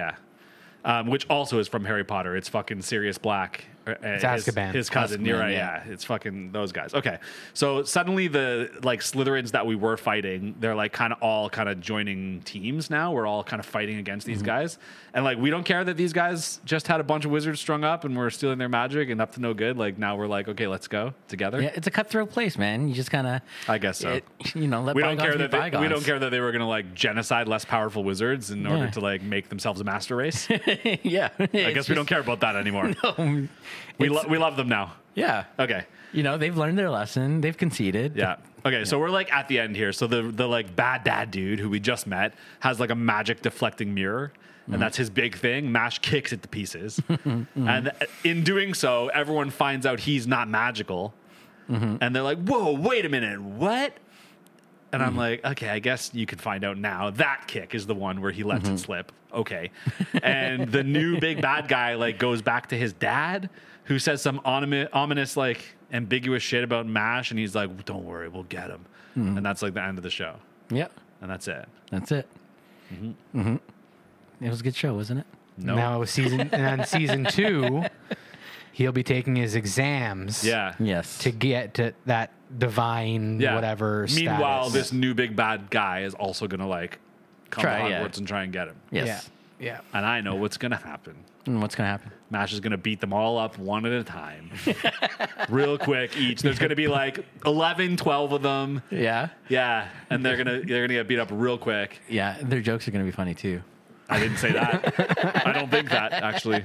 Speaker 2: yeah. Um, which also is from Harry Potter. It's fucking Sirius Black. It's
Speaker 3: Azkaban.
Speaker 2: His, cousin. you're
Speaker 6: Azkaban,
Speaker 2: right.
Speaker 6: yeah.
Speaker 2: Yeah. it's fucking those guys. Okay, so suddenly the like Slytherins that we were fighting, they're like kind of all kind of joining teams now. We're all kind of fighting against
Speaker 6: Mm-hmm.
Speaker 2: these guys, and like we don't care that these guys just had a bunch of wizards strung up and we're stealing their magic and up to no good. Like now we're like, okay, let's go together.
Speaker 6: Yeah, it's a cutthroat place, man. You just kind of,
Speaker 2: I guess so.
Speaker 6: you know, let
Speaker 2: we don't care
Speaker 6: bygones
Speaker 2: that
Speaker 6: be
Speaker 2: they, we don't
Speaker 6: bygones.
Speaker 2: care that they were gonna like genocide less powerful wizards in order
Speaker 6: Yeah.
Speaker 2: to like make themselves a master race.
Speaker 6: yeah,
Speaker 2: I guess we don't care about that anymore.
Speaker 6: don't.
Speaker 2: We,
Speaker 1: It's-
Speaker 2: lo- we love them now.
Speaker 1: yeah.
Speaker 2: Okay.
Speaker 1: You know, they've learned their lesson. They've conceded.
Speaker 2: Uh, Yeah. Okay, so we're like at the end here. So the the like bad dad dude who we just met has like a magic deflecting mirror, and that's his big thing. Mash kicks it to pieces, and in doing so, everyone finds out he's not magical, and they're like, "Whoa, wait a minute, what?" And I'm like, okay, I guess you can find out now. That kick is the one where he lets it slip. Okay. And the new big bad guy like goes back to his dad who says some onomi- ominous like ambiguous shit about Mash and he's like, "Don't worry, we'll get him." And that's like the end of the show.
Speaker 1: Yep.
Speaker 2: And that's it.
Speaker 1: That's it. Mm-hmm.
Speaker 6: Mm-hmm.
Speaker 1: It was a good show, wasn't it?
Speaker 2: No.
Speaker 3: Now season and then season two, he'll be taking his exams.
Speaker 2: Yeah.
Speaker 1: Yes.
Speaker 3: To get to that divine
Speaker 2: Yeah.
Speaker 3: whatever.
Speaker 2: Meanwhile,
Speaker 3: status.
Speaker 2: this new big bad guy is also going to like come
Speaker 1: Try,
Speaker 2: to
Speaker 1: yeah.
Speaker 2: Hogwarts and try and get him.
Speaker 1: yes.
Speaker 3: Yeah.
Speaker 2: And I know what's going to happen.
Speaker 1: And what's gonna happen?
Speaker 2: Mash is going to beat them all up one at a time, real quick each. There's going to be like 11, 12 of them.
Speaker 1: Yeah.
Speaker 2: Yeah, and they're gonna they're gonna get beat up real quick.
Speaker 1: Yeah. Their jokes are gonna be funny too.
Speaker 2: I didn't say that. I don't think that actually.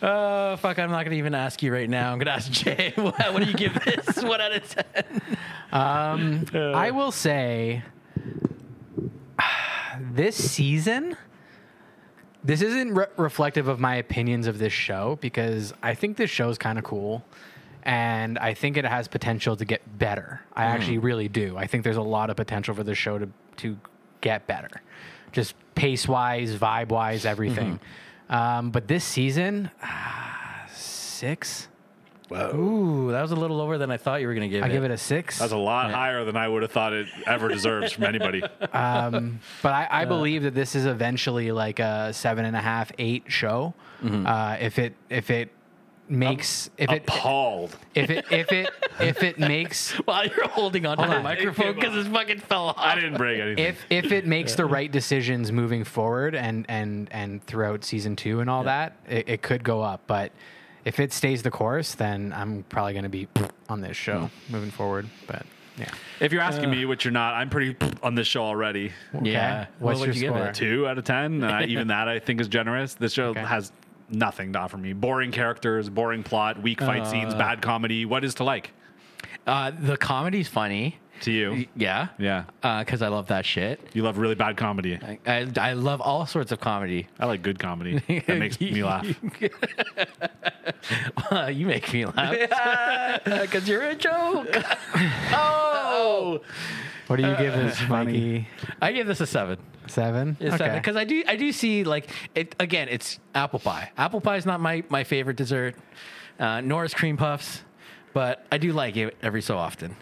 Speaker 1: Oh fuck! I'm not gonna even ask you right now. I'm gonna ask Jay. What, what do you give this? What out of ten?
Speaker 3: I will say this season this isn't re- reflective of my opinions of this show because I think this show is kind of cool and I think it has potential to get better. I actually really do. I think there's a lot of potential for this show to to get better. Just pace-wise, vibe-wise, everything. Um, but this season, ah, 6.
Speaker 1: Ooh, that was a little lower than I thought you were gonna give.
Speaker 3: I
Speaker 1: it.
Speaker 3: give it a 6.
Speaker 2: That's a lot higher than I would have thought it ever deserves from anybody.
Speaker 3: But I, I believe that this is eventually like a seven and a half, eight show.
Speaker 1: Mm-hmm.
Speaker 3: Uh, if it if it makes if it
Speaker 2: Appalled.
Speaker 3: if it if it if it makes
Speaker 1: While you're holding onto the
Speaker 3: on.
Speaker 1: microphone because it fucking fell off.
Speaker 2: I didn't break anything.
Speaker 3: if if it makes the right decisions moving forward and and and throughout season two and all that, it, it could go up. But if it stays the course, then I'm probably going to be on this show
Speaker 1: Mm.
Speaker 3: moving forward. But yeah,
Speaker 2: if you're
Speaker 3: uh,
Speaker 2: asking me what you're not, I'm pretty on this show already.
Speaker 1: Yeah.
Speaker 3: Okay. What's
Speaker 1: What would
Speaker 3: your
Speaker 1: you give
Speaker 3: score?
Speaker 1: it?
Speaker 2: Two out of ten. Uh, even that I think is generous. This show has nothing to offer me. Boring characters, boring plot, weak
Speaker 3: Uh,
Speaker 2: fight scenes, bad comedy. What is to like
Speaker 1: Uh, the comedy's funny.
Speaker 2: to you?
Speaker 1: Yeah.
Speaker 2: Yeah,
Speaker 1: Because I love that shit.
Speaker 2: you love really bad comedy.
Speaker 1: I, I, I love all sorts of comedy.
Speaker 2: I like good comedy. That makes me laugh.
Speaker 1: you make me laugh. Because you're a joke. Oh!
Speaker 3: what do you give this, Mikey?
Speaker 1: I give this a seven.
Speaker 3: Seven.
Speaker 1: A Uh, seven. Because I do I do see like it again, it's apple pie. Apple pie is not my, my favorite dessert, uh, nor is cream puffs, but I do like it every so often.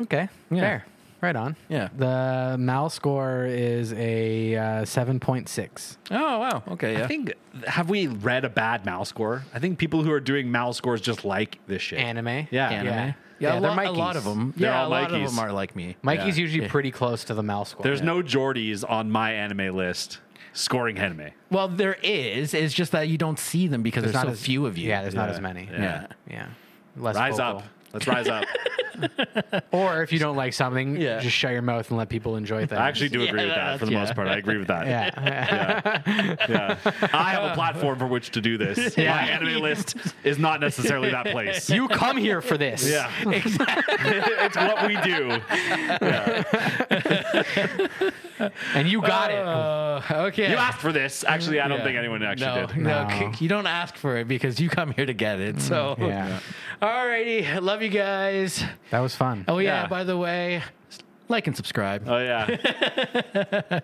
Speaker 3: Okay. Fair. Right on.
Speaker 1: Yeah.
Speaker 3: The Mal score is a uh, 7.6.
Speaker 1: Oh wow. Okay, yeah.
Speaker 2: I think have we read a bad mal score? I think people who are doing mal scores just like this shit.
Speaker 3: Anime.
Speaker 2: Yeah.
Speaker 1: Anime.
Speaker 3: Yeah.
Speaker 1: Yeah,
Speaker 3: Yeah,
Speaker 1: a,
Speaker 3: they're
Speaker 1: lo- a lot
Speaker 3: Mikeys.
Speaker 1: of them.
Speaker 2: They're
Speaker 1: yeah, a
Speaker 2: all
Speaker 1: lot
Speaker 2: Mikeys.
Speaker 1: of them are like me.
Speaker 3: Mikey's
Speaker 1: Yeah.
Speaker 3: usually pretty close to the Mal score.
Speaker 2: There's no Geordies on my anime list scoring anime.
Speaker 1: Well, there is. It's just that you don't see them because there's, so few of you.
Speaker 3: Yeah, there's not
Speaker 2: Yeah.
Speaker 3: as many.
Speaker 2: Yeah.
Speaker 1: yeah.
Speaker 3: Yeah. Less
Speaker 2: Rise
Speaker 3: vocal.
Speaker 2: up. Let's rise up.
Speaker 3: Or if you don't like something,
Speaker 1: Yeah.
Speaker 3: just shut your mouth and let people enjoy things.
Speaker 2: I actually do agree with that for the
Speaker 1: yeah.
Speaker 2: most part. I agree with that.
Speaker 3: yeah.
Speaker 2: Yeah. I have a platform for which to do this.
Speaker 3: Yeah.
Speaker 2: My anime list is not necessarily that place.
Speaker 3: you come here for this.
Speaker 2: Yeah. it's what we do.
Speaker 3: And you got it.
Speaker 1: Uh, Okay.
Speaker 2: You asked for this. Actually, I don't think anyone actually
Speaker 1: no,
Speaker 2: did.
Speaker 1: No, Mm,
Speaker 3: No.
Speaker 1: c- you don't ask for it because you come here to get it. So,
Speaker 3: Yeah.
Speaker 1: alrighty, love you guys.
Speaker 3: That was fun.
Speaker 1: Oh yeah,
Speaker 2: Yeah.
Speaker 1: by the way, s- like and subscribe,
Speaker 2: Oh yeah.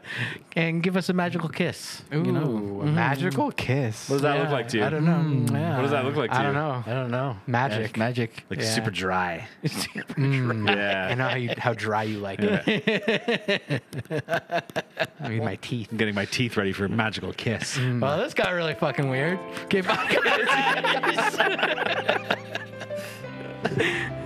Speaker 1: and give us a magical kiss.
Speaker 3: Ooh, a magical kiss.
Speaker 2: What does that look
Speaker 1: Yeah,
Speaker 2: like to you?
Speaker 1: I don't know.
Speaker 2: What does that look like to
Speaker 3: Mm, I
Speaker 2: you?
Speaker 3: don't know.
Speaker 1: I don't know.
Speaker 3: Magic.
Speaker 1: magic.
Speaker 2: Like
Speaker 3: Yeah. Mm.
Speaker 2: super dry.
Speaker 3: I
Speaker 2: Yeah.
Speaker 3: know how you, how dry you like it. I mean, my teeth.
Speaker 2: I'm getting my teeth ready for a magical
Speaker 3: Mm.
Speaker 2: kiss.
Speaker 1: Well, this got really fucking weird. Okay, bye guys.